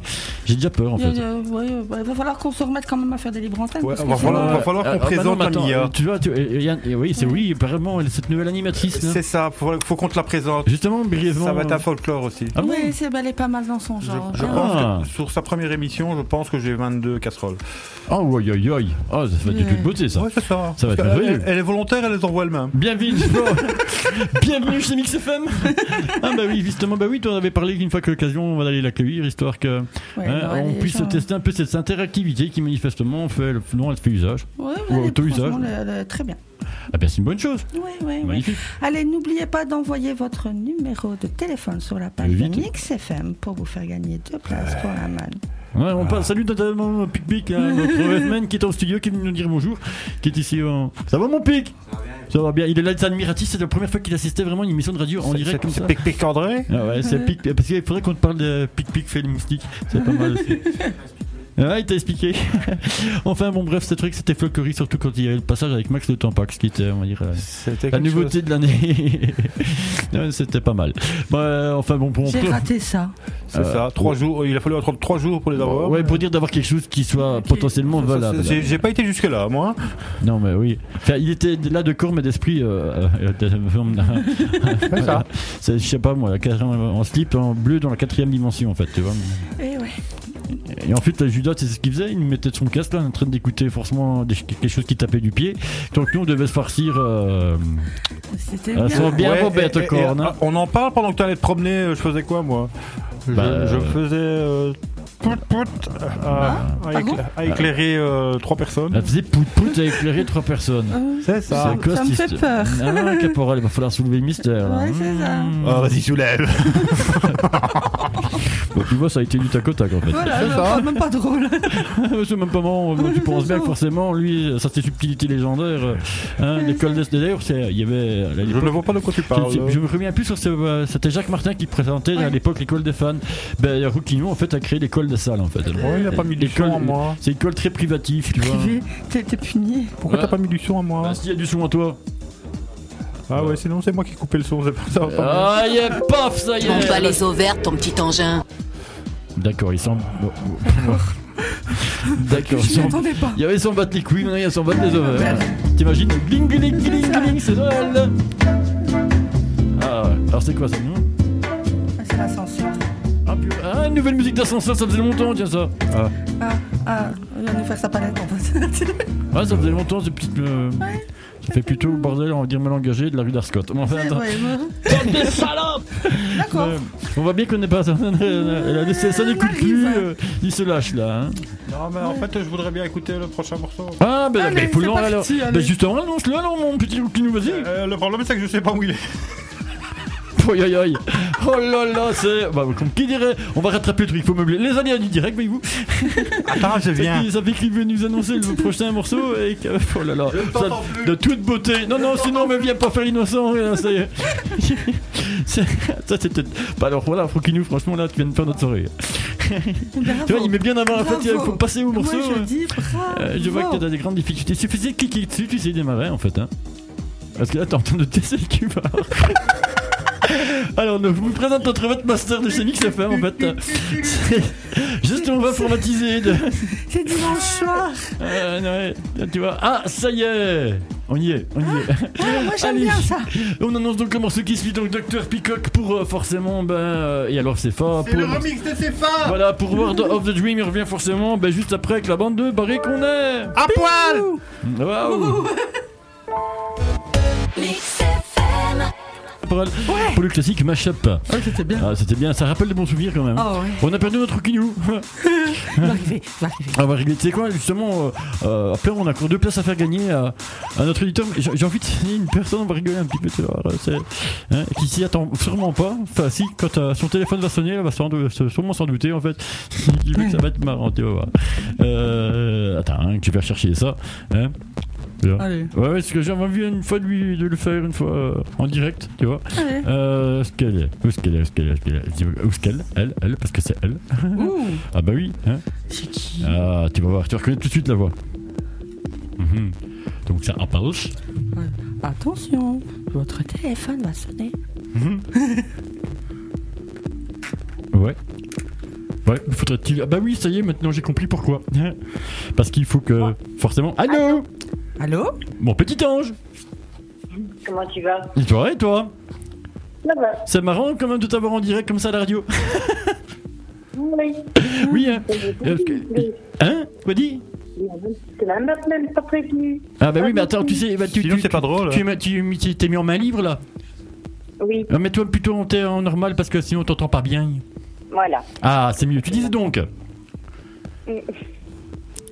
Speaker 2: J'ai déjà peur en
Speaker 3: Il y a-
Speaker 2: fait.
Speaker 3: il y a- ouais, ouais, ouais, il va falloir qu'on se remette quand même à faire des libres antennes.
Speaker 5: Ouais,
Speaker 3: parce
Speaker 5: on
Speaker 3: que
Speaker 5: va
Speaker 3: sinon-
Speaker 5: falloir, va falloir qu'on
Speaker 2: Ah, bah non,
Speaker 5: présente
Speaker 2: mais
Speaker 5: la
Speaker 2: attends,
Speaker 5: MIA.
Speaker 2: Tu euh, vois, tu- et- et- et- oui, c'est oui, apparemment, elle- cette nouvelle animatrice. là.
Speaker 5: C'est ça, faut, faut qu'on te la présente.
Speaker 2: Justement, brièvement.
Speaker 5: Ça va être un
Speaker 2: euh,
Speaker 5: folklore aussi.
Speaker 2: Ah bon
Speaker 3: oui, c'est, bah, elle est pas mal dans son
Speaker 5: Je,
Speaker 3: genre.
Speaker 5: je
Speaker 3: Ah,
Speaker 2: Ah.
Speaker 5: pense que sur sa première émission, je pense que j'ai 22 casseroles.
Speaker 2: Oh oi oi oi. Oh, ça va être du tout de beauté ça.
Speaker 5: Ouais, c'est ça.
Speaker 2: Ça va
Speaker 5: Parce
Speaker 2: être
Speaker 5: que elle,
Speaker 2: merveilleux.
Speaker 5: elle est volontaire, elle les envoie elle-même.
Speaker 2: Bienvenue,
Speaker 3: [LAUGHS]
Speaker 2: bienvenue chez Mix FM. ah bah oui, justement, bah oui, toi on avait parlé qu'une fois que l'occasion, on va aller l'accueillir histoire que
Speaker 3: ouais,
Speaker 2: hein,
Speaker 3: ouais,
Speaker 2: on
Speaker 3: les
Speaker 2: puisse
Speaker 3: gens-
Speaker 2: tester un peu cette interactivité qui manifestement fait, le- dont elle fait usage.
Speaker 3: Ouais,
Speaker 2: Ou
Speaker 3: ouais,
Speaker 2: auto-usage.
Speaker 3: franchement, elle- elle est Très bien.
Speaker 2: Ah bah c'est une bonne chose.
Speaker 3: Ouais, ouais, ouais.
Speaker 2: Magnifique.
Speaker 3: Allez, n'oubliez pas d'envoyer votre numéro de téléphone sur la page
Speaker 2: Vite.
Speaker 3: de Mix FM pour vous faire gagner deux
Speaker 2: Euh,
Speaker 3: places pour la manne.
Speaker 2: Ouais, on
Speaker 3: Ah.
Speaker 2: passe. Salut notamment Pic Pic, hein, notre
Speaker 3: [LAUGHS]
Speaker 2: F-Man qui est en studio, qui est venu nous dire bonjour, qui est ici. en- Ça va mon Pic Ça va bien. Il est là, c'est admiratif. C'est la première fois qu'il assistait vraiment à une émission de radio en
Speaker 5: C'est-
Speaker 2: direct
Speaker 5: c'est-
Speaker 2: comme ça.
Speaker 5: C'est Pic-Pic André
Speaker 2: Ah ouais, c'est Pic Parce qu'il faudrait qu'on te parle de Pic Pic fait le moustique. C'est pas mal aussi.
Speaker 5: [LAUGHS]
Speaker 2: Ouais, il t'a expliqué. [LAUGHS] enfin, bon, bref, ce truc, c'était Flockery, surtout quand il y avait le passage avec Max le Tampax, qui était, on va dire, euh,
Speaker 5: C'était
Speaker 2: la
Speaker 5: quelque
Speaker 2: nouveauté de l'année. [LAUGHS] Ouais, c'était pas mal. Bon, euh, enfin, bon, pour.
Speaker 3: J'ai raté ça.
Speaker 5: chose. C'est ça, trois jours, il a fallu attendre 3 jours pour les avoir.
Speaker 2: Ouais, pour dire d'avoir quelque chose qui soit
Speaker 3: Qui-
Speaker 2: potentiellement
Speaker 5: Ça,
Speaker 2: valable.
Speaker 5: c'est- J'ai j'ai pas été jusque-là, moi.
Speaker 2: Non, mais oui. Enfin, il était là de corps mais d'esprit. euh,
Speaker 5: [LAUGHS]
Speaker 2: euh, euh,
Speaker 5: ça.
Speaker 2: [LAUGHS] C'est, je sais pas moi, carrément en slip, en bleu, dans la quatrième dimension, en fait, tu vois.
Speaker 3: Et Eh ouais.
Speaker 2: Et en fait, la Judas, c'est ce qu'il faisait. Il mettait son casque là, en train d'écouter forcément des- quelque chose qui tapait du pied. Donc nous, on devait se farcir. euh,
Speaker 3: C'était
Speaker 2: Ah,
Speaker 3: bien.
Speaker 2: ça va bien.
Speaker 5: Ouais,
Speaker 2: Robert
Speaker 5: et- et- et-
Speaker 2: Corne, hein.
Speaker 5: ah, On en parle pendant que tu allais te promener, euh, je faisais quoi, moi Je-
Speaker 2: Bah,
Speaker 5: Je
Speaker 2: euh,
Speaker 5: faisais. euh, pout, pout, euh, à- à
Speaker 3: pardon
Speaker 5: écla- à éclairer euh, trois personnes.
Speaker 2: Elle faisait pout pout à éclairer trois personnes.
Speaker 3: Euh,
Speaker 5: C'est
Speaker 2: Ah, C'est quoi
Speaker 3: ça
Speaker 2: cette
Speaker 3: me fait
Speaker 2: histoire
Speaker 3: peur.
Speaker 2: Ah, caporal, il va falloir soulever le mystère. là.
Speaker 3: Ouais, c'est ça.
Speaker 2: Mmh.
Speaker 5: Ah, vas-y, soulève.
Speaker 2: Bah, tu vois, ça a été du tac au tac en fait. [LAUGHS]
Speaker 3: Voilà, je- même pas drôle.
Speaker 2: C'est même pas marrant, mais tu penses bien que forcément, lui, ça c'était subtilité légendaire. Hein, L'école d'Est. D'ailleurs, c'est- il y avait. à
Speaker 5: Je
Speaker 2: l'époque,
Speaker 5: ne vois pas de quoi tu
Speaker 2: Je,
Speaker 5: parles.
Speaker 2: je- je me reviens plus sur ce. euh, C'était Jacques Martin qui présentait à
Speaker 3: Ouais.
Speaker 2: l'époque l'école des fans. Ben, Rouquinou, en fait, a créé l'école des salles, en fait.
Speaker 5: Ouais, il a pas mis du
Speaker 2: L'école-
Speaker 5: son à moi.
Speaker 2: C'est une école très privative, tu vois.
Speaker 3: Privé, t'es t'es puni.
Speaker 5: Pourquoi
Speaker 2: Ouais.
Speaker 5: t'as pas mis du son à moi
Speaker 2: Ah, s'il y a du son à toi.
Speaker 5: Ah ouais, sinon c'est moi qui coupais le son, c'est pas ça. va pas
Speaker 2: Ah, y est, paf, ça y
Speaker 9: Pompe pas
Speaker 2: est.
Speaker 9: les eaux vertes, ton petit engin.
Speaker 2: D'accord, il semble. bon, [LAUGHS] bon. D'accord, il
Speaker 3: Je m'y
Speaker 2: semble.
Speaker 3: attendais pas.
Speaker 2: Il y avait son bat les queens, maintenant il y a son bat les ovaires. T'imagines Gling, gling, gling, gling, Bah. c'est Noël Ah, ouais. alors c'est quoi ça non
Speaker 3: Ah, C'est l'ascenseur.
Speaker 2: ah, purée. Ah, une nouvelle musique d'ascenseur, ça faisait longtemps, tiens ça. Ah,
Speaker 3: Ah, ah, il va nous faire sa palette en fait.
Speaker 2: Ouais, Ah, ça faisait longtemps, c'est petite. euh, Ça fait plutôt le bordel, on va dire mal engagé, de la rue d'Arscott. Mais enfin, [LAUGHS] attends.
Speaker 3: Ouais, ouais.
Speaker 2: [LAUGHS]
Speaker 3: D'accord.
Speaker 2: Euh, on voit bien qu'on n'est pas. [LAUGHS] Elle a laissé ça n'écoute plus,
Speaker 3: Marie, ça.
Speaker 2: euh, il se lâche là. hein.
Speaker 5: Non, mais en fait, je voudrais bien écouter le prochain morceau.
Speaker 2: Ah, ben
Speaker 3: Allez,
Speaker 2: mais faut
Speaker 3: c'est
Speaker 2: l'en- alors.
Speaker 3: parti,
Speaker 2: Ben,
Speaker 3: allez.
Speaker 2: justement, annonce-le alors, mon petit nous vas-y.
Speaker 5: Euh, le problème, c'est que je sais pas où il est.
Speaker 2: Oi, oi, oi. Oh là là, c'est. Bah, comme qui dirait On va rattraper le truc, faut meubler. Les aléas du direct, voyez-vous.
Speaker 4: Attends, je
Speaker 2: [LAUGHS]
Speaker 4: viens.
Speaker 2: Ça fait qu'il veut nous annoncer le prochain morceau et que. Oh là là. Ça- de toute beauté. Non, non, sinon, me viens pas faire l'innocent. et là, ça y est. C'est- Ça, c'est peut-être. Bah, alors voilà, Frokinu, franchement, là, tu viens de faire notre soirée. Tu vois, il met bien avant la fête, il faut passer au morceau.
Speaker 7: Moi, je dis bravo.
Speaker 2: Euh, je vois que t'as des grandes difficultés. Il suffisait de cliquer dessus, tu sais démarrer en fait. Hein. Parce que là, t'es en train de tester le cube. [LAUGHS] Alors, nous vous présente notre votre master de chez MixFM en fait. C'est- Juste, on va formatiser. De...
Speaker 7: C'est dimanche soir.
Speaker 2: Euh, ouais, tu vois. Ah, ça y est On y est, on y est.
Speaker 7: Moi, j'aime
Speaker 2: [LAUGHS] Allez.
Speaker 7: bien
Speaker 2: [LAUGHS]
Speaker 7: ça.
Speaker 2: On annonce donc le morceau qui suit, donc Dr. Peacock pour euh, forcément. Ben, euh, et alors, c'est fort. Pour...
Speaker 9: remix de CFA
Speaker 2: Voilà, pour World of the Dream, il revient forcément ben, juste après avec la bande de barré qu'on est.
Speaker 4: À poil
Speaker 2: Waouh Parole. Pour le classique mashup.
Speaker 7: Oh, c'était bien.
Speaker 2: Ah, C'était bien, ça rappelle des bons souvenirs quand même.
Speaker 7: Ah ouais.
Speaker 2: On a perdu notre Kinou.
Speaker 7: Il va arriver, il va arriver.
Speaker 2: On va régler. Ah Tu sais quoi, justement, euh, euh, après on a encore deux places à faire gagner à, à notre éditeur. mais J'ai j'ai envie de signer une personne, on va rigoler un petit peu. Tu vois, c'est- hein, qui s'y attend sûrement pas. Enfin, si, quand euh, son téléphone va sonner, elle va s'en dou- se- sûrement s'en douter en fait. Il veut que ça va être marrant, tu vas voir. Euh, attends, hein, que je vais rechercher ça. hein. Là.
Speaker 7: Allez.
Speaker 2: Ouais, ouais, parce que j'avais envie une fois de, lui, de le faire une fois euh, en direct, tu vois.
Speaker 3: Allez.
Speaker 2: Euh, où est-ce qu'elle est Où est-ce qu'elle est Où est-ce qu'elle est Où est-ce qu'elle est Je dis, Où est-ce qu'elle Elle, elle, parce que c'est elle.
Speaker 7: Ouh.
Speaker 2: Ah bah oui, hein
Speaker 7: C'est qui
Speaker 2: Ah, tu vas voir, tu reconnais tout de suite la voix. Mhm. Donc ça approche.
Speaker 3: Attention, votre téléphone va sonner.
Speaker 2: Ouais. Ouais, faudrait-il. Ah bah oui, ça y est, maintenant j'ai compris pourquoi. [LAUGHS] Parce qu'il faut que. Forcément. Allô
Speaker 7: Allô
Speaker 2: Mon petit ange
Speaker 10: Comment tu vas
Speaker 2: Et toi, et toi
Speaker 10: Ça va.
Speaker 2: C'est marrant quand même de t'avoir en direct comme ça à
Speaker 7: [LAUGHS]
Speaker 2: la radio.
Speaker 10: Oui.
Speaker 2: oui, hein Euh,
Speaker 10: Oui.
Speaker 2: Hein Quoi dit
Speaker 10: Tu l'as même pas prévenu.
Speaker 2: Ah bah oui, mais attends, tu sais, bah, tu,
Speaker 5: Sinon,
Speaker 2: tu,
Speaker 5: c'est pas drôle.
Speaker 2: tu, tu- tu- tu t'es mis en main libre là
Speaker 10: Oui,
Speaker 2: Ah, Mets-toi plutôt en, terre- en normal parce que sinon on t'entend pas bien.
Speaker 10: voilà.
Speaker 2: Ah, c'est mieux. Tu disais donc.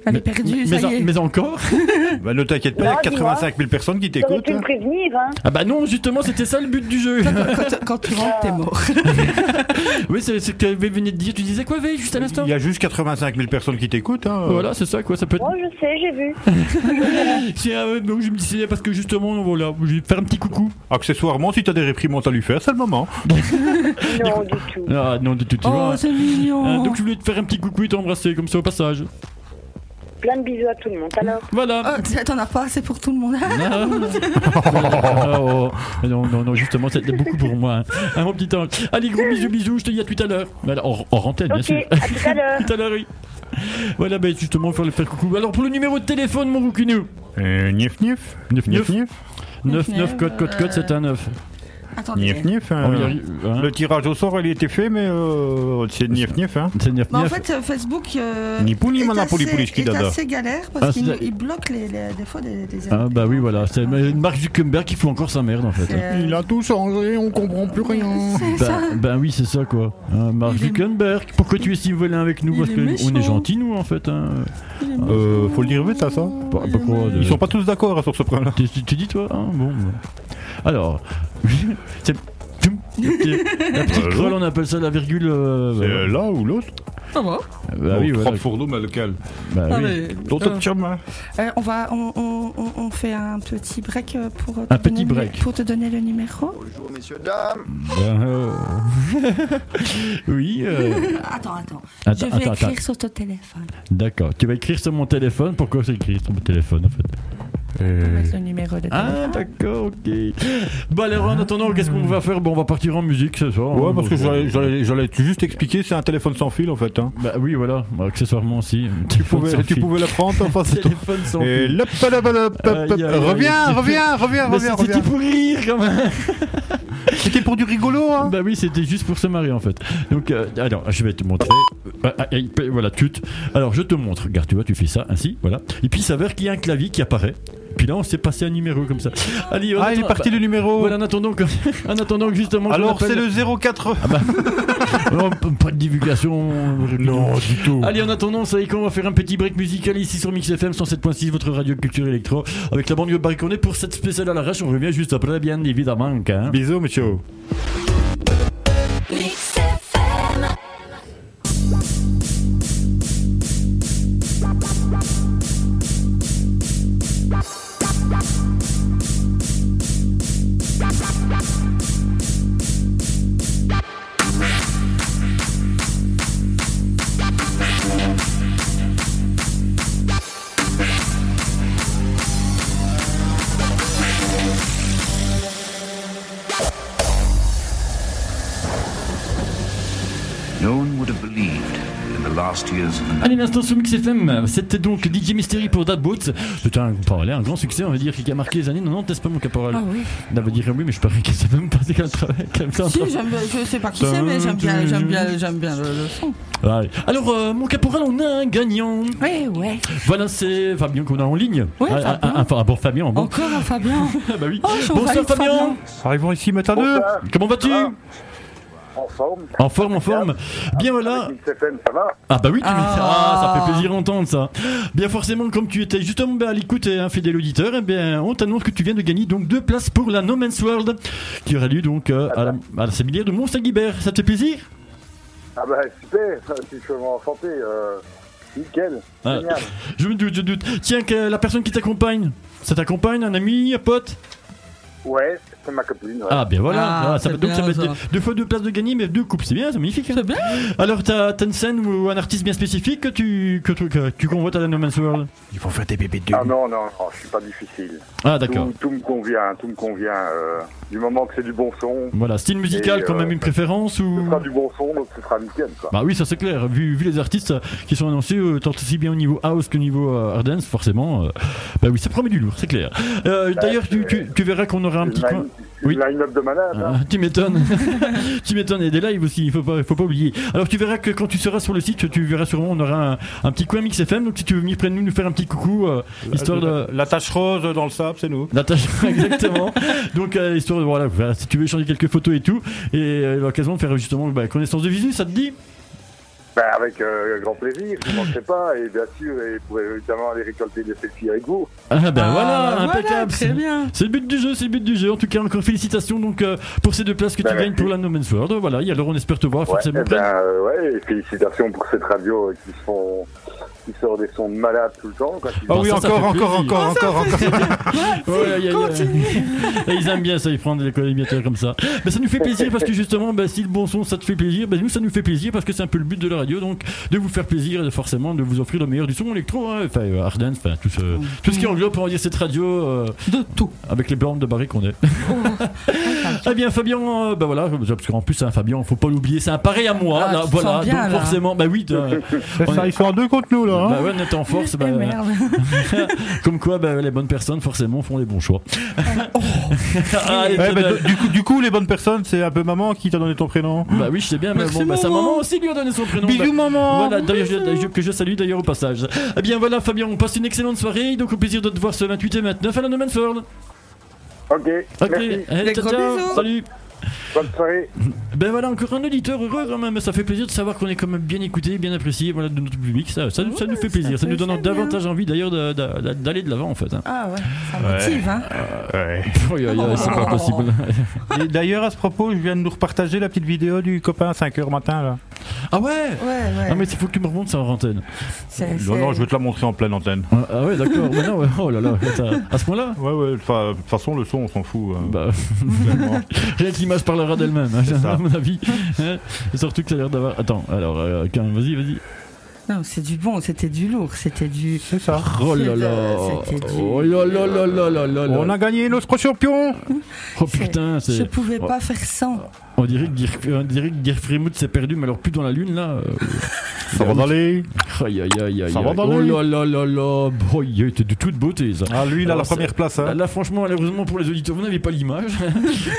Speaker 7: Elle
Speaker 2: Mais-
Speaker 7: est perdue,
Speaker 2: mais,
Speaker 7: ça y est.
Speaker 2: mais encore
Speaker 5: Bah, ne t'inquiète pas, il y a
Speaker 10: Non, dis-moi.
Speaker 5: 85 000 personnes qui
Speaker 10: T'aurais
Speaker 5: t'écoutent.
Speaker 10: pu me
Speaker 5: hein.
Speaker 10: prévenir, hein
Speaker 2: Ah bah non, justement, c'était ça le but du jeu.
Speaker 7: Quand, quand tu rentres, t'es mort.
Speaker 2: oui, c'est ce que tu venais de dire. Tu disais quoi, V, juste à l'instant
Speaker 5: Il y a juste 85 000 personnes qui t'écoutent. hein.
Speaker 2: Voilà, c'est ça quoi, ça peut être.
Speaker 10: Oh, je sais, j'ai vu.
Speaker 2: C'est, ah ouais, donc je me disais parce que justement, voilà, je vais faire un petit coucou.
Speaker 5: Accessoirement, si t'as des réprimandes à lui faire, c'est le moment.
Speaker 10: Non, du tout.
Speaker 2: Ah non, tu, tu
Speaker 7: Oh,
Speaker 2: vois.
Speaker 7: c'est
Speaker 2: Ah,
Speaker 7: mignon.
Speaker 2: donc je voulais te faire un petit coucou et t'embrasser comme ça au passage.
Speaker 10: Plein de bisous à tout le monde. Alors,
Speaker 3: Ah.
Speaker 2: Voilà.
Speaker 7: Oh, t'en as pas assez pour tout le monde.
Speaker 2: Ah. Ah, oh. Non, non, non, justement, c'était beaucoup pour moi. hein. Ah, mon petit ange. Allez, gros bisous, bisous, je te dis à tout à l'heure. Voilà, en, en rentelle, bien
Speaker 10: ok,
Speaker 2: sûr.
Speaker 10: à tout à l'heure.
Speaker 2: [LAUGHS] tout à l'heure, oui. Voilà, ben justement, il faut le faire coucou. Alors, pour le numéro de téléphone, mon rouquinou.
Speaker 5: Euh, Nif nif.
Speaker 2: Neuf, neuf.
Speaker 5: nif.
Speaker 2: 9-9, code, code, code, c'est un 9.
Speaker 5: Nif
Speaker 3: [LAUGHS] Attendez.
Speaker 5: nif. hein.
Speaker 2: On y arrive, hein.
Speaker 5: Le tirage au sort, il a été fait, mais euh, c'est nif nif. Hein.
Speaker 2: C'est 9
Speaker 3: Mais en fait, euh, Facebook euh,
Speaker 5: Ni pou ni
Speaker 3: est
Speaker 5: mana pou li pou li
Speaker 3: assez-
Speaker 5: ski,
Speaker 3: est
Speaker 5: dada.
Speaker 3: assez galère
Speaker 2: Ah,
Speaker 3: parce qu'il
Speaker 2: c'est-
Speaker 3: il bloque les, les- des fois des, des-
Speaker 2: Ah bah oui, voilà, c'est mais Mark Zuckerberg qui fout encore sa merde en fait.
Speaker 3: Euh,
Speaker 5: a tout changé, on comprend plus rien.
Speaker 7: Bah,
Speaker 2: Ben, ben oui, c'est ça quoi. Hein, Mark
Speaker 7: Il est-
Speaker 2: Zuckerberg, pourquoi tu es si vilain avec nous
Speaker 7: Il
Speaker 2: Parce
Speaker 7: est
Speaker 2: qu'on
Speaker 7: méchant.
Speaker 2: est gentils nous en fait. Hein.
Speaker 5: Euh, faut le dire vite, ça, ça.
Speaker 2: Pas- pas quoi, de-
Speaker 5: Ils sont pas tous d'accord hein, sur ce problème.
Speaker 2: Tu, tu- tu dis toi hein Bon. Alors, c'est- la petite
Speaker 5: Bonjour.
Speaker 2: crolle, on appelle ça la virgule. euh,
Speaker 5: C'est euh, là ou l'autre
Speaker 7: Ça va
Speaker 2: bah oui, voilà.
Speaker 5: fourneaux, mais lequel
Speaker 2: Bah
Speaker 7: Ah,
Speaker 2: oui.
Speaker 7: mais-
Speaker 5: L'autre
Speaker 7: Euh,
Speaker 5: petit chemin.
Speaker 3: euh, on va, on, on- on- on fait un petit break euh, pour euh, te
Speaker 2: Un
Speaker 3: donner
Speaker 2: petit
Speaker 3: le-
Speaker 2: break.
Speaker 3: pour te donner le numéro.
Speaker 9: Bonjour messieurs, dames
Speaker 2: Ben, euh, [LAUGHS] oui. euh,
Speaker 3: Attends, attends.
Speaker 2: Attends,
Speaker 3: je vais
Speaker 2: attends,
Speaker 3: écrire
Speaker 2: attends.
Speaker 3: sur ton téléphone.
Speaker 2: D'accord. Tu vas écrire sur mon téléphone. Pourquoi c'est écrit sur mon téléphone en fait
Speaker 3: Mettre le numéro de
Speaker 2: Ah
Speaker 3: téléphone.
Speaker 2: d'accord, ok. Bon Bah, alors en attendant, qu'est-ce qu'on va faire Bon, on va partir en musique ce soir.
Speaker 5: Ouais, parce que
Speaker 2: j'allais
Speaker 5: j'allais- j'allais j'allais juste expliquer, c'est un téléphone sans fil en fait. Hein.
Speaker 2: Bah oui, voilà, accessoirement aussi.
Speaker 5: Tu pouvais, tu pouvais la prendre, enfin
Speaker 2: [LAUGHS]
Speaker 5: c'est tout.
Speaker 2: Téléphone sans
Speaker 5: Et
Speaker 2: fil.
Speaker 5: lop, lop, lop, lop,
Speaker 2: Aïe,
Speaker 5: lop.
Speaker 2: aïe, aïe.
Speaker 5: Reviens, reviens, reviens,
Speaker 2: Mais
Speaker 5: reviens,
Speaker 2: bah, c'était
Speaker 5: reviens.
Speaker 2: pour rire quand
Speaker 5: [LAUGHS]
Speaker 2: même
Speaker 5: C'était pour du rigolo, hein.
Speaker 2: Bah oui, c'était juste pour se marier en fait. Donc, euh, alors, je vais te montrer. Ah, ah, aïe, Voilà, tut. Alors, je te montre. Regarde, tu vois, tu fais ça, ainsi, voilà. Et puis, il s'avère qu'il y a un clavier qui apparaît. Puis là, on s'est passé un numéro comme ça. Allez, on
Speaker 5: Ah, il est
Speaker 2: attend-
Speaker 5: parti
Speaker 2: bah,
Speaker 5: le numéro.
Speaker 2: Voilà, en attendant que, [LAUGHS] en attendant que justement. qu'on
Speaker 5: Alors c'est
Speaker 2: appelle-
Speaker 5: le 04.
Speaker 2: [LAUGHS] Ah, bah, Non, p- pas de divulgation.
Speaker 5: Non, du tout.
Speaker 2: Allez, en attendant, ça y est, qu'on va faire un petit break musical ici sur Mix FM 107.6, votre radio culture électro, avec la banlieue barriconnée pour cette spéciale à l'arrache. On revient juste après, bien évidemment. hein.
Speaker 5: Bisous, monsieur.
Speaker 2: Allez, l'instant sur Mix FM, c'était donc DJ Mystery pour Dabot. C'était un, enfin, allez, un grand succès, on va dire, qui a marqué les années 90, n'est-ce pas, mon caporal
Speaker 7: Ah oui.
Speaker 2: On va dire oui, mais je parie que ça peut me passer qu'un travail comme ça.
Speaker 7: Si, j'aime bien- je sais pas qui c'est, mais j'aime bien, j'aime bien, j'aime bien le, le son.
Speaker 2: Allez. Alors, euh, mon caporal, on a un gagnant.
Speaker 7: Ouais, ouais.
Speaker 2: Voilà, c'est Fabien qu'on a en ligne.
Speaker 7: Oui,
Speaker 2: Ah,
Speaker 7: Fabien.
Speaker 2: ah, ah, enfin, ah, bon, Fabien, bon.
Speaker 7: Encore un Fabien.
Speaker 2: Ah, [LAUGHS] bah oui.
Speaker 7: Oh, je suis
Speaker 2: Bonsoir,
Speaker 7: envahie de
Speaker 2: Fabien.
Speaker 7: Fabien.
Speaker 5: Arrivons ici, mettre à deux.
Speaker 8: Bonsoir.
Speaker 2: Comment vas-tu
Speaker 8: Ça En forme.
Speaker 2: En forme, en forme. Bien, voilà.
Speaker 8: Avec une CFM, ça va
Speaker 2: Ah bah oui, tu
Speaker 7: Ah.
Speaker 2: Ah, ça fait plaisir d'entendre ça. Bien forcément, comme tu étais justement ben, à l'écoute et un fidèle auditeur, eh bien, on t'annonce que tu viens de gagner donc deux places pour la No Man's World qui aura lieu donc euh, à la, à la séminaire de Mont-Saint-Guibert. Ça te fait plaisir
Speaker 8: Ah bah super, si je peux m'en santé, euh, nickel,
Speaker 2: Ah.
Speaker 8: génial.
Speaker 2: Je me doute, je doute. Tiens, que la personne qui t'accompagne, ça t'accompagne, un ami, un pote
Speaker 8: Ouais, c'est ma copine, ouais.
Speaker 2: Ah bien voilà,
Speaker 7: Ah,
Speaker 2: Ah,
Speaker 7: c'est
Speaker 2: ça va- donc ça va
Speaker 7: bien,
Speaker 2: être
Speaker 7: ça.
Speaker 2: deux fois deux places de gagner, mais deux coupes, c'est bien, c'est magnifique. hein.
Speaker 7: C'est bien.
Speaker 2: Alors t'as t'as une scène ou un artiste bien spécifique que tu, que, tu- que tu convoites à la No Man's World
Speaker 4: Ils vont faire des bébés de
Speaker 8: Ah non, non, non, je suis pas difficile.
Speaker 2: Ah d'accord.
Speaker 8: Tout, tout me convient, tout me convient. euh, du moment que c'est du bon son,
Speaker 2: Voilà, style musical
Speaker 8: Et,
Speaker 2: quand
Speaker 8: euh,
Speaker 2: même une préférence
Speaker 8: ce
Speaker 2: ou
Speaker 8: sera du bon son, donc ce sera nickel, quoi.
Speaker 2: Bah oui, ça c'est clair. Vu, vu les artistes euh, qui sont annoncés, euh, tant aussi bien au niveau house qu'au niveau euh, hard dance, forcément. euh, bah oui, ça promet du lourd, c'est clair. Euh,
Speaker 8: Bah,
Speaker 2: D'ailleurs, tu, tu- tu verras qu'on aura un
Speaker 8: Une
Speaker 2: petit coin.
Speaker 8: line-
Speaker 2: Oui.
Speaker 8: une line-up de malade. hein.
Speaker 2: Ah, tu m'étonnes, [LAUGHS] tu m'étonnes et des lives aussi, il faut pas, faut pas oublier. Alors tu verras que quand tu seras sur le site, tu verras sûrement on aura un, un petit coin mix FM. Donc si tu veux venir près de nous, nous faire un petit coucou, euh, histoire de,
Speaker 5: La tache rose dans le sable, c'est nous.
Speaker 2: Natasha, [LAUGHS] exactement. Donc, euh, histoire de voilà, voilà, si tu veux échanger quelques photos et tout, et euh, l'occasion de faire justement bah, connaissance de visu, ça te dit Ah.
Speaker 8: Ben, avec euh, grand plaisir, je ne manquerai pas. Et bien sûr, et vous pouvez évidemment aller récolter des selfies avec vous.
Speaker 2: Ah ben
Speaker 7: Ah,
Speaker 2: voilà,
Speaker 7: voilà,
Speaker 2: impeccable.
Speaker 7: Très bien.
Speaker 2: c'est le but du jeu, c'est le but du jeu. En tout cas, encore félicitations donc euh, pour ces deux places que
Speaker 8: Ben,
Speaker 2: tu gagnes
Speaker 8: merci.
Speaker 2: pour la No Man's World. Voilà, et alors on espère te voir
Speaker 8: Ouais,
Speaker 2: forcément.
Speaker 8: eh ben, euh, ouais, et félicitations pour cette radio euh, qui, font, qui sort des sons de malades tout le temps. Quoi, qui-
Speaker 5: Ah
Speaker 2: Bon,
Speaker 5: oui,
Speaker 2: Bah, ça, ça
Speaker 5: encore,
Speaker 2: fait
Speaker 5: encore,
Speaker 2: plaisir.
Speaker 5: encore, encore, encore.
Speaker 2: Ouais, ouais, ouais, ouais. Et [LAUGHS] ils aiment bien ça, ils prennent des collimateurs comme ça. Mais ça nous fait plaisir parce que justement, bah, si le bon son ça te fait plaisir, bah, nous ça nous fait plaisir parce que c'est un peu le but de la radio, donc de vous faire plaisir et de- forcément de vous offrir le meilleur du son électro, hein. enfin euh, hard dance, enfin tout ce, tout ce qui englobe pour dire cette radio euh,
Speaker 7: De tout.
Speaker 2: avec les bornes de barré qu'on est.
Speaker 7: Oh.
Speaker 2: [LAUGHS] Eh bien Fabien, euh, bah voilà, parce qu'en plus hein, Fabien, faut pas l'oublier, c'est un pareil à moi,
Speaker 7: Ah,
Speaker 2: là,
Speaker 7: tu te
Speaker 2: voilà,
Speaker 7: sens bien,
Speaker 2: donc
Speaker 7: là.
Speaker 2: forcément, bah oui,
Speaker 7: [LAUGHS]
Speaker 2: t'as-
Speaker 5: C'est ça, ils sont en deux contre nous, là. hein.
Speaker 2: bah ouais, on est en force, bah,
Speaker 7: Eh merde.
Speaker 2: [LAUGHS] comme quoi bah, les bonnes personnes forcément font les bons choix. [LAUGHS] Ah, allez,
Speaker 5: Ouais,
Speaker 2: très bien.
Speaker 5: bah, du- du, coup, du coup, les bonnes personnes, c'est un peu maman qui t'a donné ton prénom.
Speaker 2: Bah oui, je sais bien, mais
Speaker 7: Merci,
Speaker 2: bon, bah, sa
Speaker 7: maman.
Speaker 2: maman aussi lui a donné son prénom.
Speaker 5: Bisous,
Speaker 2: Bah,
Speaker 5: maman.
Speaker 2: Voilà, d'ailleurs, je, je- que je salue d'ailleurs au passage. Eh bien voilà, Fabien, on passe une excellente soirée, donc au plaisir de te voir ce 28 et 29 à la No Man's World.
Speaker 8: Ok,
Speaker 2: Ok,
Speaker 8: merci.
Speaker 2: allez,
Speaker 7: Des
Speaker 2: ciao,
Speaker 7: gros
Speaker 2: ciao,
Speaker 7: bisous.
Speaker 2: salut.
Speaker 8: Bonne soirée.
Speaker 2: Ben voilà, encore un auditeur heureux quand même, ça fait plaisir de savoir qu'on est quand même bien écouté, bien apprécié voilà, de notre public, ça, ça, nous- ça nous fait plaisir, ça,
Speaker 7: fait
Speaker 2: nous donne
Speaker 7: très bien.
Speaker 2: davantage envie d'ailleurs de- de- d'aller de l'avant en fait. hein.
Speaker 7: Ah ouais, ça motive, hein.
Speaker 2: Aïe, aïe, aïe, Oh, c'est pas possible.
Speaker 5: Et D'ailleurs, à ce propos, je viens de nous repartager la petite vidéo du copain à 5h matin, là.
Speaker 2: Ah ouais
Speaker 7: Ouais, ouais.
Speaker 2: Ah mais il faut que tu me remontes ça en antenne.
Speaker 7: C'est-
Speaker 5: Non, non,
Speaker 7: c'est-
Speaker 5: je vais te la montrer en pleine antenne.
Speaker 2: Ah, Ah ouais d'accord, mais non, ouais, oh là là, ça- à ce point-là
Speaker 5: Ouais, ouais, enfin, de toute façon, le son, on s'en fout. euh,
Speaker 2: Bah
Speaker 5: finalement.
Speaker 2: Rien que l'image parlera d'elle-même, hein,
Speaker 5: C'est ça.
Speaker 2: à mon avis. Hein, Surtout que ça a l'air d'avoir. Attends, alors, euh, quand même, vas-y, vas-y.
Speaker 7: Non, c'est du bon, c'était du lourd, c'était du.
Speaker 5: [LAUGHS] C'est ça.
Speaker 2: Oh là là
Speaker 7: C'était du-
Speaker 2: Oh là là là là là là là
Speaker 5: [LAUGHS] On a gagné notre champion
Speaker 2: Oh putain,
Speaker 7: Je
Speaker 2: c'est.
Speaker 7: pouvais
Speaker 2: Oh.
Speaker 7: pas faire sans.
Speaker 2: On dirait que Dirk- on dirait que Dirk s'est perdu, mais alors plus dans la lune là. euh,
Speaker 5: Ça va aller
Speaker 2: Aïe aïe aïe aïe.
Speaker 5: Ça va
Speaker 2: aïe.
Speaker 5: dans
Speaker 2: Oh
Speaker 5: la lune
Speaker 2: là là là là. Oh, il était de toute beauté ça.
Speaker 5: Ah, lui, il a
Speaker 2: Alors,
Speaker 5: la
Speaker 2: ça-
Speaker 5: première place.
Speaker 2: Là,
Speaker 5: Hein.
Speaker 2: Bah, là, franchement, malheureusement pour les auditeurs, vous n'avez pas l'image.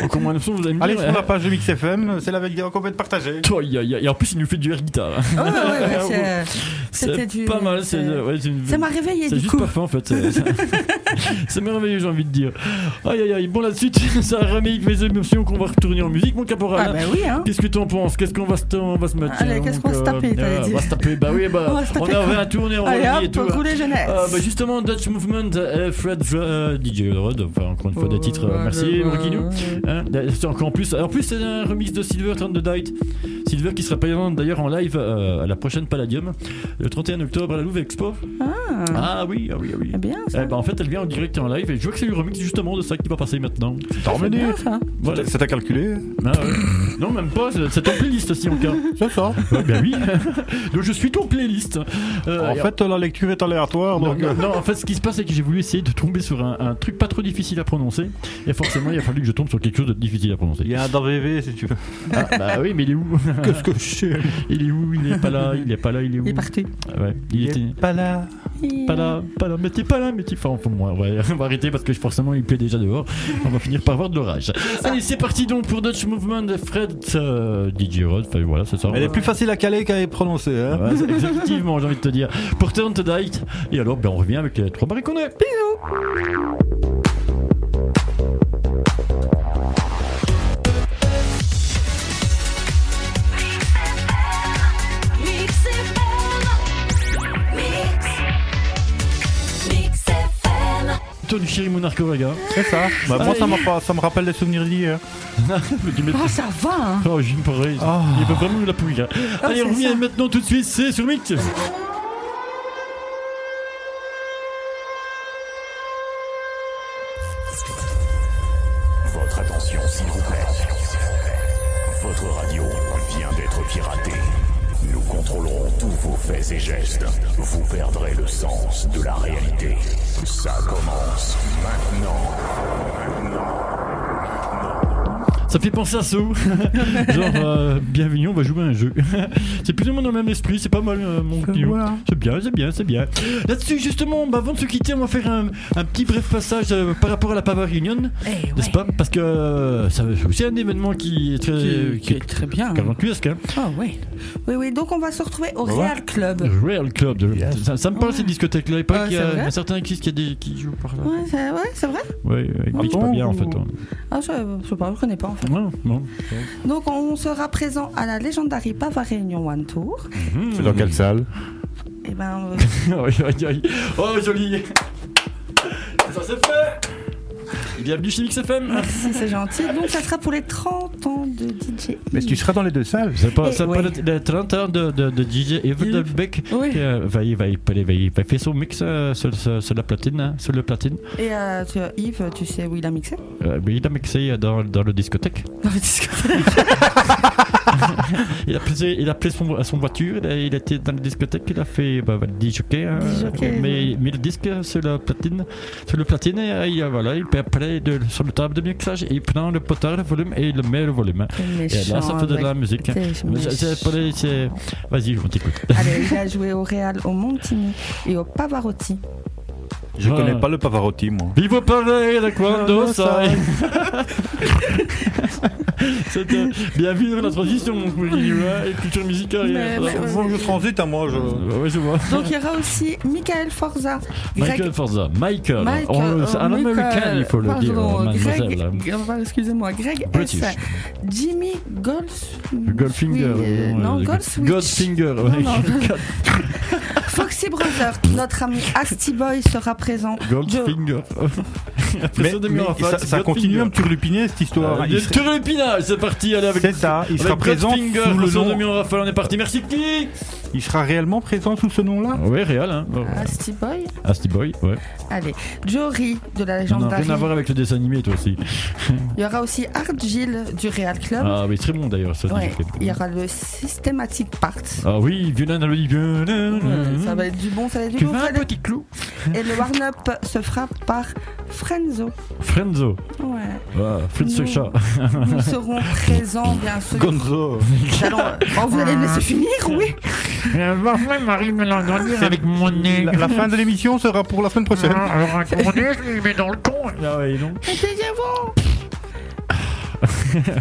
Speaker 2: Donc, au moins, le son, vous allez me
Speaker 5: Allez
Speaker 2: dire,
Speaker 5: sur la page de Mix FM, c'est la vidéo qu'on vient de partager.
Speaker 2: eh, aïe, aïe, aïe. Et en plus, il nous fait du air guitare.
Speaker 3: [LAUGHS]
Speaker 7: Ah ouais, ouais, ouais,
Speaker 3: euh,
Speaker 7: c'est-
Speaker 2: C'est
Speaker 7: C'était du-
Speaker 2: pas mal. C'est
Speaker 7: c'est-
Speaker 2: ouais, c'est une-
Speaker 7: Ça m'a réveillé
Speaker 2: C'est
Speaker 7: du
Speaker 2: juste
Speaker 7: coup.
Speaker 2: parfait en fait. c'est- [LAUGHS] c'est- C'est merveilleux, j'ai envie de dire. Aïe aïe aïe. Bon, la suite, [LAUGHS] ça remédie mes émotions qu'on va retourner en musique, mon caporal.
Speaker 7: Ah bah oui, hein.
Speaker 2: Qu'est-ce que t'en penses Qu'est-ce qu'on va se, on va se mettre
Speaker 7: Allez,
Speaker 2: tiens,
Speaker 7: qu'est-ce
Speaker 2: donc,
Speaker 7: qu'on se tapait, t'allais
Speaker 2: euh, On
Speaker 7: dire.
Speaker 2: va se taper, bah
Speaker 7: [LAUGHS]
Speaker 2: oui, bah,
Speaker 7: On va se
Speaker 2: on
Speaker 7: taper
Speaker 2: avait
Speaker 7: quoi
Speaker 2: un tourné, on
Speaker 7: Allez
Speaker 2: va et
Speaker 7: hop,
Speaker 2: tout.
Speaker 7: rouler jeunesse.
Speaker 2: Euh, bah, justement, Dutch Movement, euh, Fred euh, DJ Rod, enfin encore une fois
Speaker 3: Oh,
Speaker 2: des titres, euh, merci, Morguinou. Hein, c'est encore plus. En plus, c'est un remix de Silver Turn the Dight. Silver qui sera présent d'ailleurs en live euh, à la prochaine Palladium. Le 31 octobre à la Louvre Expo.
Speaker 3: Ah,
Speaker 2: Ah oui, ah oui, ah oui.
Speaker 3: c'est bien.
Speaker 2: Eh ben, en fait, elle vient en direct et en live et je vois que c'est le remix justement de ça qui va passer maintenant.
Speaker 5: T'en
Speaker 3: bien,
Speaker 5: revenir
Speaker 3: ça.
Speaker 2: Voilà.
Speaker 5: Ça t'a calculé
Speaker 2: Ah, ouais. Non, même pas, c'est- c'est ton playlist si on cas.
Speaker 5: C'est ça.
Speaker 2: Ouais, ben oui. [LAUGHS] Donc je suis ton playlist. Euh,
Speaker 5: En
Speaker 2: et
Speaker 5: fait, la lecture est aléatoire,
Speaker 2: Non,
Speaker 5: donc. euh,
Speaker 2: non, euh, non, en fait, ce qui se passe, c'est que j'ai voulu essayer de tomber sur un, un truc pas trop difficile à prononcer. Et forcément, il a fallu que je tombe sur quelque chose de difficile à prononcer.
Speaker 5: Il y a un WV si tu veux.
Speaker 2: Ah, bah oui, mais il est [LAUGHS] où
Speaker 5: Qu'est-ce que [LAUGHS] je sais
Speaker 2: Il est où Il est pas là, il est pas là, il est où
Speaker 7: Il est parti.
Speaker 2: Ah ouais, il était
Speaker 5: pas là.
Speaker 2: pas là, pas là, mais t'es pas là, mais t'es. Enfin, enfin, bon, on, va, on va arrêter parce que forcément il plaît déjà dehors. On va finir par voir de l'orage. Allez, c'est parti donc pour Dutch Movement de Fred euh, DJ Rod. Enfin, voilà, c'est ça.
Speaker 5: Elle est plus facile à caler qu'à prononcer. Hein.
Speaker 2: Ouais, c'est- effectivement, j'ai envie de te dire. Pour Turn to Night. Et alors, ben, on revient avec les trois barils qu'on a. Tony Chéri Monarco, les gars.
Speaker 5: C'est ça. Bah, moi,
Speaker 2: Ah,
Speaker 5: ça, m'a pas- ça me rappelle des souvenirs d'hier.
Speaker 2: Tu mets-
Speaker 7: Ah, ça va, hein.
Speaker 2: Oh, j'ai une pareille.
Speaker 5: Oh.
Speaker 2: Il peut vraiment nous la pouille. là. Allez,
Speaker 7: Ah, c'est
Speaker 2: on revient
Speaker 7: ça.
Speaker 2: maintenant tout de suite, c'est sur Mix.
Speaker 11: Votre attention, s'il vous plaît. Votre radio vient d'être piratée. Nous contrôlerons tous vos faits et gestes. Vous perdrez le sens de la réalité. Ça commence maintenant.
Speaker 2: Ça fait penser
Speaker 7: [LAUGHS]
Speaker 2: à Saut. Genre, euh, bienvenue, on va jouer à un jeu. [LAUGHS] c'est plus ou moins dans le même esprit, c'est pas mal, euh, mon
Speaker 5: C'est
Speaker 2: Guillaume.
Speaker 5: voilà.
Speaker 2: C'est bien, c'est bien, c'est bien. Là-dessus, justement, bah, avant de se quitter, on va faire un, un petit bref passage euh, par rapport à la Power Union,
Speaker 7: Eh,
Speaker 2: n'est-ce
Speaker 7: ouais.
Speaker 2: pas Parce que euh, ça- c'est aussi un événement qui est très.
Speaker 7: Qui, qui
Speaker 2: qui est
Speaker 7: est très bien.
Speaker 2: gargantuesque, hein.
Speaker 7: Ah, ouais.
Speaker 3: Oui, oui, donc on va se retrouver au
Speaker 2: revoir.
Speaker 3: Real Club.
Speaker 2: Le Real Club. de-
Speaker 5: Yes.
Speaker 2: ça, ça me parle, ces discothèques-là. Et pas
Speaker 7: Ah,
Speaker 2: qu'il y
Speaker 7: c'est
Speaker 2: a
Speaker 7: vrai
Speaker 2: un certain artiste qui, a des- qui joue par là.
Speaker 3: Ouais, c'est ouais, c'est vrai
Speaker 2: Ouais, ouais, il pique pas bien, en fait. hein.
Speaker 3: Ah, je, je sais pas, je connais pas en fait.
Speaker 2: Ouais, bon.
Speaker 3: Donc on sera présent à la Legendary Pava Réunion One Tour.
Speaker 2: Mhm.
Speaker 5: C'est dans quelle salle
Speaker 3: Et ben, euh, [LAUGHS]
Speaker 2: Aïe, aïe, aïe. Oh, joli Ça c'est fait Bienvenue chez XFM
Speaker 3: merci, c'est gentil. Donc ça sera pour les 30 ans de DJ.
Speaker 5: Mais tu seras dans les deux salles.
Speaker 2: c'est pas,
Speaker 3: Eh,
Speaker 2: c'est pas
Speaker 3: ouais.
Speaker 2: le, le 30 ans de, de, de DJ Evan Beck
Speaker 7: Oui.
Speaker 2: qui euh, va, il va, il va, il va, il va faire son mix euh, sur, sur, sur la platine. hein, sur le platine.
Speaker 3: Et euh, tu- Yves, tu sais où il a mixé
Speaker 2: Euh, mais il a mixé euh, dans, dans le discothèque.
Speaker 3: Dans le discothèque.
Speaker 2: Il a pris, il a pris son, son voiture, il, a- il était dans la discothèque, il a fait bah, bah, le disjockey, hein,
Speaker 3: Disjockey,
Speaker 2: mais, mais le disque sur la platine, sur le platine, et, euh, il, voilà, il peut après de, sur le table de mixage, il prend le potard, le volume et il met le volume. hein.
Speaker 3: T'es
Speaker 2: Et
Speaker 3: méchant
Speaker 2: là, ça fait de la
Speaker 3: avec-
Speaker 2: musique.
Speaker 3: t'es
Speaker 2: Mais c'est- c'est pas les- c'est-
Speaker 3: méchant.
Speaker 2: Vas-y, on t'écoute.
Speaker 3: Allez,
Speaker 2: [LAUGHS]
Speaker 3: il a joué au Real, au Montini et au Pavarotti.
Speaker 5: Je
Speaker 2: Ouais.
Speaker 5: connais pas le Pavarotti, moi.
Speaker 2: Vivo parler de
Speaker 5: Non,
Speaker 2: quando [LAUGHS]
Speaker 5: non,
Speaker 2: sai. C'était euh, bien vu dans la transition, mon cousin, ouais, et culture musicale. et-
Speaker 3: Mais- mais-
Speaker 5: Faut que je transite, hein, moi. Je...
Speaker 2: Ouais, ouais, je vois.
Speaker 3: Donc il y aura aussi Michael Forza, Greg
Speaker 2: Michael Forza, Michael,
Speaker 3: Michael,
Speaker 2: On-
Speaker 3: euh,
Speaker 2: c'est un
Speaker 3: Michael,
Speaker 2: américain, il faut le dire, euh,
Speaker 3: pardon,
Speaker 2: mademoiselle. hein.
Speaker 3: Greg, enfin, excusez-moi, Greg
Speaker 2: British.
Speaker 3: S. Jimmy Golds...
Speaker 2: Goldfinger,
Speaker 3: oui, euh,
Speaker 2: euh,
Speaker 3: non,
Speaker 2: euh,
Speaker 3: Goldswitch.
Speaker 2: Goldfinger, ouais.
Speaker 3: Non, non.
Speaker 2: [LAUGHS]
Speaker 3: Foxy Brothers, notre ami Asty Boy sera présent.
Speaker 2: Goldfinger. [LAUGHS] Après
Speaker 5: Mais,
Speaker 2: ça,
Speaker 5: mais
Speaker 2: demi-heure, enfin,
Speaker 5: ça,
Speaker 2: c'est
Speaker 5: ça continue hein. à
Speaker 2: Goldfinger.
Speaker 5: me turlupiner, cette histoire.
Speaker 2: Euh,
Speaker 5: Il
Speaker 2: il
Speaker 5: sera-
Speaker 2: est sur le pinage, c'est parti, allez avec
Speaker 5: C'est ça, il sera
Speaker 2: avec Brad
Speaker 5: présent
Speaker 2: Finger,
Speaker 5: sous
Speaker 2: le
Speaker 5: le
Speaker 2: son de
Speaker 5: nom.
Speaker 2: Mion Raphaël, on est parti, merci qui
Speaker 5: Il sera réellement présent sous ce nom-là
Speaker 2: Ouais, Real, hein.
Speaker 3: Asty Boy,
Speaker 2: Asti Boy, ouais.
Speaker 3: allez. Jory de la
Speaker 2: Non,
Speaker 3: Legendary.
Speaker 2: rien à voir avec le dessin animé, toi aussi.
Speaker 3: Il y aura aussi Argyle du Real Club.
Speaker 2: Ah, oui, très bon d'ailleurs, ça.
Speaker 3: Ouais,
Speaker 2: c'est-
Speaker 3: Il y aura le Systematic Part.
Speaker 2: Ah oui, violin dans le lit, violin.
Speaker 3: Ouais, Ça va être du bon, ça va être du
Speaker 2: Mhm. Tu
Speaker 3: bon.
Speaker 2: veux
Speaker 3: ça
Speaker 2: un
Speaker 3: va être-
Speaker 2: petit clou
Speaker 3: Et le warm-up se fera par Frenzo.
Speaker 2: Frenzo.
Speaker 3: Ouais.
Speaker 2: Ah, Frenzo
Speaker 3: Non.
Speaker 2: chat. [LAUGHS]
Speaker 3: Nous serons présents, bien sûr.
Speaker 5: Gonzo.
Speaker 3: Nous allons- Oh, vous allez me
Speaker 2: Ah,
Speaker 3: laisser finir, oui
Speaker 11: Marie me l'a
Speaker 2: Avec mon nez.
Speaker 5: La, la fin de l'émission sera pour la semaine prochaine.
Speaker 11: Alors, mon nez, je lui mets dans le con.
Speaker 2: Ah ouais, non.
Speaker 3: Essayez-vous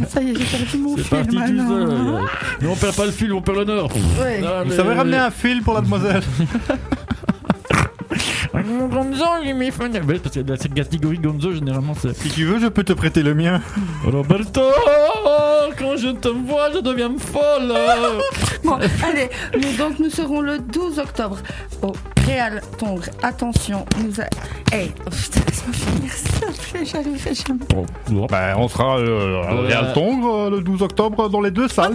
Speaker 3: Ça y est, j'ai perdu mon
Speaker 2: C'est
Speaker 3: fil
Speaker 2: parti tout
Speaker 3: maintenant.
Speaker 2: seul. Mais on perd pas le fil, on perd l'honneur.
Speaker 3: Ouais.
Speaker 2: Ah,
Speaker 5: Vous
Speaker 2: mais-
Speaker 5: savez ramener un fil pour la demoiselle.
Speaker 2: Mon Gonzo, lui, mes fans. Ouais, parce que dans cette catégorie Gonzo, généralement, c'est.
Speaker 5: Si tu veux, je peux te prêter le mien.
Speaker 2: Roberto, quand je te vois, je deviens folle.
Speaker 3: Bon, allez, nous, donc nous serons le 12 octobre au Réal Tongres. Attention, nous a... Hey, oh, putain, laisse-moi finir, s'il te plaît, j'arriverai jamais.
Speaker 5: Bah, euh, Ben, on sera euh, à Real Tongres, euh, le 12 octobre dans les deux salles.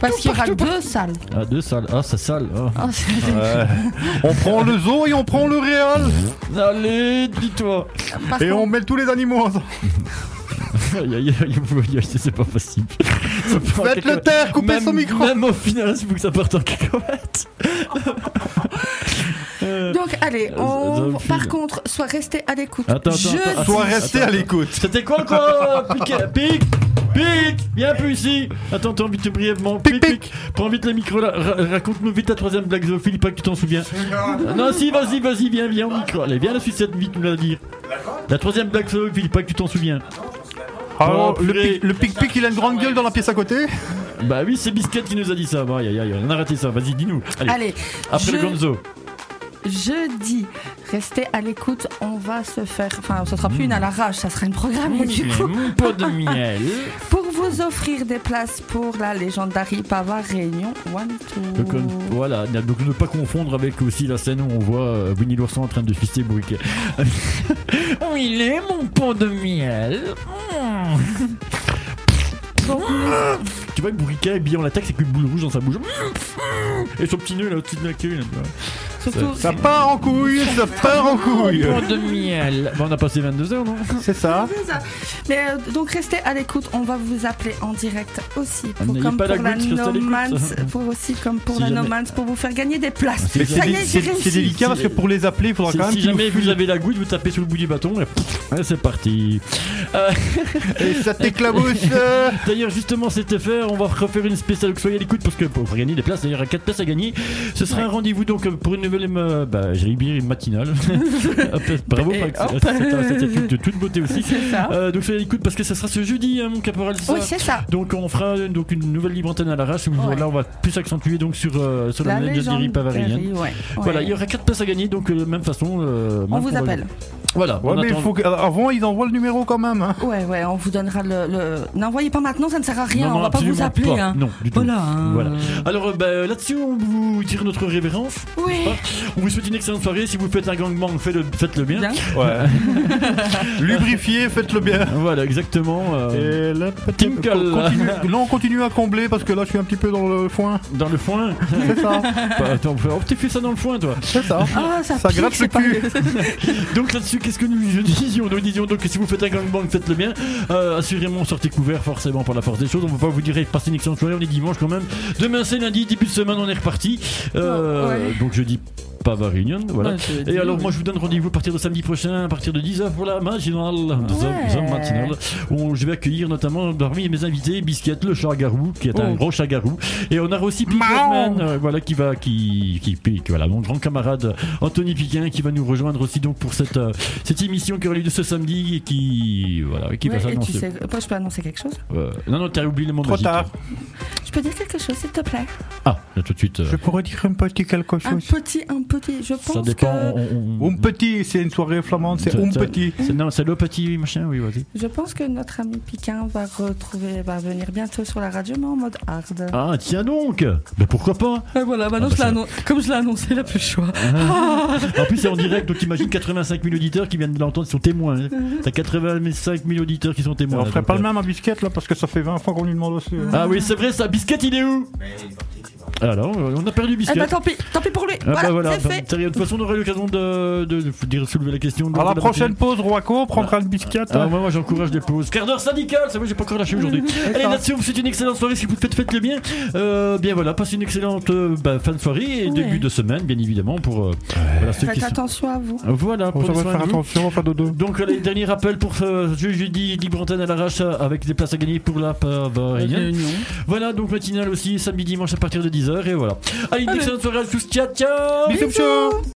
Speaker 3: Parce qu'il y aura deux salles.
Speaker 2: Ah, deux salles. Ah, c'est sale. ah.
Speaker 3: Ah, c'est-
Speaker 5: Ouais. on prend le zoo et on prend le réal.
Speaker 2: Allez, dis-toi.
Speaker 3: Par
Speaker 5: Et
Speaker 3: contre-
Speaker 5: on met tous les animaux ensemble.
Speaker 2: Aïe, aïe, aïe, vous voyez, c'est pas possible. Ça part en
Speaker 5: Faites le
Speaker 2: cacahuète.
Speaker 5: taire, coupez
Speaker 2: Même-
Speaker 5: son micro.
Speaker 2: Même au final, il faut que ça parte en cacahuète. Euh,
Speaker 3: Donc allez, on...
Speaker 2: Zophile.
Speaker 3: par contre, sois resté à l'écoute.
Speaker 2: Attends, attends,
Speaker 3: Je
Speaker 2: attends.
Speaker 5: Soit
Speaker 2: Attends,
Speaker 5: resté
Speaker 2: attends,
Speaker 5: à l'écoute.
Speaker 2: C'était quoi quoi Pique, pique, pique, viens plus ici. Attends, t'as envie de brièvement. Pique, pique, Prends vite le micro là. Ra- Raconte-nous vite ta troisième blague zoophile, pas que tu t'en souviens. non, si, vas-y, vas-y, viens, viens au micro. Allez, viens la sucette, vite nous la dire. La troisième blague zoophile, pas que tu t'en souviens.
Speaker 5: Alors,
Speaker 2: Oh,
Speaker 5: le
Speaker 2: purée.
Speaker 5: pic- le pic-pic, il a une grande gueule dans la pièce à côté.
Speaker 2: Bah oui, c'est Biscuit qui nous a dit ça. Bon, aïe, aïe, aïe, on a raté ça. Vas-y, dis-nous. Allez,
Speaker 3: Allez,
Speaker 2: après le
Speaker 3: je-
Speaker 2: Gonzo.
Speaker 3: je dis, restez à l'écoute, on va se faire... Enfin, ce sera plus une
Speaker 2: Hmm.
Speaker 3: à l'arrache, ça sera une programmée du coup.
Speaker 2: Mon pot de [LAUGHS] miel.
Speaker 3: Pour vous offrir des places pour la légendaire Pavard Réunion One
Speaker 2: Donc, on-
Speaker 3: Two.
Speaker 2: voilà, donc ne pas confondre avec aussi la scène où on voit euh, Winnie l'ourson en train de fister [LAUGHS] Bourriquet. Où il est mon pot de [LAUGHS] miel
Speaker 3: Donc,
Speaker 2: Tu vois que Bourriquet est bien en l'attaque, c'est qu'une boule rouge dans sa bouche. Et son petit nœud là au-dessus de la queue. Là,
Speaker 3: surtout,
Speaker 5: Ça part en couille, ça part en couille.
Speaker 2: Mon pot de miel. Bah, on a passé 22h, non
Speaker 5: Ah, C'est ça.
Speaker 3: C'est ça. Mais euh, donc restez à l'écoute, on va vous appeler en direct aussi pour
Speaker 2: N'ayez
Speaker 3: comme
Speaker 2: pas
Speaker 3: pour
Speaker 2: la
Speaker 3: la,
Speaker 2: goutte, restez à l'écoute.
Speaker 3: Nomance,
Speaker 2: [LAUGHS]
Speaker 3: pour aussi comme pour
Speaker 2: Si
Speaker 3: la
Speaker 2: jamais- Ah,
Speaker 3: Nomance, pour vous faire gagner des places.
Speaker 2: Mais
Speaker 5: C'est
Speaker 3: Ça y
Speaker 5: dé-
Speaker 3: est, j'ai
Speaker 5: c'est- c'est
Speaker 3: réussi.
Speaker 5: délicat parce que pour les appeler, il faudra
Speaker 2: Si,
Speaker 5: quand même.
Speaker 2: si
Speaker 5: qu'ils
Speaker 2: jamais
Speaker 5: nous
Speaker 2: vous avez la goutte, vous tapez sur le bout du bâton et, Ouais, c'est parti. Euh,
Speaker 5: filent. Et ça t'éclabousse. euh.
Speaker 2: [LAUGHS] D'ailleurs, justement, c'était faire. On va refaire une spéciale. Donc, soyez à l'écoute parce que pour gagner des places, d'ailleurs, à 4 places à gagner. Ce sera un rendez-vous donc pour une nouvelle. euh, Bah, j'allais oublier une matinale. Hop, Bravo,
Speaker 3: Et
Speaker 2: Max.
Speaker 3: hop.
Speaker 2: C'était c'était de toute beauté aussi.
Speaker 3: C'est ça.
Speaker 2: Euh, donc, soyez à l'écoute parce que ça sera ce jeudi, hein, mon caporal. c'est ça
Speaker 3: Oui, c'est ça.
Speaker 2: donc on fera euh, donc une nouvelle libre antenne à l'arrache. où
Speaker 3: Ouais.
Speaker 2: Là on va plus accentuer donc sur, euh, sur la,
Speaker 3: La
Speaker 2: Legendary
Speaker 3: légende
Speaker 2: Pavarian.
Speaker 3: Terry, ouais, ouais.
Speaker 2: Voilà, il y aura 4 places à gagner donc euh, de la même façon. euh,
Speaker 3: On
Speaker 2: même
Speaker 3: vous
Speaker 2: qu'on va-
Speaker 3: appelle.
Speaker 2: Voilà.
Speaker 5: Ouais,
Speaker 2: on
Speaker 5: mais il
Speaker 2: attend-
Speaker 5: faut que- avant, ils envoient le numéro quand
Speaker 2: [LAUGHS]
Speaker 5: même. hein.
Speaker 3: Ouais, ouais, on vous donnera le. le- N'envoyez pas maintenant, ça ne sert à rien,
Speaker 2: Non, non,
Speaker 3: on va pas vous
Speaker 2: absolument
Speaker 3: appeler.
Speaker 2: pas.
Speaker 3: hein.
Speaker 2: Non, du tout.
Speaker 7: Voilà. hein.
Speaker 2: Voilà. Alors euh, bah, euh, là-dessus, on vous tire notre révérence.
Speaker 3: Oui.
Speaker 2: On vous souhaite une excellente soirée. Si vous faites un gangbang, faites-le faites -le bien.
Speaker 3: Bien.
Speaker 5: Lubrifiez, faites-le bien.
Speaker 2: Voilà, exactement. euh,
Speaker 5: Et là,
Speaker 2: Tinkle.
Speaker 5: continue- là, on continue à combler parce que là, je suis un petit peu dans le foin.
Speaker 2: Dans le foin.
Speaker 5: C'est ça,
Speaker 2: [LAUGHS] Bah, attends, oh, t'es fait ça dans le foin, toi.
Speaker 5: c'est ça.
Speaker 3: Ah, ça,
Speaker 5: Ça
Speaker 3: pique,
Speaker 5: gratte
Speaker 3: c'est
Speaker 5: le
Speaker 3: pas
Speaker 5: cul.
Speaker 2: Donc là-dessus, qu'est-ce que nous disions Nous disions donc que si vous faites un gangbang, faites-le bien. Euh, assurément, sortez couvert, forcément, par la force des choses. On ne va pas vous dire eh, passez une excellente soirée, on est dimanche quand même. Demain, c'est lundi, début de semaine, on est reparti. Euh,
Speaker 3: Ouais.
Speaker 2: Donc jeudi, pas va réunion, voilà.
Speaker 7: Oh, Ouais, je dis,
Speaker 2: Et alors,
Speaker 7: oui.
Speaker 2: moi, je vous donne rendez-vous à partir de samedi prochain, à partir de 10h pour la matinale. 10h, 10h matinale. Où je vais accueillir notamment parmi mes invités Biscuit, le chat garou, qui est un
Speaker 7: Oh.
Speaker 2: gros chat garou. Et on a aussi Pickman, euh, voilà, qui va, qui, qui pique. Voilà, mon grand camarade Anthony Piquin, qui va nous rejoindre aussi donc pour cette, euh, cette émission qui aura lieu de ce samedi et qui, voilà, qui va
Speaker 3: Ouais, et tu
Speaker 2: s'annoncer.
Speaker 3: sais, moi, je peux annoncer quelque chose
Speaker 2: Euh, non, non, t'as oublié le mot
Speaker 5: Trop
Speaker 2: magique.
Speaker 5: tard.
Speaker 3: Je peux dire quelque chose, s'il te plaît
Speaker 2: Ah, là, tout de suite. euh,
Speaker 5: Je pourrais dire un petit quelque
Speaker 3: Un
Speaker 5: chose.
Speaker 3: petit, un petit. Je pense
Speaker 2: ça dépend.
Speaker 3: que.
Speaker 2: on- on-
Speaker 5: Un Um petit, c'est une soirée flamande, c'est
Speaker 2: Ça-
Speaker 5: un
Speaker 2: ça-
Speaker 5: petit.
Speaker 2: c'est- Non, c'est le petit machin, oui, vas-y.
Speaker 3: Je pense que notre ami Piquin va retrouver, va venir bientôt sur la radio, mais en mode hard.
Speaker 2: Ah, tiens donc Mais pourquoi pas
Speaker 7: Et voilà, maintenant,
Speaker 2: Ah, bah, Ah,
Speaker 7: je l'ai
Speaker 2: ça-
Speaker 7: annon- comme je l'ai annoncé, il a plus le choix.
Speaker 2: En plus, c'est en direct, donc imagine 85 000 auditeurs qui viennent de l'entendre, ils sont témoins. hein. T'as 85 000 auditeurs qui sont témoins.
Speaker 5: on
Speaker 2: là,
Speaker 5: ferait
Speaker 2: donc,
Speaker 5: pas le
Speaker 2: euh,
Speaker 5: même à bisquette là parce que ça fait 20 fois qu'on lui demande aussi. hein.
Speaker 2: Ah oui, c'est vrai, ça. Biscuit, il est où Alors, euh, on a perdu
Speaker 3: Eh
Speaker 2: Biscuit.
Speaker 3: bah tant pis, tant pis pour lui.
Speaker 2: Ah bah
Speaker 3: voilà,
Speaker 2: voilà,
Speaker 3: c'est
Speaker 2: bah,
Speaker 3: fait.
Speaker 2: t'as- de toute façon on aurait l'occasion de, de, de soulever la question.
Speaker 5: À la
Speaker 2: de
Speaker 5: prochaine pause, Roaco, on prendra le bisquette.
Speaker 2: Ah, moi, moi j'encourage les pauses. Quart d'heure syndical, ça va, j'ai pas encore lâché
Speaker 5: [LAUGHS]
Speaker 2: aujourd'hui. Allez, là-dessus, on vous souhaite une excellente soirée. Si vous le faites, faites le bien. Euh, bien voilà, passez une excellente euh, bah, fin de soirée et
Speaker 3: Ouais.
Speaker 2: début de semaine, bien évidemment, pour euh, voilà, ceux qui
Speaker 3: Faites
Speaker 2: sont.
Speaker 3: attention à vous.
Speaker 2: Voilà,
Speaker 5: On
Speaker 2: prenez
Speaker 5: va
Speaker 2: soin de
Speaker 5: faire
Speaker 2: vous.
Speaker 5: attention, on va faire dodo.
Speaker 2: Donc les derniers rappels pour euh, ce jeu jeudi libre antenne à l'arrache euh, avec des places à gagner pour la Pavarienne.
Speaker 7: Réunion.
Speaker 2: Voilà donc matinale aussi samedi dimanche à partir de 10h et voilà. Allez une excellente soirée à tous, ciao ciao
Speaker 5: Bisous, bisous.